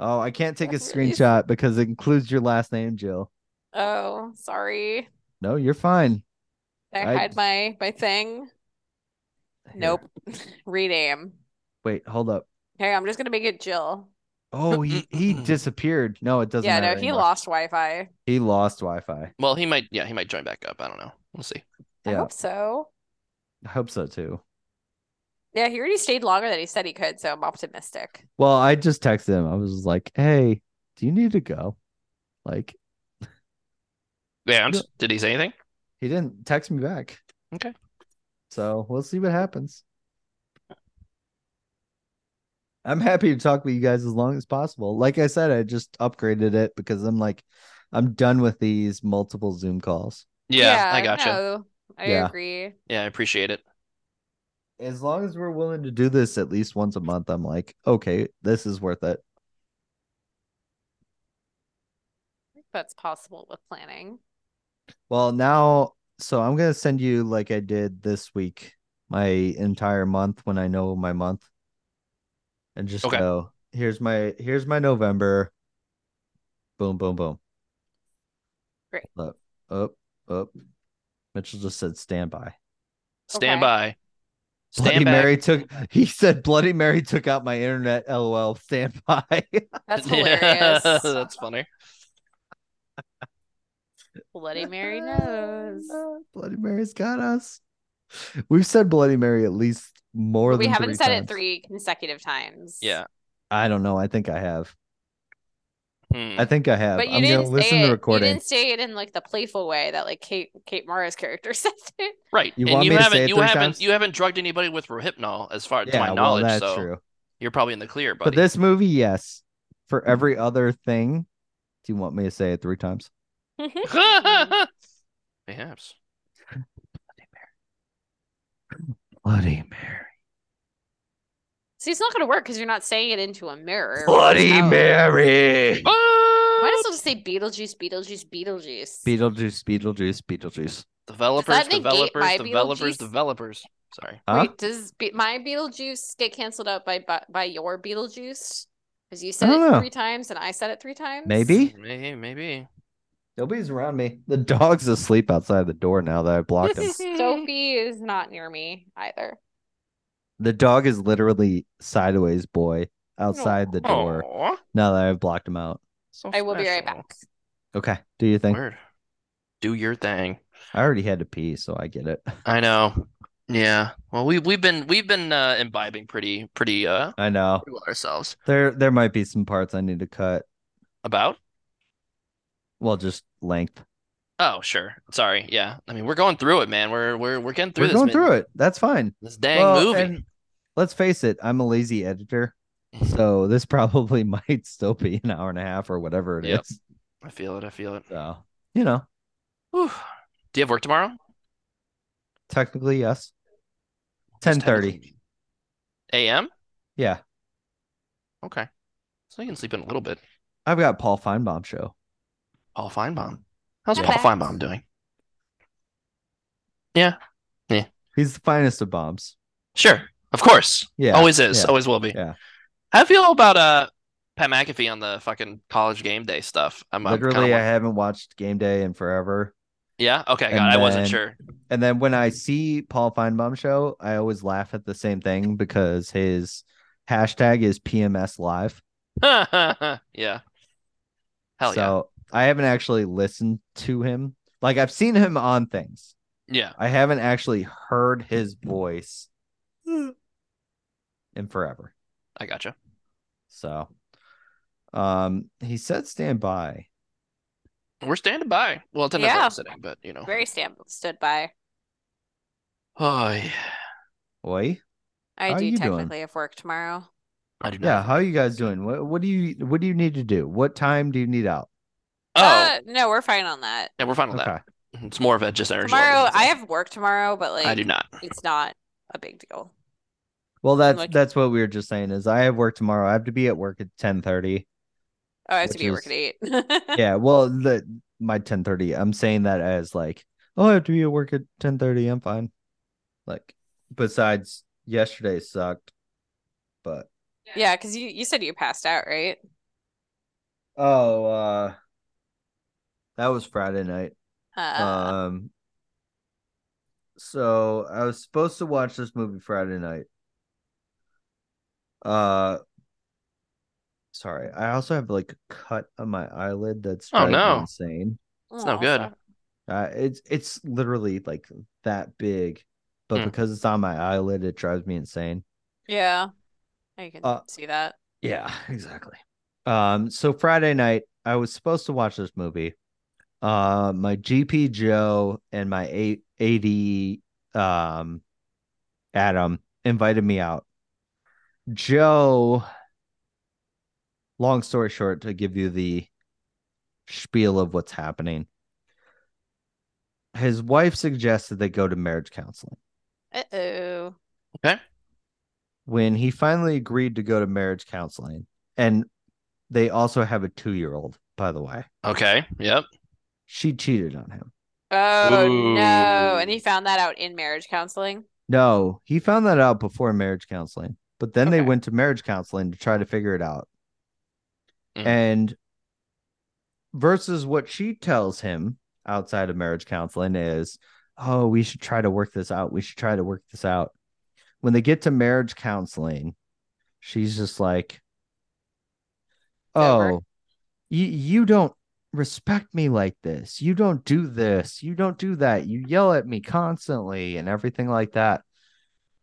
S1: Oh, I can't take a
S3: Definitely.
S1: screenshot because it includes your last name, Jill.
S3: Oh, sorry.
S1: No, you're fine.
S3: Did I,
S1: I-
S3: hide my my thing?
S1: Here.
S3: Nope. Rename.
S1: Wait, hold up.
S3: Here, I'm just gonna make it Jill.
S1: Oh, he he disappeared. No, it doesn't.
S3: yeah,
S1: matter
S3: no, he
S1: anymore.
S3: lost Wi-Fi.
S1: He lost Wi-Fi.
S2: Well, he might. Yeah, he might join back up. I don't know. We'll see.
S3: I
S1: Yeah.
S3: hope so.
S1: I hope so too.
S3: Yeah, he already stayed longer than he said he could, so I'm optimistic.
S1: Well, I just texted him. I was just like, "Hey, do you need to go?" Like
S2: And
S1: Yeah.
S2: did he say anything?
S1: he didn't text me back.
S2: Okay.
S1: So we'll see what happens. I'm happy to talk with you guys as long as possible. Like I said, I just upgraded it because I'm like, I'm done with these multiple Zoom calls.
S2: Yeah, I gotcha.
S3: No, I
S1: Yeah.
S3: agree.
S2: Yeah, I appreciate it.
S1: As long as we're willing to do this at least once a month, I'm like, okay, this is worth it.
S3: That's possible with planning.
S1: Well, now, so I'm gonna send you like I did this week, my entire month when I know my month, and just
S2: Okay.
S1: go. Here's my here's my November. Boom, boom, boom.
S3: Great.
S1: Up, up, up. Mitchell just said stand by.
S2: Stand
S3: Okay.
S2: by.
S1: Bloody
S2: Stand back.
S1: Mary took. He said Bloody Mary took out my internet. LOL. Stand by.
S3: That's
S2: Yeah,
S3: hilarious.
S2: that's funny.
S3: Bloody Mary knows.
S1: Bloody Mary's got us. We've said Bloody Mary at least more
S3: But
S1: than
S3: we haven't
S1: three
S3: said
S1: times.
S3: it three consecutive times.
S2: Yeah.
S1: I don't know. I think I have.
S2: Hmm.
S1: I think I have.
S3: Mm. But you
S1: I'm
S3: didn't
S1: gonna
S3: say
S1: listen
S3: it.
S1: to recording.
S3: You didn't say it in like the playful way that like Kate Kate Mara's character says it.
S2: Right.
S1: You
S2: and
S1: want
S2: you
S1: me to say
S2: haven't
S1: it
S2: you
S1: three
S2: haven't
S1: times?
S2: you haven't drugged anybody with Rohypnol as far to
S1: yeah,
S2: my
S1: well,
S2: knowledge,
S1: that's
S2: so
S1: true.
S2: you're probably in the clear, buddy.
S1: But this movie, yes. For every other thing, do you want me to say it three times?
S2: Perhaps.
S1: Bloody Mary.
S3: See, it's not going to work because you're not saying it into a mirror.
S1: Bloody
S3: Oh.
S1: Mary.
S3: Might as well just say Beetlejuice, Beetlejuice, Beetlejuice.
S1: Beetlejuice, Beetlejuice, Beetlejuice.
S2: Developers,
S3: Does that negate
S2: developers,
S3: my
S2: developers,
S3: Beetlejuice?
S2: developers. Sorry.
S1: Huh?
S3: Wait, does be- my Beetlejuice get canceled out by by, by your Beetlejuice? Because you
S1: I
S3: said
S1: don't
S3: it
S1: know.
S3: three times and I said it three times.
S1: Maybe.
S2: Maybe, maybe.
S1: Nobody's around me. The dog's asleep outside the door now that I blocked him.
S3: Sophie is not near me either.
S1: the dog is literally sideways boy outside the door
S2: Aw,
S1: now that I've blocked him out.
S2: so
S3: I will be right
S2: special.
S3: back.
S1: Okay. Do you think?
S2: Word. Do your thing.
S1: I already had to pee, so I get it.
S2: I know. Yeah. Well, we we've been we've been uh, imbibing pretty pretty uh
S1: I know.
S2: pretty well ourselves.
S1: There there might be some parts I need to cut.
S2: About?
S1: Well, just length.
S2: Oh, sure. Sorry. Yeah. I mean, we're going through it, man. We're we're we're getting through
S1: We're
S2: this
S1: going
S2: man-
S1: through it. That's fine.
S2: This dang
S1: Well,
S2: movie.
S1: and let's face it, I'm a lazy editor. So this probably might still be an hour and a half or whatever it is.
S2: Yep. I feel it. I feel it.
S1: So, you know,
S2: Whew. Do you have work tomorrow?
S1: technically yes.
S2: It's
S1: 10:30.
S2: 10:30. a.m.
S1: Yeah.
S2: Okay, so you can sleep in a little bit.
S1: I've got Paul Feinbaum show.
S2: Paul Feinbaum. How's
S3: Yeah.
S2: Paul
S3: Okay.
S2: Feinbaum doing?
S1: He's the finest of bombs.
S2: Sure, of course.
S1: Yeah.
S2: Always is.
S1: yeah,
S2: Always will be.
S1: yeah.
S2: How do you feel about uh Pat McAfee on the fucking college game day stuff? I'm, I'm kinda
S1: Literally, I
S2: wondering-
S1: haven't watched Game Day in forever.
S2: Yeah. Okay.
S1: and
S2: God, I wasn't
S1: then-
S2: sure.
S1: And then when I see Paul Feinbaum show, I always laugh at the same thing because his hashtag is PMS live.
S2: yeah. Hell yeah.
S1: so I haven't actually listened to him. Like I've seen him on things.
S2: Yeah.
S1: I haven't actually heard his voice in forever.
S2: I gotcha.
S1: So um he said stand by.
S2: We're standing by. Well, it's another
S3: Yeah.
S2: sitting, but you know.
S1: Oh.
S3: Very stand stood by.
S2: Oh yeah.
S1: Oi.
S3: I
S1: How you
S3: do
S1: doing?
S3: technically have work tomorrow.
S2: I do not.
S1: Yeah, how are you guys doing? What what do you what do you need to do? What time do you need out?
S2: Oh,
S3: Uh, no, we're fine on that.
S2: yeah. We're fine with
S1: Okay.
S2: that. It's more of a just energy. level
S3: Tomorrow,
S2: thing.
S3: I have work tomorrow, but like
S2: I do not.
S3: it's not a big deal.
S1: Well that's
S3: Like-
S1: that's what we were just saying is I have work tomorrow. I have to be at work at ten thirty.
S3: Oh, I have to
S1: Which
S3: be at work
S1: is-
S3: at eight.
S1: yeah, well the my ten thirty, I'm saying that as like, oh I have to be at work at ten thirty, I'm fine. Like besides yesterday sucked. But
S3: Yeah, because you, you said you passed out, right?
S1: oh uh that was Friday night.
S3: Uh,
S1: Um, so I was supposed to watch this movie Friday night. Uh, Sorry. I also have like cut on my eyelid that's
S2: Oh,
S1: driving me
S2: no.
S1: insane.
S3: It's
S2: no good.
S1: Uh, it's it's literally like that big, but
S2: Hmm.
S1: because it's on my eyelid, it drives me insane.
S3: Yeah, I can
S1: Uh,
S3: see that.
S1: Yeah, exactly. Um, so Friday night, I was supposed to watch this movie. Uh, my GP Joe and my A- AD um, Adam invited me out. Joe, long story short, to give you the spiel of what's happening, his wife suggested they go to marriage counseling
S3: Uh oh.
S1: when he finally agreed to go to marriage counseling, and they also have a two year old, by the way,
S2: Okay. Yep.
S1: she cheated on him.
S3: Oh no! And
S2: Ooh.
S3: he found that out in marriage counseling.
S1: No, he found that out before marriage counseling, but then they
S3: Okay.
S1: went to marriage counseling to try to figure it out.
S2: Mhm.
S1: And versus what she tells him outside of marriage counseling is, oh, we should try to work this out. We should try to work this out. When they get to marriage counseling, she's just like,
S3: over.
S1: oh, you, you don't respect me like this. You don't do this. You don't do that. You yell at me constantly and everything like that.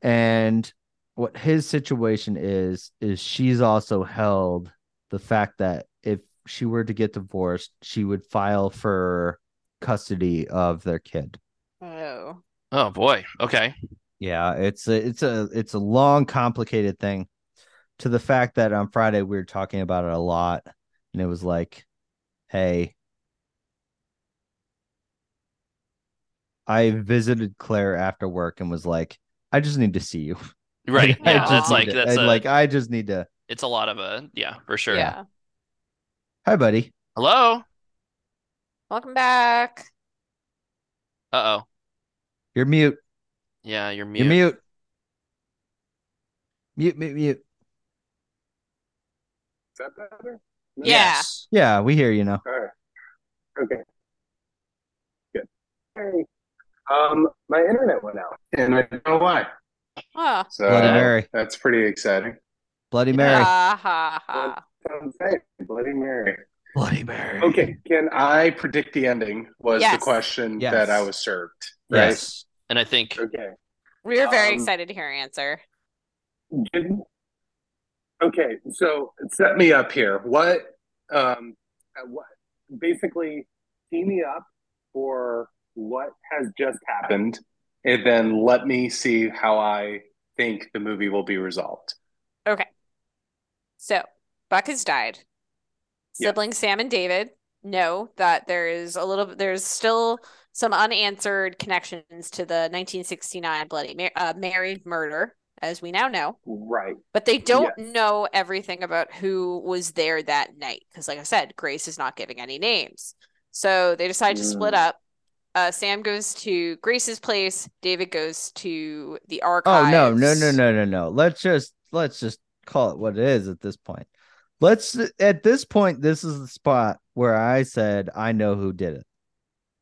S1: And what his situation is, is she's also held the fact that if she were to get divorced, she would file for custody of their kid.
S3: Oh.
S2: Oh boy. Okay.
S1: Yeah, it's a it's a it's a long, complicated thing. To the fact that on Friday we were talking about it a lot, and it was like, "Hey, I visited Claire after work and was like, I just need to see you.
S2: Right.
S1: I
S2: Yeah.
S3: just
S2: That's
S1: need
S2: like
S1: to-
S2: that's
S1: I-
S2: a,
S1: like I just need to.
S2: it's a lot of a yeah for sure.
S3: Yeah.
S1: Hi, buddy.
S2: Hello.
S3: Welcome back.
S2: Uh oh.
S1: You're mute.
S2: Yeah,
S1: You're
S2: you're mute.
S1: mute. Mute, mute, mute.
S4: that better?
S3: Yeah.
S2: Yes.
S1: Yeah, we hear you now.
S4: All right. Okay. Good. Hey. Um, my internet went out, and I don't know why.
S3: Oh.
S4: So
S1: Bloody Mary.
S4: that's pretty exciting.
S1: Bloody Mary.
S3: Ha ha ha.
S4: Okay, Bloody Mary.
S1: Bloody Mary.
S4: Okay, can I predict the ending? Was the
S3: Yes.
S4: question
S1: Yes.
S4: that I was served, right?
S2: Yes. And I think
S4: Okay.
S3: We were very
S4: Um,
S3: excited to hear your answer.
S4: Didn't- Okay, so set me up here. What, um, uh, what, basically, tee me up for what has just happened, and then let me see how I think the movie will be resolved.
S3: So, Buck has died.
S4: Yeah.
S3: Siblings Sam and David know that there is a little, there's still some unanswered connections to the 1969 Bloody Ma- uh, Mary murder, as we now know.
S4: Right.
S3: But they don't know everything about who was there that night. Because, like I said, Grace is not giving any names. So they decide to split
S4: Mm.
S3: up. Uh, Sam goes to Grace's place. David goes to the
S1: Oh
S3: archives.
S1: no, no, no, no, no, no. Let's just let's just call it what it is at this point. Let's at this point, this is the spot where I said I know who did it.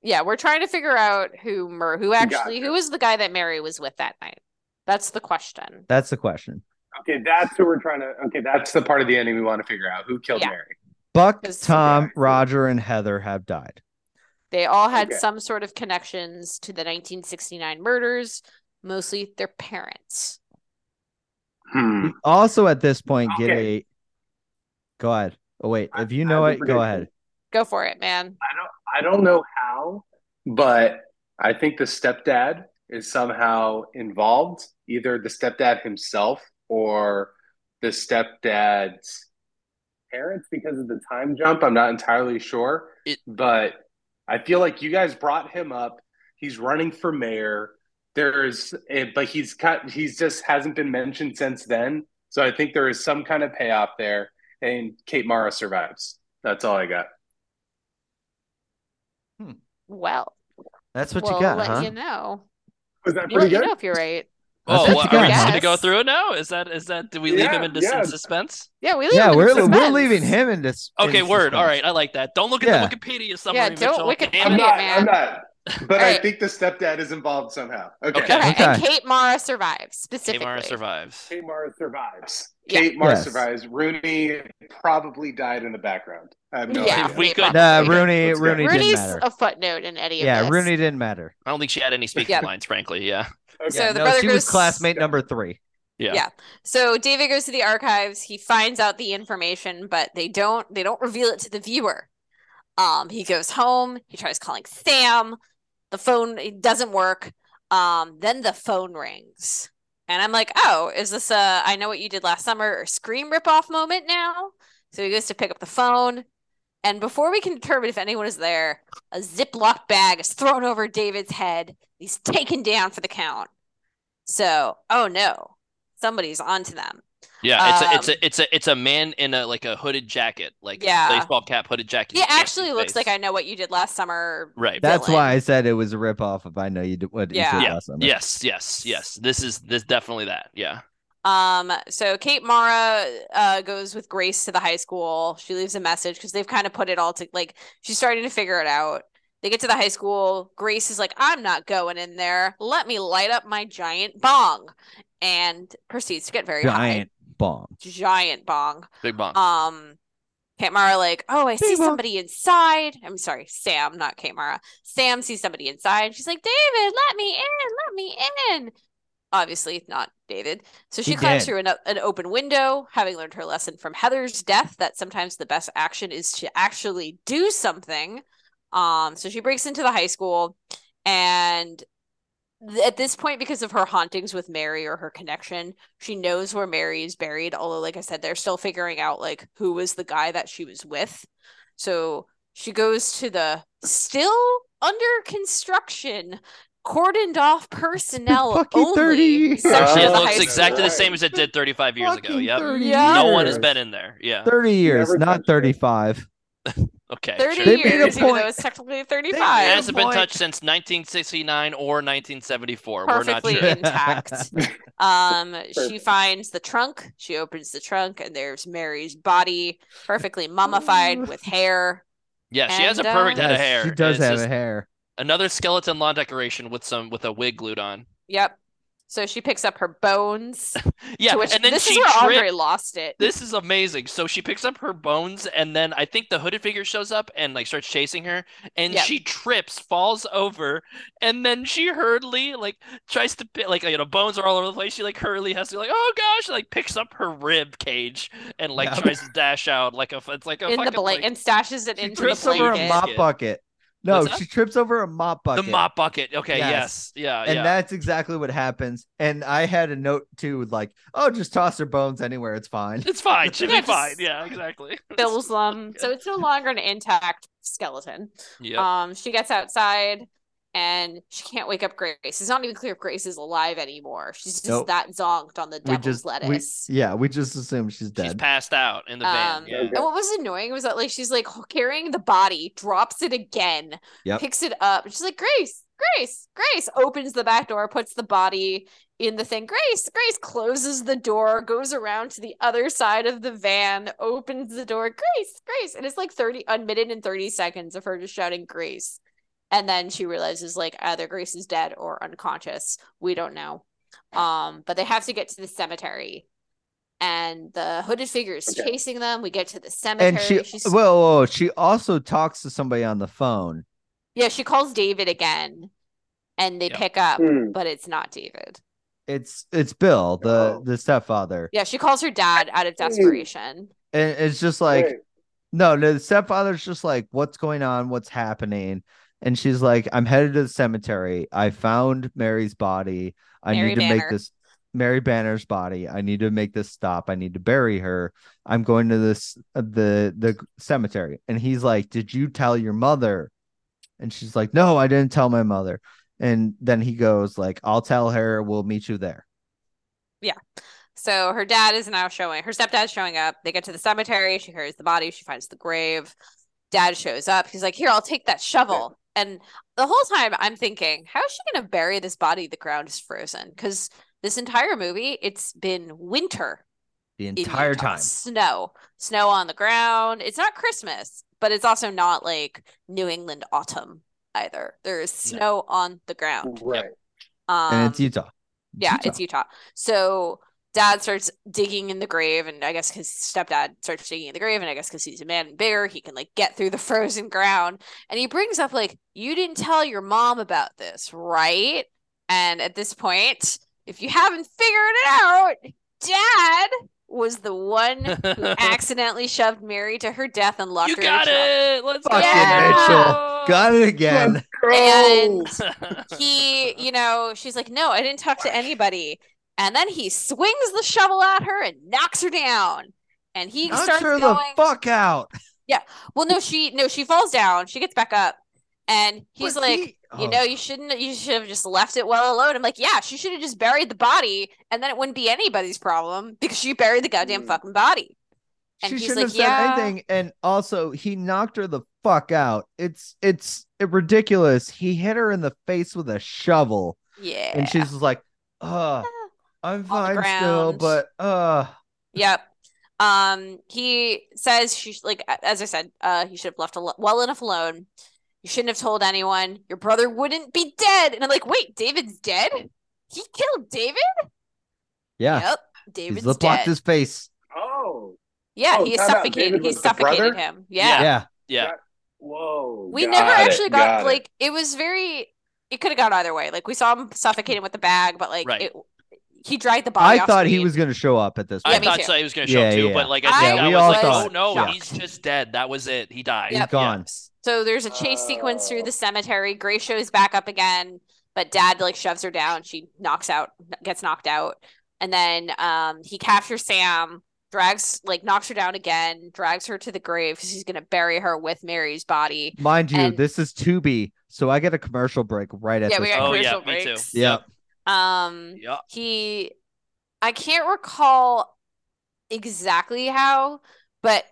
S3: Yeah, we're trying to figure out who Mur- who actually
S4: Gotcha.
S3: who was the guy that Mary was with that night. That's the question.
S1: That's the question.
S4: Okay, that's who we're trying to. Okay, that's the part of the ending we want to figure out. Who killed
S3: Yeah.
S4: Mary?
S1: Buck,
S3: Because-
S1: Tom, Roger, and Heather have died.
S3: They all had
S4: Okay.
S3: some sort of connections to the 1969 murders, mostly their parents.
S4: Hmm.
S1: We also at this point get
S4: Okay.
S1: a go ahead. Oh wait,
S4: I-
S1: if you
S4: I
S1: know
S4: have a
S1: it, go
S4: prediction.
S1: ahead.
S3: Go for it, man.
S4: I don't know how, but I think the stepdad is somehow involved, either the stepdad himself or the stepdad's parents because of the time jump. I'm not entirely sure,
S2: It-
S4: but I feel like you guys brought him up. He's running for mayor. There's, eh, but he's cut. He's just hasn't been mentioned since then. So I think there is some kind of payoff there, and Kate Mara survives. That's all I got.
S3: Well,
S1: That's what
S3: we'll
S1: you got,
S3: let
S1: huh?
S3: you know.
S4: Was that
S3: We'll
S4: pretty
S3: let you
S4: good?
S3: know if you're right.
S1: That's
S2: Oh,
S1: what
S2: well,
S1: you
S2: are
S1: got,
S2: we just
S1: huh?
S2: going to go through it now? Is that is that do we leave
S4: Yeah,
S2: him into
S4: yeah.
S2: some suspense?
S3: Yeah, we leave
S1: Yeah,
S3: him in
S1: we're we're
S3: suspense.
S1: leaving him in this.
S2: Okay,
S1: in
S2: word. All
S1: suspense.
S2: right, I like that. Don't look at
S1: Yeah.
S2: the Wikipedia summary.
S3: Yeah, don't
S2: Mitchell.
S3: Wiki-
S2: Damn
S4: I'm
S2: it.
S4: not.
S3: man.
S4: I'm not.
S7: But I
S3: Alright.
S7: think the stepdad is involved somehow. Okay.
S2: Okay.
S3: Okay. And
S1: Okay.
S3: Kate Mara survives specifically.
S2: Tamara survives.
S7: Kate Mara survives.
S3: Yeah.
S7: Kate Mara
S1: Yes.
S7: survives. Rooney probably died in the background. I have no
S3: Yeah.
S7: idea.
S2: If we could,
S1: Nah,
S3: Probably.
S1: Rooney,
S7: Let's go.
S1: Rooney didn't
S3: Rooney's
S1: matter.
S3: a footnote in any of
S1: Yeah,
S3: this.
S1: Rooney didn't matter.
S2: I don't think she had any speaking
S3: Yeah.
S2: lines, frankly. Yeah.
S7: Okay.
S3: So
S1: Yeah,
S3: the
S1: no,
S3: brother
S1: she was
S3: goes-
S1: classmate number three.
S2: Yeah.
S3: Yeah. So David goes to the archives. He finds out the information, but they don't they don't reveal it to the viewer. Um, he goes home. He tries calling Sam. The phone it doesn't work. Um, then the phone rings, and I'm like, "Oh, is this a I know what you did last summer or Scream ripoff moment now?" So he goes to pick up the phone, and before we can determine if anyone is there, a Ziploc bag is thrown over David's head. He's taken down for the count. So, oh no, somebody's onto them.
S2: Yeah, it's a, it's
S3: Um,
S2: a it's a it's a man in a like a hooded jacket, like
S3: Yeah.
S2: baseball cap, hooded jacket.
S3: He
S2: You can't
S3: actually
S2: see
S3: looks
S2: face.
S3: like I know what you did last summer.
S2: Right.
S1: That's
S3: villain.
S1: why I said it was a ripoff of I know you did what you
S3: Yeah.
S1: did
S2: Yeah.
S1: last summer.
S2: Yes, yes, yes. This is this definitely that. Yeah.
S3: Um, so Kate Mara uh goes with Grace to the high school. She leaves a message because they've kind of put it all to like she's starting to figure it out. They get to the high school. Grace is like, I'm not going in there. Let me light up my giant bong. And proceeds to get very
S1: Giant bomb.
S3: high. Giant bong.
S2: Big bomb.
S3: Um, Kate Mara, like, oh, I see
S1: Mara.
S3: somebody inside. I'm sorry, Sam, not Kate Mara. Sam sees somebody inside. She's like, David, let me in, let me in. Obviously, not David. So she
S1: He
S3: climbs
S1: did.
S3: through an, an open window, having learned her lesson from Heather's death that sometimes the best action is to actually do something. Um, so she breaks into the high school, and th- at this point, because of her hauntings with Mary or her connection, she knows where Mary is buried, although like I said, they're still figuring out like who was the guy that she was with. So she goes to the still under construction cordoned off personnel
S1: fucking 30
S3: only
S1: years.
S3: section
S2: Actually, it
S3: of the
S2: looks
S3: high
S2: exactly the
S3: school.
S2: same as it did 35 years ago.
S1: Fucking
S2: Yep.
S1: 30
S3: Yeah.
S2: No one
S1: years.
S2: has been in there. Yeah.
S1: 30 years,
S7: Never
S1: not
S7: touched it.
S1: 35.
S2: Okay.
S1: They
S3: 30
S2: sure.
S1: made a
S3: years, even
S1: point-
S3: though it's technically
S1: It
S3: 35.
S2: hasn't been
S1: point.
S2: touched since 1969 or 1974.
S3: perfectly
S2: We're not sure.
S3: intact. um, she
S7: Perfect.
S3: finds the trunk. She opens the trunk, and there's Mary's body, perfectly mummified with hair.
S2: Yeah, she has a
S3: And,
S2: perfect
S3: uh,
S2: head of
S1: Yes,
S2: hair.
S1: She does
S2: It's
S1: have
S2: just
S1: a hair.
S2: another skeleton lawn decoration with some with a wig glued on.
S3: Yep. So she picks up her bones.
S2: Yeah,
S3: to which,
S2: and then
S3: this
S2: she
S3: is where
S2: tripped.
S3: Andre lost it.
S2: This is amazing. So she picks up her bones, and then I think the hooded figure shows up and like starts chasing her, and
S3: Yep.
S2: she trips, falls over, and then she hurriedly like tries to pi- like you know bones are all over the place. She like hurriedly has to like oh gosh, like picks up her rib cage and like
S1: Yeah.
S2: tries to dash out like a f- it's like a
S3: in the
S2: fucking
S3: blanket
S2: like,
S3: and stashes it into the
S2: trips
S1: over a
S2: over a
S3: blanket.
S1: mop
S2: basket.
S1: bucket. No,
S2: What's that?
S1: she trips over a mop
S2: the
S1: bucket.
S2: mop bucket. Okay,
S1: Yes.
S2: yes, yeah,
S1: and
S2: yeah.
S1: that's exactly what happens. And I had a note too, like, oh, just toss her bones anywhere. It's fine.
S2: It's fine. Should
S3: Yeah,
S2: be fine.
S3: just
S2: Yeah, exactly.
S3: Fills them. So it's no longer an intact skeleton.
S2: Yep.
S3: Um, she gets outside and she can't wake up Grace. It's not even clear if Grace is alive anymore. She's just
S1: Nope.
S3: that zonked on the
S1: we
S3: devil's
S1: just
S3: lettuce.
S1: We, yeah, we just assume she's
S2: She's
S1: dead.
S2: passed out in the van.
S3: Um,
S2: yeah.
S7: Okay.
S3: And what was annoying was that like she's like carrying the body, drops it again,
S1: Yep.
S3: picks it up. and She's like, Grace, Grace, Grace, opens the back door, puts the body in the thing. Grace, Grace closes the door, goes around to the other side of the van, opens the door. Grace, Grace. And it's like 30, a minute and 30 seconds of her just shouting, Grace. And then she realizes like either Grace is dead or unconscious. We don't know. Um, but they have to get to the cemetery. And the hooded figure is
S7: Okay.
S3: chasing them. We get to the cemetery.
S1: And she,
S3: She's-
S1: whoa, whoa, whoa, she also talks to somebody on the phone.
S3: yeah, she calls David again and they
S2: Yep.
S3: pick up,
S7: Hmm.
S3: but it's not David.
S1: It's it's Bill, the
S7: Oh.
S1: the stepfather,
S3: Yeah, she calls her dad out
S7: Hmm.
S3: of desperation.
S1: and it's just like,
S7: Wait.
S1: no, no, the stepfather's just like, what's going on? What's happening? And she's like, I'm headed to the cemetery. I found Mary's body. I
S3: Mary
S1: need to make
S3: Banner.
S1: this Mary Banner's body. I need to make this stop. I need to bury her. I'm going to this uh, the the cemetery. And he's like, Did you tell your mother? And she's like, No, I didn't tell my mother. And then he goes, like, I'll tell her, we'll meet you there.
S3: So her dad is now showing her stepdad's showing up. They get to the cemetery. She hears the body. She finds the grave. Dad shows up. He's like, Here, I'll take that shovel. And the whole time I'm thinking, How is she going to bury this body? The ground is frozen. Because this entire movie, it's been winter
S1: The
S3: in
S1: entire
S3: Utah.
S1: time.
S3: Snow, snow on the ground. It's not Christmas, but it's also not like New England autumn either. There is snow on the ground.
S7: Right.
S3: Um,
S1: and it's Utah. It's
S3: yeah,
S1: Utah.
S3: it's Utah. So dad starts digging in the grave, and I guess his stepdad starts digging in the grave, and I guess because he's a man and bigger, he can like get through the frozen ground. And he brings up like, "You didn't tell your mom about this, right?" And at this point, if you haven't figured it out, dad was the one who accidentally shoved Mary to her death and locked
S2: you
S3: her
S2: got
S3: in a truck.
S2: it. Let's
S1: Fucking
S2: go.
S1: Mitchell. Got it again.
S3: And
S2: Mitchell.
S3: he, you know, she's like, no, I didn't talk to anybody. And then he swings the shovel at her and knocks her down. And he
S1: Knock
S3: starts
S1: her the
S3: going.
S1: fuck out.
S3: well, no, she no, she falls down. She gets back up, and he's
S1: But
S3: like,
S1: he- oh,
S3: you know, you shouldn't. You should have just left it well alone. I'm like, yeah, she should have just buried the body, and then it wouldn't be anybody's problem because she buried the goddamn
S7: Mm.
S3: fucking body. And
S1: Hmm. she
S3: he's
S1: shouldn't
S3: like,
S1: have said
S3: yeah.
S1: anything. And also, he knocked her the fuck out. It's it's ridiculous. He hit her in the face with a shovel,
S3: Yeah.
S1: and she's just like, "Uh, I'm fine still,
S3: ground.
S1: but uh."
S3: Yep. Um, he says she like a- as I said, uh, you should have left al- well enough alone. You shouldn't have told anyone. Your brother wouldn't be dead. And I'm like, wait, David's dead? He killed David?
S1: Yeah,
S3: Yep,
S1: he's
S3: David's
S1: lip locked
S3: dead.
S1: his face.
S7: Oh,
S3: Yeah,
S7: Oh,
S3: he
S7: time out.
S3: suffocated.
S7: David
S3: He
S7: was the brother?
S3: suffocated him. Yeah.
S1: yeah.
S2: yeah.
S7: whoa.
S3: We
S7: got
S3: never
S7: it,
S3: actually got,
S7: it.
S3: like it was very it could have gone either way. Like we saw him suffocating with the bag, but like
S2: Right.
S3: it he dried the body
S1: I
S3: off
S1: thought he
S3: screen.
S1: was going to show up at this.
S2: I
S3: Yeah,
S1: point.
S3: me
S2: thought
S3: too.
S2: so. He was going to show
S1: Yeah,
S2: up too,
S1: yeah.
S2: but like I
S3: Yeah,
S2: think I
S1: we
S2: was
S1: all
S2: like,
S1: thought-
S2: oh no,
S1: yeah.
S2: he's just dead. That was it. He died.
S1: He's
S3: Yep.
S1: gone.
S3: So there's a chase sequence through
S7: Oh.
S3: the cemetery. Gray shows back up again, but Dad like shoves her down. She knocks out, gets knocked out, and then um he captures Sam, drags like knocks her down again, drags her to the grave because he's gonna bury her with Mary's body.
S1: Mind you,
S3: And-
S1: this is Tubi, so I get a commercial break right at
S3: yeah, we
S1: this.
S3: got
S2: Oh,
S1: point.
S2: yeah,
S3: commercial
S2: me too.
S3: breaks.
S1: yeah.
S3: Um,
S2: Yeah.
S3: he i can't recall exactly how but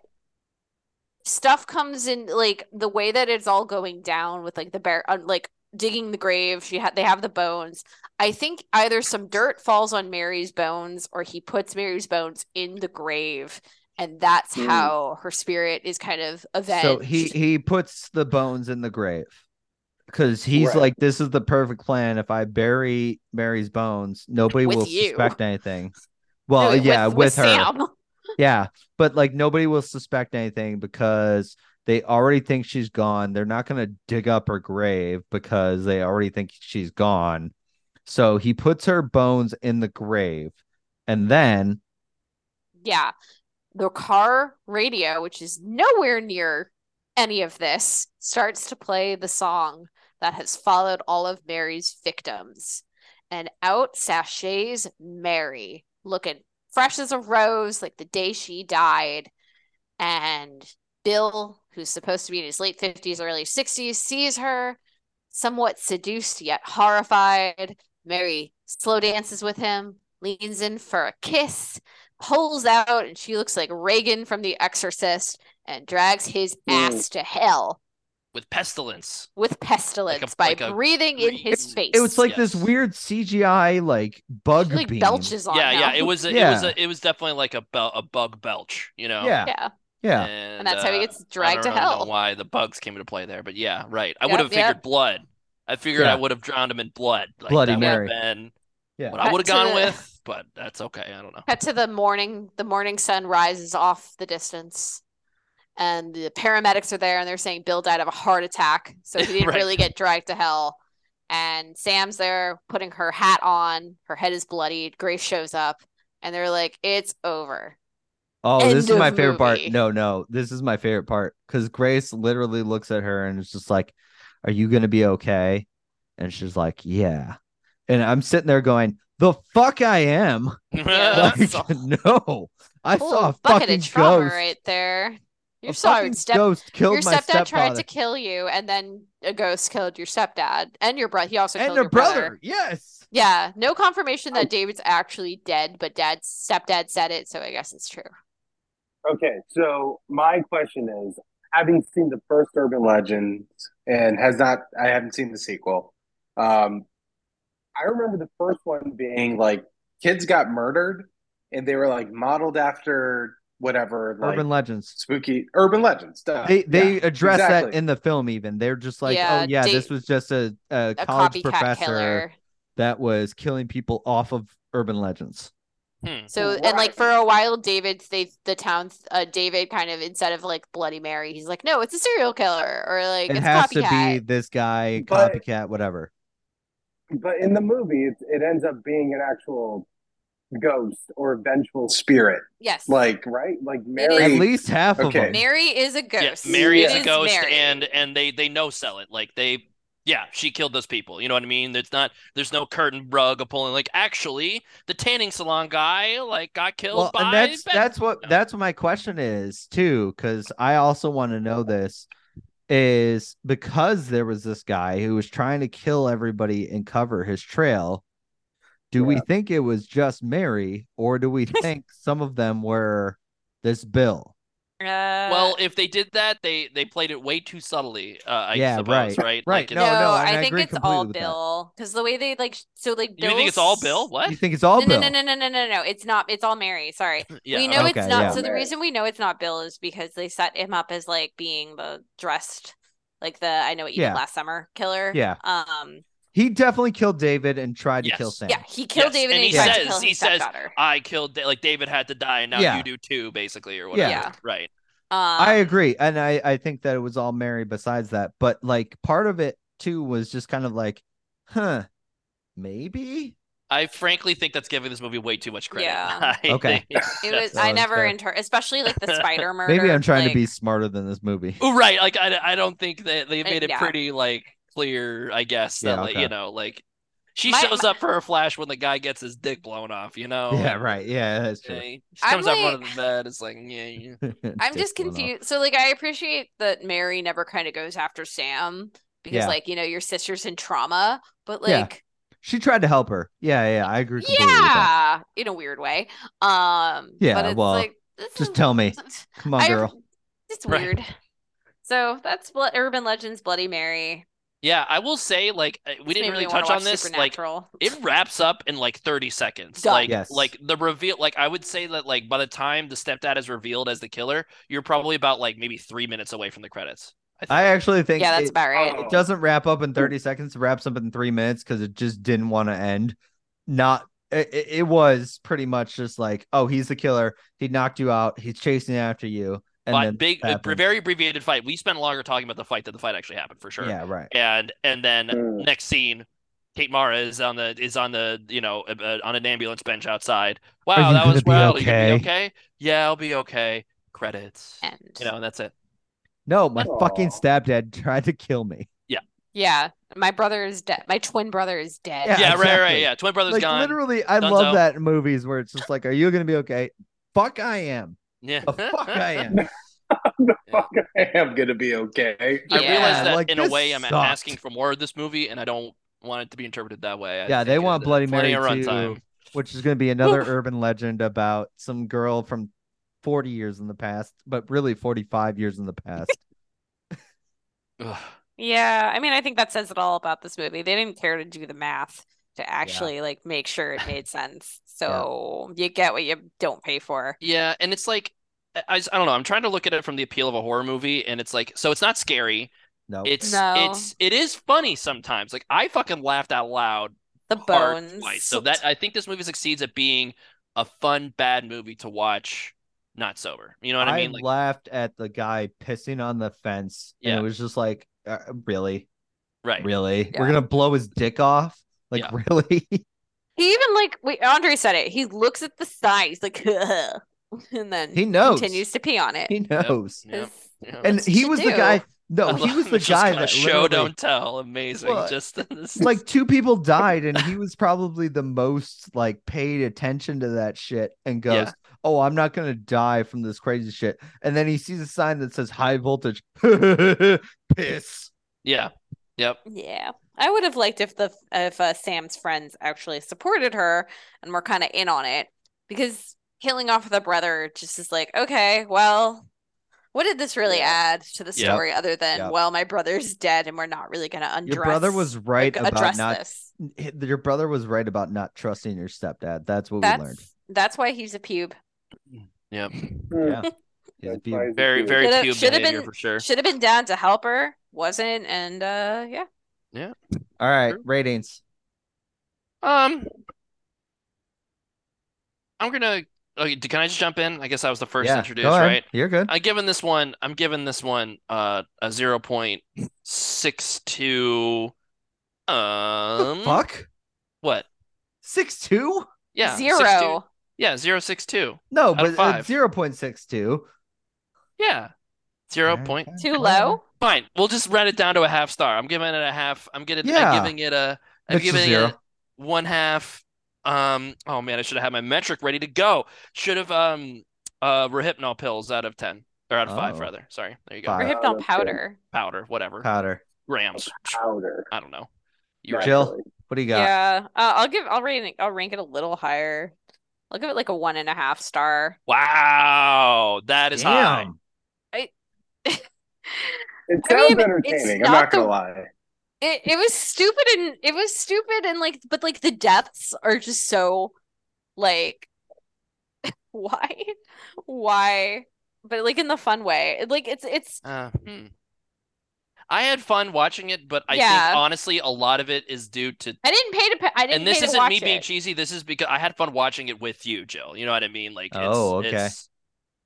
S3: stuff comes in like the way that it's all going down with like the bear uh, like digging the grave she had they have the bones i think either some dirt falls on mary's bones or he puts mary's bones in the grave and that's
S7: Hmm.
S3: how her spirit is kind of avenged
S1: So he he puts the bones in the grave because he's
S7: Right.
S1: like, this is the perfect plan. If I bury Mary's bones, nobody
S3: With
S1: will
S3: you.
S1: suspect anything.
S3: No,
S1: Well,
S3: with-
S1: yeah,
S3: with,
S1: with, her,
S3: Sam.
S1: yeah, but like nobody will suspect anything because they already think she's gone. They're not gonna dig up her grave because they already think she's gone. So he puts her bones in the grave, and then
S3: yeah the car radio which is nowhere near any of this starts to play the song that has followed all of mary's victims and out sachets mary looking fresh as a rose like the day she died and bill who's supposed to be in his late 50s early 60s sees her somewhat seduced yet horrified mary slow dances with him leans in for a kiss pulls out and she looks like Reagan from The Exorcist and drags his ass to hell
S2: With pestilence.
S3: with pestilence
S2: like
S3: by
S2: a
S3: breathing in his
S2: green-
S3: face.
S1: it was like this
S2: Yes.
S1: weird CGI like bug
S3: she, like
S1: beam.
S3: belches on
S2: Yeah,
S3: him.
S2: yeah. It was a, it was
S1: Yeah.
S2: a, it was definitely like a bel- a bug belch, you know.
S1: Yeah,
S3: yeah,
S1: yeah.
S2: And,
S3: and that's how he
S2: uh,
S3: gets
S2: I don't
S3: dragged to
S2: really Know
S3: hell.
S2: why the bugs came into play there, but yeah, right. I
S3: Yep,
S2: would have figured
S3: yep.
S2: blood. I figured
S1: Yeah.
S2: I would have drowned him in blood. Like,
S1: Bloody
S2: that would have
S1: Mary.
S2: been
S1: Yeah.
S2: what I
S3: Cut
S2: would have
S3: to
S2: gone
S3: the-
S2: with, but that's okay. I don't know.
S3: Cut to the morning. The morning sun rises off the distance, and the paramedics are there, and they're saying Bill died of a heart attack, so he didn't
S2: Right.
S3: really get dragged to hell. And Sam's there putting her hat on. Her head is bloodied. Grace shows up, and they're like, "It's over."
S1: Oh, this
S3: End
S1: is my
S3: of
S1: favorite part.
S3: movie.
S1: No, no, this is my favorite part because Grace literally looks at her and is just like, "Are you gonna be okay?" And she's like, "Yeah." And I'm sitting there going, "The fuck I am!"
S3: Yeah,
S1: Like, no, I
S3: Full
S1: saw a
S3: bucket
S1: fucking
S3: of trauma
S1: ghost.
S3: right there.
S1: A
S3: Your sorry
S1: fucking
S3: step
S1: ghost killed
S3: your
S1: my
S3: stepdad tried
S1: stepfather
S3: to kill you, and then a ghost killed your stepdad and your brother. He also
S1: and
S3: killed
S1: her
S3: your brother.
S1: brother. Yes.
S3: Yeah, no confirmation that
S7: Oh.
S3: David's actually dead, but dad's stepdad said it, so I guess it's true.
S7: Okay, so my question is, having seen the first Urban Legends and has not, I haven't seen the sequel. Um, I remember the first one being like kids got murdered, and they were like modeled after whatever like
S1: Urban legends.
S7: spooky urban legends. Duh.
S1: They they
S7: Yeah,
S1: address that
S7: exactly.
S1: in the film. Even they're just like,
S3: Yeah,
S1: oh yeah,
S3: date-
S1: this was just a, a,
S3: a
S1: college
S3: copycat
S1: professor
S3: killer.
S1: that was killing people off of urban legends.
S2: Hmm.
S3: So and like for a while, David they the town's uh, David kind of instead of like Bloody Mary, he's like, no, it's a serial killer or like
S1: it
S3: it's
S1: has
S3: copycat.
S1: to be this guy,
S7: But-
S1: copycat, whatever.
S7: but in the movie, it, it ends up being an actual ghost or vengeful spirit.
S3: Yes,
S7: Like right, like Mary.
S1: At least half
S7: Okay.
S1: of them.
S3: Mary is a ghost.
S2: Yes, Mary
S7: Yeah.
S2: is
S3: It
S2: a ghost,
S3: Mary.
S2: and and they they no sell it. Like they, yeah, she killed those people. You know what I mean? There's not there's no curtain rug of pulling. Like actually, the tanning salon guy like got killed
S1: well,
S2: by.
S1: and that's
S2: Ben-
S1: that's what
S2: No.
S1: that's what my question is too, because I also want to know this is because there was this guy who was trying to kill everybody and cover his trail. Do we think it was just Mary, or do we think some of them were this Bill?
S3: Uh,
S2: well, if they did that, they they played it way too subtly. Uh, I
S1: Yeah, right,
S2: suppose, right?
S1: right.
S2: Like, it's-
S1: No, no, and I
S3: I think
S1: agree
S3: it's all
S1: completely with that.
S3: Bill because the way they like sh- so like
S2: you think it's all Bill?
S3: Bill's-
S2: What?
S1: You think it's all
S3: no,
S1: Oh, Bill?
S3: no, no, no, no, no, no. It's not. It's all Mary. Sorry.
S2: Yeah.
S3: we know
S1: Okay,
S3: it's not.
S1: yeah.
S3: So the
S7: Mary.
S3: reason we know it's not Bill is because they set him up as like being the dressed, like the I know what you
S1: Yeah.
S3: did last summer killer.
S1: Yeah.
S3: Um.
S1: He definitely killed David and tried to kill
S2: Yes.
S1: Sam.
S3: Yeah. He killed
S2: Yes,
S3: David,
S2: and
S3: and he,
S2: he
S3: tried to
S2: says-
S3: kill his
S2: he says-
S3: stepdaughter.
S2: I killed Da- like David had to die, and now
S1: Yeah.
S2: you do too, basically, or
S1: Yeah.
S2: whatever.
S3: Yeah.
S2: Right.
S3: Um,
S1: I agree. And I, I think that it was all Mary besides that. But like part of it too was just kind of like, huh, maybe?
S2: I frankly think that's giving this movie way too much credit.
S3: Yeah.
S2: I
S1: Okay.
S2: think
S3: It
S2: that's-
S3: was.
S1: that
S3: I
S1: was
S3: never
S1: fair.
S3: inter, especially like the spider murder.
S1: Maybe I'm trying to
S3: like-
S1: be smarter than this movie.
S2: Oh, right. Like I, I don't think that they
S3: Uh,
S2: made it
S3: yeah.
S2: pretty like clear. I guess that
S1: Yeah,
S2: like
S1: okay.
S2: you know like she
S3: My-
S2: shows up for a flash when the guy gets his dick blown off. You
S3: Oh,
S2: know.
S1: yeah,
S2: Like,
S1: right. Yeah, that's true.
S2: okay. She
S3: I'm
S2: comes up
S3: like-
S2: out of the bed. It's like yeah, yeah.
S3: I'm
S1: Dick
S3: just
S1: going off.
S3: confused. So like I appreciate that Mary never kind of goes after Sam because
S1: Yeah.
S3: like you know your sister's in trauma, but
S1: Yeah.
S3: like
S1: She tried to help her. Yeah, yeah, I agree completely. with that.
S3: yeah, in a weird way. Um
S1: Yeah,
S3: but it's
S1: well,
S3: like this
S1: Just
S3: is-
S1: tell me. Come on,
S3: I-
S1: girl.
S3: It's
S2: Right.
S3: weird. So that's Blo- Urban Legends Bloody Mary.
S2: Yeah, I will say like uh, we
S3: This made
S2: didn't
S3: me
S2: really
S3: wanna
S2: touch
S3: watch
S2: on this. Like
S3: Supernatural.
S2: it wraps up in like 30 seconds
S3: Done.
S2: like
S1: Yes.
S2: like the reveal like i would say that like by the time the stepdad is revealed as the killer you're probably about like maybe three minutes away from the credits
S1: I actually think
S3: yeah, that's
S1: it,
S3: about right.
S7: Oh.
S1: it doesn't wrap up in 30 seconds, it wraps up in three minutes because it just didn't want to end. Not it, it- it was pretty much just like, oh, he's the killer. He knocked you out. He's chasing after you. And then
S2: but big
S1: this
S2: a
S3: uh,
S1: happened.
S2: very abbreviated fight we spent longer talking about the fight than the fight actually happened for sure
S1: Yeah, right.
S2: and and then
S3: Hmm.
S7: Mm.
S2: next scene kate mara is on the is on the you know uh, uh, on an ambulance bench outside wow
S1: you
S2: that
S1: gonna
S2: was
S1: be
S2: well you gonna be
S1: okay?
S2: okay yeah i'll be okay credits
S3: And
S2: you know and that's it
S1: No, my fucking
S7: Aw.
S1: stepdad tried to kill me.
S3: yeah, my brother is dead. My twin brother is dead.
S1: Yeah,
S2: yeah, right
S1: exactly.
S2: right yeah twin brother's
S1: like
S2: gone
S1: literally, I
S2: Dunzo.
S1: love that in movies where it's just like, are you gonna be okay? Fuck, I am.
S2: yeah
S1: The fuck, I am.
S7: Fuck, I am gonna be okay.
S2: I
S1: Yeah,
S2: realize that
S1: like,
S2: in a
S1: this
S2: way I'm
S1: sucked.
S2: asking for more of this movie, and I don't want it to be interpreted that way. I
S1: Yeah, they
S2: think
S1: want
S2: it-
S1: Bloody
S2: plenty
S1: Mary
S2: of
S1: too.
S2: runtime.
S1: Which is gonna be another urban legend about some girl from 40 years in the past, but really 45 years in the past.
S2: Ugh.
S3: Yeah, I mean, I think that says it all about this movie. They didn't care to do the math to actually like make sure it made sense. So you get what you don't pay for.
S2: Yeah, and it's like I, I just- I don't know. I'm trying to look at it from the appeal of a horror movie, and it's like so it's not scary.
S1: no,
S2: It's
S3: No.
S2: it's it is funny sometimes. Like I fucking laughed out loud
S3: The
S2: hard
S3: bones.
S2: twice. So that I think this movie succeeds at being a fun bad movie to watch, not sober. You know what I, mean? Like
S1: laughed at the guy pissing on the fence, and
S2: Yeah.
S1: it was just like, uh, really,
S2: right.
S1: really, we're
S3: Yeah.
S1: gonna blow his dick off. Like
S2: Yeah.
S1: really,
S3: He even like wait, Andre said it. He looks at the sign. He's like, and then
S1: He knows.
S3: continues to pee on it.
S1: he knows.
S2: Yeah,
S3: 'Cause-
S2: yeah.
S1: And
S3: That's what
S1: he
S3: you
S1: was the
S3: do.
S1: guy.
S2: I
S1: No, he
S2: love-
S1: was the
S2: it's just
S1: guy
S2: kinda
S1: that
S2: show
S1: literally-
S2: don't tell. Amazing.
S1: Well,
S2: just this
S1: like two people died and he was probably the most like paid attention to that shit and goes
S2: Yeah.
S1: oh i'm not gonna die from this crazy shit and then he sees a sign that says high voltage piss
S2: Yeah. Yep.
S3: Yeah. I would have liked if the if uh, Sam's friends actually supported her and were kind of in on it because killing off the brother just is like, okay, well, what did this really
S7: Yeah.
S3: add to the
S2: Yep.
S3: story other than,
S1: Yep.
S3: well, my brother's dead and we're not really going to undress
S1: your brother was right
S3: ag-
S1: about
S3: address
S1: not
S3: this.
S1: your brother was right about not trusting your stepdad that's what we learned
S3: That's that's why he's a pube.
S2: Yep.
S1: Yeah. He's
S7: That's
S1: being-
S7: why he's a
S2: Very,
S7: Cuban.
S2: very
S3: Should've-
S2: cute
S3: should've
S2: behavior
S3: been-
S2: for sure.
S3: Should have been down to help her, wasn't, and uh yeah.
S1: All right,
S2: True.
S1: ratings.
S2: Um, I'm gonna. Okay, d- can I just jump in? I guess I was the first
S1: Yeah,
S2: introduced,
S1: go ahead.
S2: right?
S1: You're good.
S2: I'm giving this one. I'm giving this one uh a 0.62. Um,
S1: Fuck.
S2: what?
S1: Six two?
S2: Yeah, 62.
S3: Zero.
S2: Yeah, 0.62.
S1: No,
S2: of
S1: but uh,
S2: five.
S1: zero point six two.
S2: Yeah, zero point.
S3: Too low.
S2: Fine, we'll just round it down to a half star. I'm giving it a half. I'm getting.
S1: Yeah.
S2: I'm giving it a. I'm
S1: Mix the
S2: giving it
S1: zero.
S2: a one half. Um. Oh man, I should have had my metric ready to go. Should have um uh rehypnol pills out of ten or out of five
S1: Oh.
S2: rather. Sorry. There you go.
S1: Five.
S3: Or
S1: Uh,
S3: hypnol
S7: that's good.
S3: powder.
S2: Powder, whatever.
S1: Powder.
S2: Grams.
S7: powder.
S2: I don't know. You're right.
S1: Jill. What do you got?
S3: Yeah. Uh, I'll give I'll rate it I'll rank it a little higher. I'll give it like a one and a half star.
S2: Wow, that is high.
S1: Damn.
S7: It
S3: I
S7: sounds
S3: mean, it's
S7: entertaining. I'm
S3: not
S7: not gonna
S3: the-
S7: lie.
S3: It it was stupid and it was stupid and like but like the depths are just so like why? Why? But like in the fun way. Like it's it's
S2: Uh, hmm. I had fun watching it, but I
S3: Yeah.
S2: think honestly a lot of it is due to
S3: I didn't pay to pa- I didn't
S2: and this
S3: pay to
S2: isn't
S3: watch
S2: me being
S3: it.
S2: cheesy. This is because I had fun watching it with you, Jill. You know what I mean? Like, it's,
S1: Oh, okay.
S2: it's-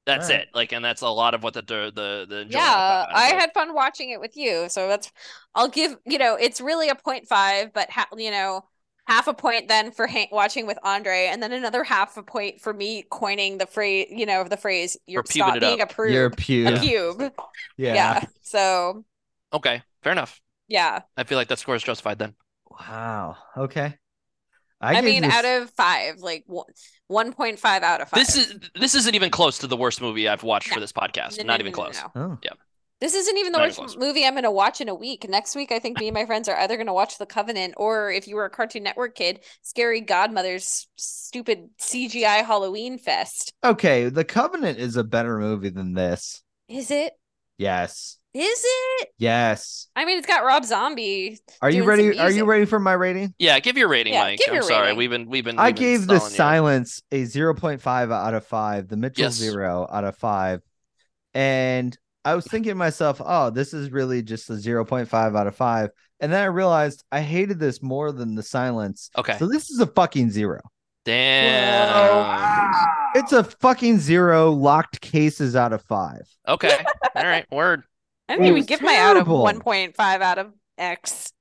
S2: that's
S1: Alright.
S2: it. Like, and that's a lot of what the the the, the enjoyment
S3: Yeah,
S2: about it
S3: I
S2: is.
S3: had fun watching it with you. So that's I'll give, you know, it's really a point five, but ha- you know, half a point then for ha- watching with Andre and then another half a point for me coining the phrase, you know, the phrase you're
S2: pubing
S3: stop
S2: it
S3: being a prude.
S1: You're a
S3: a
S1: pube.
S3: pube.
S1: Yeah.
S3: Yeah. So,
S2: Okay, fair enough.
S3: yeah.
S2: I feel like that score is justified then.
S1: Wow. Okay.
S3: I,
S1: gave
S3: mean,
S1: this-
S3: out of 5, like one- 1.5 out of 5.
S2: This is this isn't even close to the worst movie I've watched
S3: No.
S2: for this podcast.
S3: No, no,
S2: Not
S3: no,
S2: even
S3: Mm, no,
S2: close.
S3: no.
S1: Oh.
S3: This isn't even the
S2: Not
S3: worst
S2: even close.
S3: movie I'm going to watch in a week. Next week, I think me and my friends are either going to watch The Covenant or, if you were a Cartoon Network kid, Scary Godmother's stupid CGI Halloween fest.
S1: Okay, The Covenant is a better movie than this.
S3: Is it?
S1: Yes.
S3: Is it?
S1: Yes.
S3: I mean, it's got Rob Zombie.
S1: Are you
S3: doing some
S1: ready? Are you
S3: music.
S1: ready for my rating?
S2: Yeah, give your rating,
S3: Yeah,
S2: Mike.
S3: give
S2: I'm
S3: your
S2: sorry,
S3: rating.
S2: we've been we've been.
S1: I
S2: we've been
S1: gave the
S2: stalling you.
S1: silence a 0.5 out of 5, the Mitchell
S2: Yes.
S1: 0 out of 5. And I was thinking to myself, oh, this is really just a 0.5 out of 5. And then I realized I hated this more than the silence.
S2: Okay,
S1: So this is a fucking zero.
S2: damn.
S1: It's a fucking zero locked cases out of 5.
S2: Okay, all right. Word.
S3: I
S1: It
S3: didn't even
S1: was
S3: give my out of
S1: terrible.
S3: 1.5 out of X.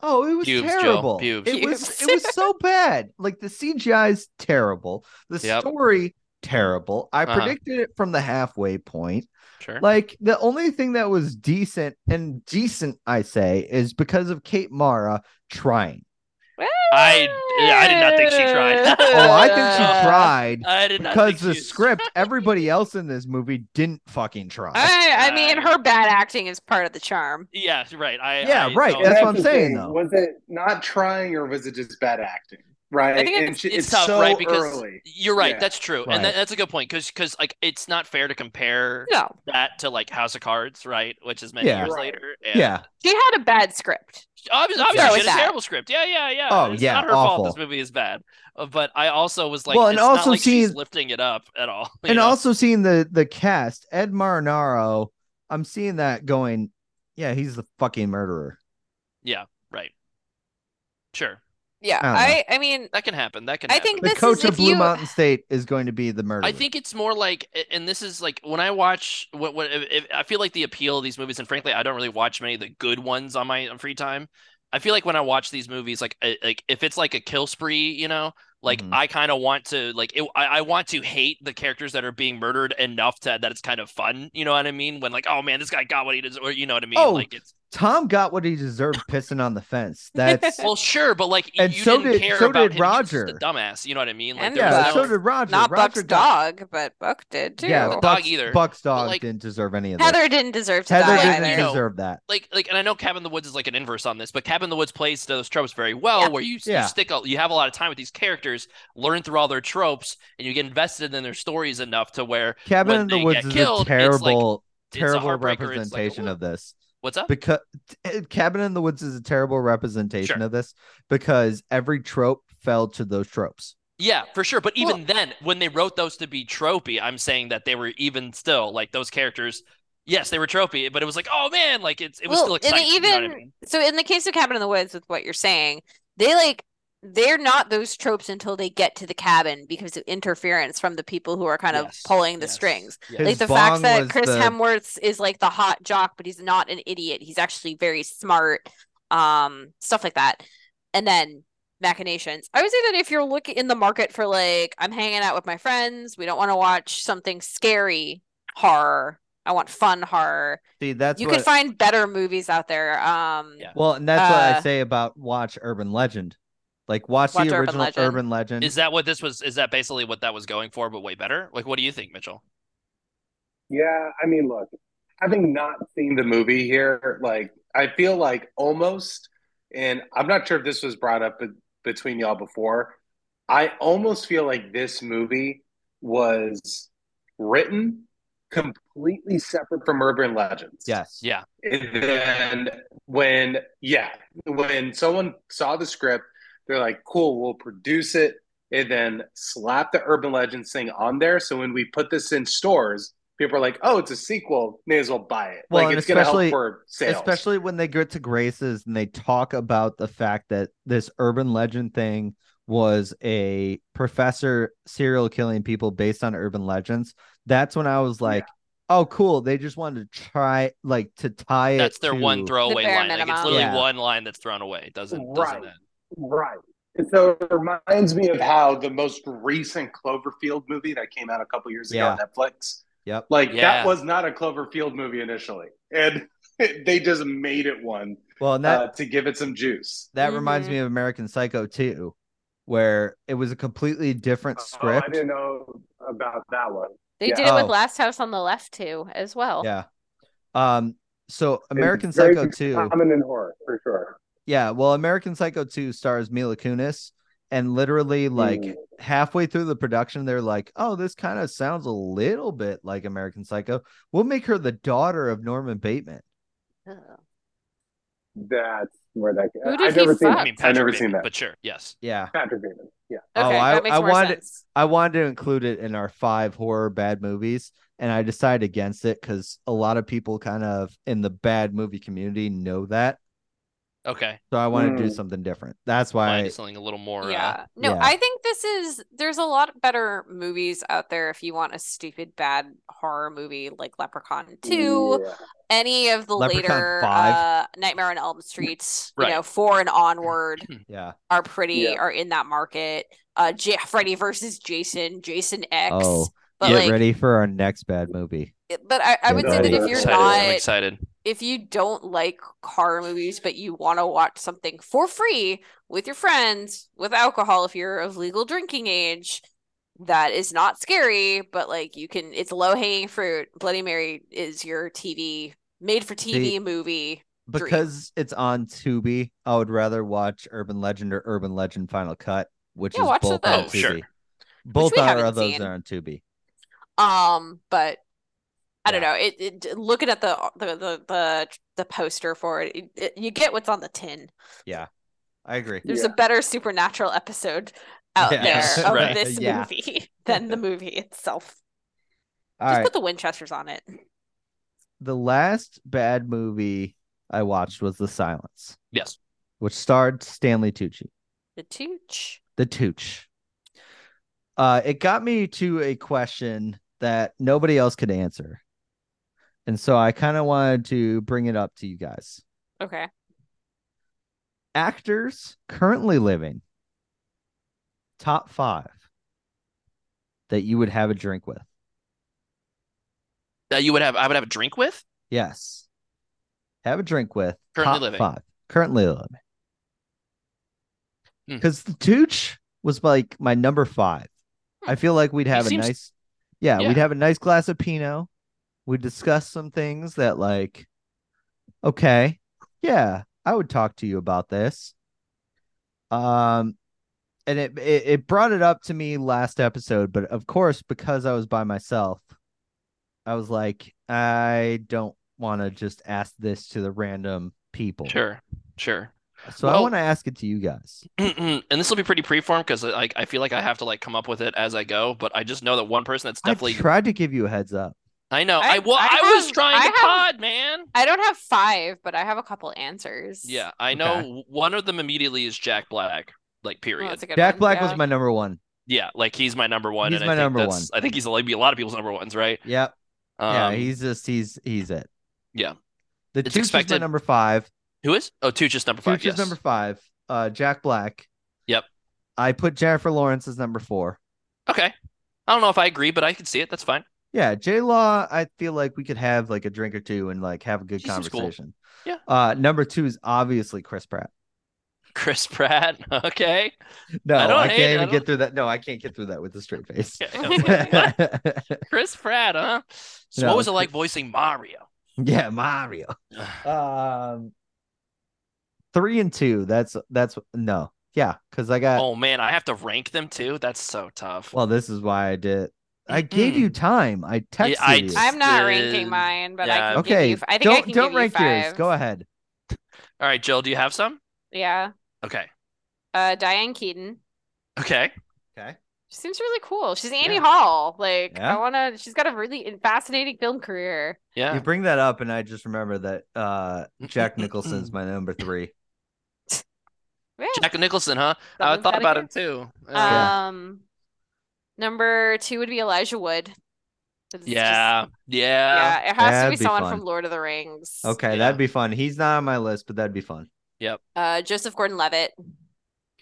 S1: Oh, it was
S2: Pubes, Joe,
S1: terrible.
S2: pubes.
S1: It was
S3: Pubes.
S1: it was so bad. Like the CGI is terrible. The
S2: Yep.
S1: story terrible. I
S2: Uh-huh.
S1: predicted it from the halfway point.
S2: Sure.
S1: Like the only thing that was decent and decent, I say, is because of Kate Mara trying.
S2: I- yeah, I did not think she tried.
S1: Oh, I think
S2: Uh,
S1: she tried
S2: I did not
S1: because
S2: think
S1: the
S2: she-
S1: script. Everybody else in this movie didn't fucking try.
S3: I, I mean, her bad acting is part of the charm.
S2: Yeah, right. I
S1: Yeah,
S2: I
S1: right,
S2: don't-
S7: Well,
S1: that's what I'm
S7: the
S1: saying,
S7: thing.
S1: though.
S7: Was it not trying or was it just bad acting? Right.
S3: I think
S7: And
S3: it's-
S7: she-
S2: it's, tough,
S7: so
S2: right? Because
S7: early.
S2: you're right.
S7: Yeah.
S2: That's true,
S1: Right.
S2: and that, that's a good point because like it's not fair to compare
S3: No,
S2: that to like House of Cards, right? Which is many
S1: Yeah.
S2: years
S7: Right.
S2: later. And
S1: yeah,
S3: she had a bad script.
S2: obviously,
S3: Let's go
S2: obviously she
S3: with
S2: had a
S3: that.
S2: terrible script. Yeah, yeah, yeah.
S1: Oh,
S2: it's
S1: yeah,
S2: not her fault. This
S1: awful.
S2: movie is bad, Uh, but I also was like,
S1: Well, and
S2: it's not
S1: also
S2: like she's
S1: seeing-
S2: lifting it up at all. you
S1: and
S2: know?
S1: also seeing the the cast, Ed Marinaro. I'm seeing that going. Yeah, he's the fucking murderer.
S2: yeah, right. Sure,
S3: Yeah,
S1: I don't know.
S3: I, I mean,
S2: that can happen. That can.
S3: I
S2: happen.
S3: think
S1: The
S3: This is
S1: coach of
S3: if
S1: Blue
S3: you-
S1: Mountain State is going to be the murderer.
S2: I think it's more like, and this is like when I watch what what if- if- I feel like the appeal of these movies, and frankly, I don't really watch many of the good ones on my on free time. I feel like when I watch these movies, like I- like if it's like a kill spree, you know, like
S1: Mhm.
S2: I kind of want to like it, I, I want to hate the characters that are being murdered enough to that it's kind of fun. You know what I mean? When like, oh man, this guy got what he does, or you know what I mean?
S1: Oh.
S2: Like it's
S1: Tom got what he deserved pissing on the fence. That's
S2: well, sure, but like
S1: And
S2: you
S1: so
S2: didn't
S1: did-
S2: care
S1: so
S2: about
S1: did
S2: him. He was just a
S1: Roger.
S2: dumbass. You know what I mean? Like
S3: And
S2: there was
S1: yeah.
S3: Buck.
S2: no-
S1: So did Roger.
S3: not
S1: Roger
S3: Buck's
S1: got-
S3: dog, but Buck did too.
S1: Yeah,
S2: The
S1: Buck's,
S2: dog either.
S1: Buck's dog
S2: like-
S1: didn't deserve any of this.
S3: Heather didn't deserve to
S1: Heather
S3: die
S1: didn't
S3: either.
S2: know,
S1: deserve that.
S2: like like and I know Cabin in the Woods is like an inverse on this, but Cabin in the Woods plays those tropes very well
S3: Yeah.
S2: where you,
S1: Yeah.
S2: you stick a, you have a lot of time with these characters, learn through all their tropes, and you get invested in their stories enough to where
S1: Cabin
S2: when
S1: in the
S2: they
S1: Woods
S2: get
S1: is
S2: killed,
S1: a
S2: it's like-
S1: terrible,
S2: it's a
S1: terrible
S2: heartbreaker, it's like,
S1: representation
S2: "Ooh."
S1: of this
S2: what's up?
S1: because eh, Cabin in the Woods is a terrible representation
S2: Sure.
S1: of this because every trope fell to those tropes.
S2: Yeah, for sure. But even then, when they wrote those to be tropey, I'm saying that they were even still like those characters. Yes, they were tropey, but it was like, oh man, like it's it was still
S3: Well, and
S2: exciting. you know what I
S3: even
S2: mean?
S3: so, in the case of Cabin in the Woods, with what you're saying, they like they're not those tropes until they get to the cabin because of interference from the people who are kind of
S2: Yes,
S3: pulling the
S2: yes,
S3: strings.
S2: yes.
S1: His
S3: like the fact
S1: bong
S3: that
S1: was
S3: Chris
S1: the-
S3: Hemsworth is like the hot jock, but he's not an idiot. He's actually very smart. Um, stuff like that. And then machinations. I would say that if you're looking in the market for like, I'm hanging out with my friends, we don't want to watch something scary horror. I want fun horror.
S1: See, that's
S3: you
S1: what,
S3: could find better movies out there. Um,
S2: Yeah.
S1: Well, and that's what I
S3: Uh,
S1: say about watch Urban Legend. Like watch,
S3: Watch
S1: the
S3: Urban
S1: original
S3: Legend.
S1: Urban Legend.
S2: Is that what this was? Is that basically what that was going for, but way better? Like, what do you think, Mitchell?
S4: Yeah, I mean, look, having not seen the movie here, like I feel like almost, and I'm not sure if this was brought up be- between y'all before. I almost feel like this movie was written completely separate from Urban Legends.
S1: yes.
S2: Yeah.
S4: And then when, yeah, when someone saw the script, they're like, cool, we'll produce it and then slap the Urban Legends thing on there. So when we put this in stores, people are like, oh, it's a sequel. May as well buy it.
S1: Well,
S4: like
S1: and
S4: it's going to help
S1: especially-
S4: for sales.
S1: Especially when they get to Grace's and they talk about the fact that this urban legend thing was a professor serial killing people based on urban legends. That's when I was like, oh, cool. They just wanted to try, like, to tie
S2: that's
S1: it.
S2: their
S1: to,
S2: one throwaway
S3: bare
S2: line. Like it's
S3: minimum.
S2: literally
S1: Yeah.
S2: one line that's thrown away. It Doesn't doesn't
S4: Right.
S2: end.
S4: Right. And so it reminds me of how the most recent Cloverfield movie that came out a couple years ago on Netflix,
S1: Yep.
S4: like
S2: Yeah.
S4: that was not a Cloverfield movie initially. And they just made it one
S1: Well, and that,
S4: uh, to give it some juice.
S1: that reminds
S3: Mhm.
S1: me of American Psycho too, where it was a completely different
S4: Oh, I
S1: script.
S4: didn't know about that one.
S3: They
S4: Yeah.
S3: did it
S1: Oh.
S3: with Last House on the Left too, as well.
S1: yeah. Um, so American
S4: It's very
S1: Psycho 2.
S4: Common in horror, for sure.
S1: Yeah, well, American Psycho 2 stars Mila Kunis, and literally, like
S4: Mm.
S1: halfway through the production, they're like, "Oh, this kind of sounds a little bit like American Psycho. We'll make her the daughter of Norman Bateman."
S3: Ugh.
S4: That's where that.
S3: Who did
S4: I've
S3: he
S4: never seen.
S3: fuck?
S2: I
S4: That.
S2: mean,
S4: I've
S2: Patrick
S4: never
S2: Bateman,
S4: seen that.
S2: But sure, yes.
S1: Yeah,
S4: Patrick Bateman. Yeah.
S1: Oh,
S3: Okay,
S1: I-
S3: that makes
S1: I
S3: more
S1: wanted-
S3: sense.
S1: I wanted to include it in our five horror bad movies, and I decided against it because a lot of people kind of in the bad movie community know that.
S2: Okay.
S1: So I wanted to do
S4: Mm.
S1: something different. That's why.
S2: Mine is something a little more. Uh,
S3: Yeah. No,
S1: yeah.
S3: I think this is there's a lot better movies out there if you want a stupid bad horror movie like Leprechaun 2,
S4: Yeah.
S3: any of the
S1: Leprechaun
S3: later
S1: 5.
S3: uh Nightmare on Elm Street,
S2: Right.
S3: you know, 4 and onward
S1: yeah.
S3: are pretty
S4: Yeah.
S3: are in that market. Uh J- Freddy versus Jason, Jason X.
S1: Oh,
S3: but
S1: get
S3: like
S1: ready for our next bad movie.
S3: it- but I, I
S1: Get
S3: would say that
S1: ready.
S3: if
S2: I'm
S3: you're
S2: excited.
S3: not
S2: I'm excited.
S3: if you don't like horror movies but you want to watch something for free with your friends with alcohol if you're of legal drinking age that is not scary but like you can it's low hanging fruit bloody mary is your tv made for tv
S1: See,
S3: movie Dream.
S1: because it's on Tubi, I would rather watch Urban Legend or Urban Legend Final Cut, which
S3: Yeah,
S1: is
S3: watch
S1: both
S3: those.
S1: on
S2: Oh,
S1: Tubi.
S2: sure.
S1: Both
S3: we
S1: are
S3: haven't
S1: of those
S3: seen.
S1: are on Tubi.
S3: um but I don't
S1: Yeah.
S3: know. It, it looking at the the the the, the poster for it, it, it- you get what's on the tin.
S1: I agree.
S3: There's
S4: Yeah.
S3: a better supernatural episode out
S1: Yeah.
S2: Yes,
S3: there of
S2: right.
S3: this
S1: Yeah.
S3: movie than the movie itself.
S1: All
S3: Just
S1: right.
S3: put the Winchesters on it.
S1: The last bad movie I watched was The Silence,
S2: Yes.
S1: which starred Stanley Tucci,
S3: The Tooch.
S1: the Tooch. Uh, it got me to a question that nobody else could answer. And so I kind of wanted to bring it up to you guys.
S3: Okay.
S1: actors currently living top five that you would have a drink with
S2: That you would have. I would have a drink with.
S1: yes have a drink with
S2: Currently
S1: top
S2: living.
S1: five currently living
S2: Hmm.
S1: because the tooch was like my number five i feel like we'd have a
S2: Hmm. seems-
S1: nice yeah,
S2: Yeah.
S1: we'd have a nice glass of pinot we'd discuss some things that like okay yeah i would talk to you about this um and it, it it brought it up to me last episode but of course because i was by myself i was like i don't want to just ask this to the random people
S2: Sure. Sure.
S1: So I
S2: Well-
S1: want to ask it to you guys.
S2: and this will be pretty preform because like I feel like I have to like come up with it as I go. But I just know that one person that's definitely
S1: I tried to give you a heads up.
S2: I know
S3: I-
S2: I wa-
S3: I
S2: I was
S3: have-
S2: trying
S3: I
S2: to
S3: have-
S2: pod man.
S3: I don't have five, but I have a couple answers.
S2: Yeah, I know w- one of them immediately is Jack Black. Like
S3: Well,
S2: period.
S3: Oh, that's a good
S1: Jack
S3: one.
S1: Black
S3: Yeah.
S1: was my number one.
S2: yeah, like he's my number one.
S1: He's
S2: and
S1: my
S2: I think
S1: number
S2: that's, I think he's like be a lot of people's number ones, right?
S1: Yep.
S2: Um,
S1: yeah, he's just he's he's it.
S2: yeah.
S1: The
S2: It's
S1: Tooch is my
S2: expected.
S1: number five.
S2: who is? Oh, Tooch is number five.
S1: Tooch
S2: yes.
S1: is number five. Uh, Jack Black.
S2: Yep.
S1: I put Jennifer Lawrence as number four.
S2: Okay. I don't know if I agree, but I can see it. That's fine.
S1: Yeah, J Law. I feel like we could have like a drink or two and like have a good
S2: She seems cool.
S1: conversation.
S2: Yeah.
S1: Uh, number two is obviously Chris Pratt.
S2: Chris Pratt. Okay.
S1: No, I,
S2: don't
S1: can't
S2: hate it,
S1: even
S2: I
S1: get
S2: don't-
S1: through that. No, I can't get through that with a straight face.
S2: Okay. What? Chris Pratt, huh? So
S1: No,
S2: what was it
S1: Chris-
S2: like voicing Mario?
S1: yeah, Mario. Um, three and two. That's that's no. Yeah, because I got.
S2: oh man, I have to rank them too. That's so tough.
S1: Well, this is why I did. I gave you time. I texted
S2: I
S1: you.
S2: just-
S3: I'm not ranking
S2: is-
S3: mine, but
S2: yeah.
S3: I can give
S1: okay.
S3: you. I think
S1: don't
S3: I can
S1: don't
S3: give
S1: rank
S3: you five.
S1: yours. Go ahead.
S2: All right, Jill, do you have some?
S3: Yeah.
S2: Okay.
S3: Uh, Diane Keaton.
S2: Okay.
S1: Okay.
S3: She seems really cool. She's Annie
S1: Yeah.
S3: Hall. Like
S1: Yeah.
S3: I wanna. She's got a really fascinating film career.
S2: Yeah.
S1: You bring that up, and I just remember that uh, Jack Nicholson's my number three.
S3: Yeah.
S2: Jack Nicholson, huh? I
S3: Someone's
S2: thought
S3: gotta
S2: about
S3: go.
S2: him too. Yeah.
S1: Yeah.
S3: Um, number two would be Elijah Wood. 'Cause it's just-
S2: yeah. Yeah.
S3: yeah, it has to
S1: That'd
S3: be
S1: be
S3: someone
S1: fun.
S3: from Lord of the Rings.
S1: Okay,
S2: Yeah.
S1: that'd be fun. He's not on my list, but that'd be fun.
S3: Uh, Joseph Gordon-Levitt.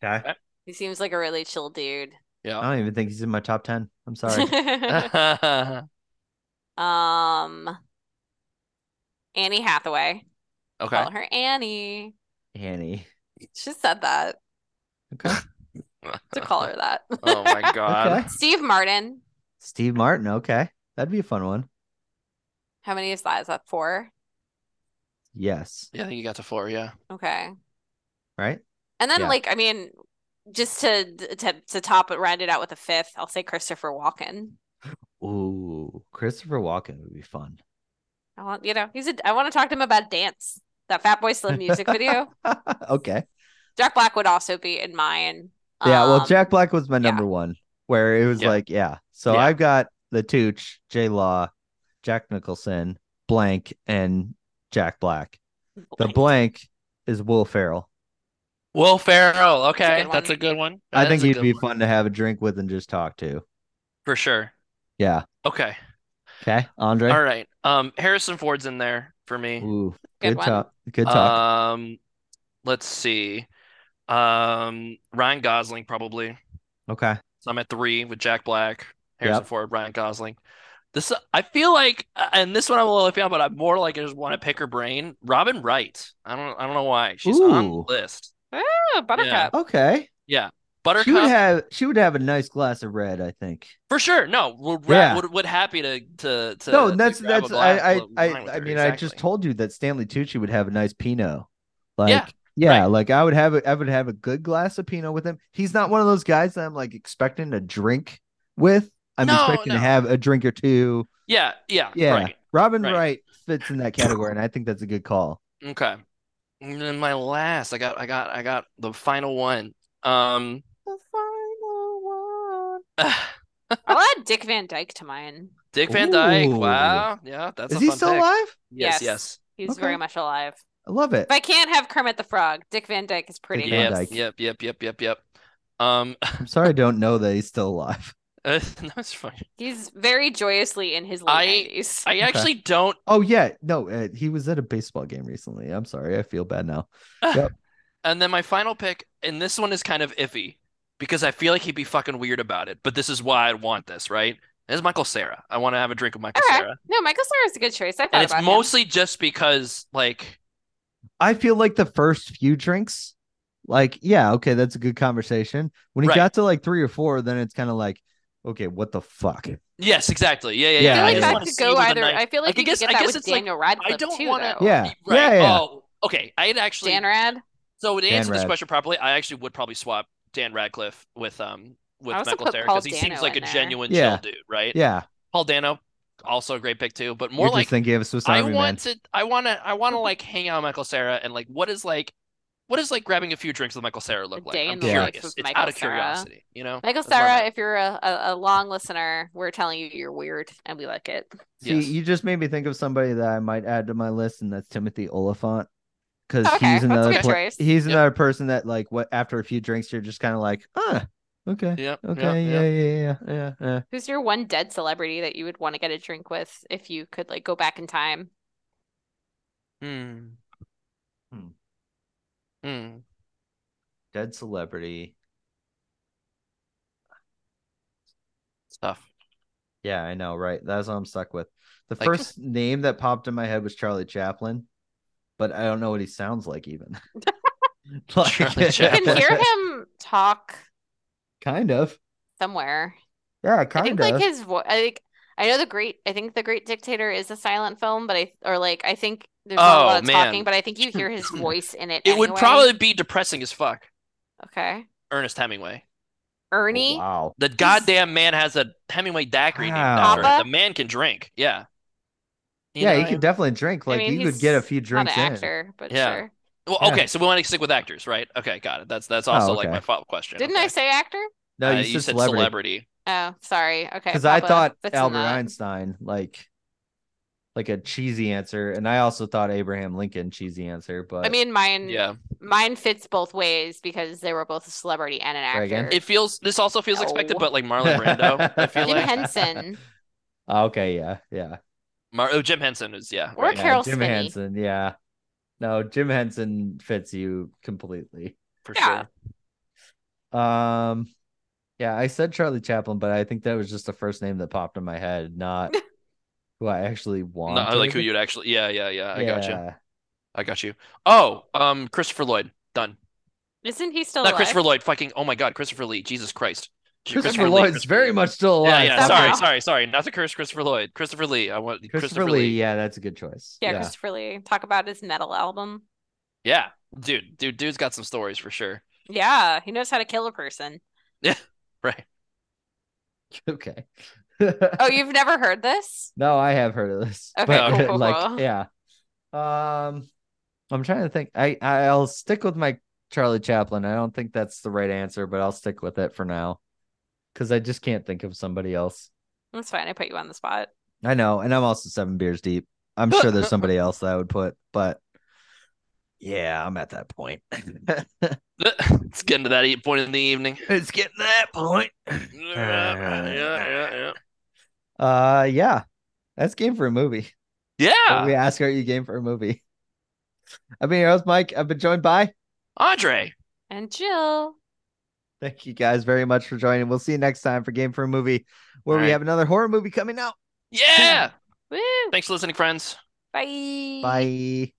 S1: Okay.
S3: He seems like a really chill dude.
S2: Oh.
S1: I don't even think he's in my top ten. I'm sorry.
S3: um, Annie Hathaway.
S2: okay.
S3: Call her Annie.
S1: Annie.
S3: She said that
S1: Okay.
S3: to call her that.
S2: oh my god.
S1: Okay.
S3: Steve Martin.
S1: Steve Martin. Okay, that'd be a fun one.
S3: How many is that? Is that four?
S1: Yes.
S2: Yeah, I think you got to four. Yeah.
S3: Okay.
S1: Right.
S3: And then,
S1: Yeah.
S3: like, I mean, just to to to top it, round it out with a fifth, I'll say Christopher Walken.
S1: Ooh, Christopher Walken would be fun.
S3: I want you know he's a, I want to talk to him about dance. That Fat Boy Slim music video.
S1: okay.
S3: Jack Black would also be in mine.
S1: Yeah. well,
S3: Um,
S1: Jack Black was my
S3: yeah.
S1: number one, where it was
S2: Yeah.
S1: like, yeah. So
S2: Yeah.
S1: I've got the Tooch, J Law, Jack Nicholson, blank, and Jack Black. The blank is Will Ferrell.
S2: Will Ferrell.
S3: a
S2: Okay,
S3: good
S2: that's a
S3: one.
S2: good one.
S1: I
S2: That
S1: think
S2: is a
S1: he'd
S2: good
S1: be
S2: one.
S1: fun to have a drink with and just talk to.
S2: for sure.
S1: Yeah.
S2: Okay.
S1: Okay. Andre.
S2: All right. Um, Harrison Ford's in there for me.
S1: Ooh,
S3: Good
S1: good,
S3: one.
S1: talk. Good talk.
S2: Um, let's see. Um, Ryan Gosling probably.
S1: okay.
S2: So I'm at three with Jack Black, Harrison
S1: Yep.
S2: Ford, Ryan Gosling. This I feel like, uh, and this one I'm a little iffy on, but I'm more like I just want to pick her brain. Robin Wright. I don't I don't know why she's on the
S1: Ooh.
S2: list.
S3: Oh, Buttercup.
S1: Okay. She
S2: Buttercup
S1: would have. She would have a nice glass of red. I think.
S2: for sure. No, would
S1: Yeah.
S2: would, would happy to to to
S1: no,
S2: to
S1: that's
S2: grab
S1: that's.
S2: a glass-
S1: I I
S2: wine
S1: I,
S2: with
S1: I
S2: her,
S1: mean, I just
S2: exactly.
S1: told you that Stanley Tucci would have a nice Pinot. Like.
S2: Yeah,
S1: Yeah. Yeah,
S2: right.
S1: like I would have, a, I would have a good glass of Pinot with him. He's not one of those guys that I'm like expecting to drink with. I'm
S2: No,
S1: expecting to
S2: no.
S1: have a drink or two.
S2: Yeah, yeah,
S1: Yeah,
S2: right.
S1: Robin
S2: Right.
S1: Wright fits in that category, and I think that's a good call.
S2: Okay. And then my last, I got, I got, I got the final one. Um,
S1: The final one.
S3: I'll add Dick Van Dyke to mine.
S2: Dick Van Dyke.
S1: Ooh.
S2: Wow. Yeah, that's a
S1: Is he
S2: fun
S1: still
S2: pick.
S1: alive?
S2: Yes,
S3: Yes.
S2: yes.
S3: He's
S1: Okay.
S3: very much alive.
S1: I love it.
S3: If I can't have Kermit the Frog, Dick Van Dyke is pretty
S1: Van
S2: Yep,
S3: good.
S1: Dyke.
S2: yep, yep, yep, yep, yep. Um,
S1: I'm sorry, I don't know that he's still alive.
S2: that's funny.
S3: He's very joyously in his
S2: I-
S3: late nineties.
S2: I actually don't.
S1: Oh yeah, no, uh, he was at a baseball game recently. I'm sorry, I feel bad now.
S2: And then my final pick, and this one is kind of iffy because I feel like he'd be fucking weird about it, but this is why I'd want this, right? Is Michael Sarah. I want to have a drink with Michael
S3: Okay.
S2: Sarah.
S3: No, Michael Cera is a good choice. I thought
S2: And it's
S3: about him.
S2: mostly just because, like,
S1: I feel like the first few drinks, like yeah, okay, that's a good conversation. When he
S2: Right.
S1: got to like three or four, then it's kind of like, okay, what the fuck?
S2: yes, exactly.
S1: I
S2: Yeah, yeah,
S3: I
S2: yeah.
S3: feel
S1: Yeah,
S3: like
S1: yeah.
S2: just
S3: that
S2: wanna
S3: could
S2: see
S3: go
S2: where the
S3: either.
S2: night-
S3: I feel like,
S2: Like, I
S3: you
S2: guess-
S3: could
S2: I
S3: get that
S2: guess
S3: with
S2: it's like,
S3: Daniel
S2: I
S3: Radcliffe
S2: don't
S3: too,
S2: want to.
S3: though.
S1: Yeah,
S2: Right.
S1: yeah, yeah.
S2: Oh, okay. I'd actually.
S3: Dan Rad.
S2: So to
S1: Dan
S2: answer this
S1: Rad.
S2: question properly, I actually would probably swap Dan Radcliffe with um with
S3: I also
S2: Michael
S3: put
S2: Cera
S3: Paul
S2: because he
S3: Dano
S2: seems like a
S3: in there.
S2: genuine
S1: Yeah.
S2: chill dude, right?
S1: Yeah,
S2: Paul Dano, also a great pick too, but more
S1: you're
S2: like
S1: just thinking of Swiss
S2: I
S1: Army Man.
S2: want to, I want to, I want to like hang out with Michael Sarah and like what is like what does like grabbing a few drinks with Michael Sarah look
S3: A
S2: like?
S3: day
S2: I'm
S3: in
S1: the life
S2: curious.
S3: with
S2: It's
S3: Michael
S2: out of
S3: Cera.
S2: curiosity, you know?
S3: Michael
S2: I love
S3: Sarah,
S2: it.
S3: if you're a, a, a long listener, we're telling you you're weird and we like it.
S1: See,
S2: Yes.
S1: you just made me think of somebody that I might add to my list, and that's Timothy Oliphant. Because
S3: Okay,
S1: he's
S3: that's a
S1: another
S3: good
S1: pla-
S3: choice.
S1: he's
S2: Yep.
S1: another person that like what after a few drinks you're just kind of like, ah, okay,
S2: Yep, yep,
S1: okay,
S2: yep.
S1: yeah, yeah, yeah, yeah, yeah.
S3: Who's your one dead celebrity that you would want to get a drink with if you could like go back in time?
S2: Hmm.
S1: Hmm.
S2: Hmm.
S1: Dead celebrity.
S2: Stuff.
S1: Yeah, I know, right? That's what I'm stuck with. The
S2: Like-
S1: first name that popped in my head was Charlie Chaplin, but I don't know what he sounds like even. Like-
S2: Charlie You
S3: You
S2: can
S3: can hear him talk
S1: Kind of.
S3: somewhere.
S1: Yeah,
S3: I
S1: kind
S3: think
S1: of.
S3: like his voice. I think I know the great. I think the Great Dictator is a silent film, but I or like I think there's not a
S2: Oh,
S3: lot of talking,
S2: man.
S3: but I think you hear his voice in it.
S2: It would
S3: anyway.
S2: probably be depressing as fuck.
S3: okay.
S2: Ernest Hemingway.
S1: Oh,
S3: Ernie,
S1: wow.
S2: The goddamn man has a Hemingway daiquiri named
S1: Wow.
S2: after him.
S3: Papa?
S2: The man can drink. Yeah. You
S1: yeah,
S2: know?
S1: he could definitely drink.
S3: I
S1: Like
S3: mean,
S1: you could get a
S3: he's
S1: few
S3: not an
S1: drinks in.
S3: actor, but
S2: Yeah.
S3: sure.
S2: Well,
S1: Yeah. Oh,
S2: okay, so we want to stick with actors, right? Okay, got it. That's that's also like
S1: okay.
S2: my follow-up question.
S3: Didn't
S2: okay.
S3: I say actor?
S1: No,
S2: Uh,
S1: you, said celebrity.
S3: Oh, sorry. Okay,
S1: Because I
S3: Papa
S1: thought
S3: fits in
S1: Albert
S3: that.
S1: Einstein, like, like a cheesy answer, and I also thought Abraham Lincoln cheesy answer, but
S3: I mean, mine.
S2: Yeah.
S3: Mine fits both ways because they were both a celebrity and an
S1: Try again?
S3: actor.
S2: It feels this also feels expected,
S3: Mm. No.
S2: but like Marlon Brando, I feel
S3: Jim
S2: like.
S3: Henson
S1: Ah, okay, yeah, yeah,
S2: Mar- oh, Jim Henson is yeah.
S3: or
S2: right.
S1: yeah,
S3: Carol
S1: Jim
S3: Spinney.
S1: Henson, yeah. No, Jim Henson fits you completely.
S2: for
S3: Yeah.
S2: sure.
S1: Um, yeah, I said Charlie Chaplin, but I think that was just the first name that popped in my head, not who I actually
S2: No,
S1: wanted.
S2: like who you'd actually. Yeah, yeah, yeah. I got you.
S1: Yeah.
S2: I got you. Oh, um, Christopher Lloyd. Done.
S3: Isn't he still
S2: Not
S3: alive?
S2: Christopher Lloyd. Fucking. Oh my God, Christopher Lee. Jesus Christ. Sh-
S1: Christopher Lloyd's
S2: Christopher
S1: very
S2: Lee.
S1: much still
S2: Yeah,
S1: alive.
S2: yeah. Sorry,
S3: Somehow.
S2: sorry, sorry. Not to curse Christopher Lloyd. Christopher Lee. I want
S1: Christopher, Lee, yeah, that's a good choice.
S3: Yeah, Christopher Lee. Talk about his metal album.
S2: Yeah, dude, dude, dude's got some stories for sure.
S3: Yeah, he knows how to kill a person.
S2: Right.
S1: Okay.
S3: Oh, you've never heard this?
S1: No, I have heard of this.
S3: Okay,
S1: but
S3: cool, cool,
S1: like
S3: cool.
S1: yeah. Um I'm trying to think. I I'll stick with my Charlie Chaplin. I don't think that's the right answer, but I'll stick with it for now. Cuz I just can't think of somebody else.
S3: That's fine. I put you on the spot.
S1: I know, and I'm also 7 beers deep. I'm sure there's somebody else that I would put, but yeah, I'm at that point.
S2: It's getting to that e- point in the evening.
S1: it's getting to that point.
S2: Yeah, yeah, yeah,
S1: Uh yeah. That's game for a movie.
S2: yeah.
S1: Or We
S2: Yeah,
S1: ask, are you game for a movie? I've been your host, Mike. I've been joined by.
S2: Andre.
S3: And Jill.
S1: Thank you guys very much for joining. We'll see you next time for Game for a Movie, where we
S2: Alright.
S1: have another horror movie coming out.
S2: Yeah.
S3: Woo!
S2: Thanks for listening, friends.
S3: Bye.
S1: Bye.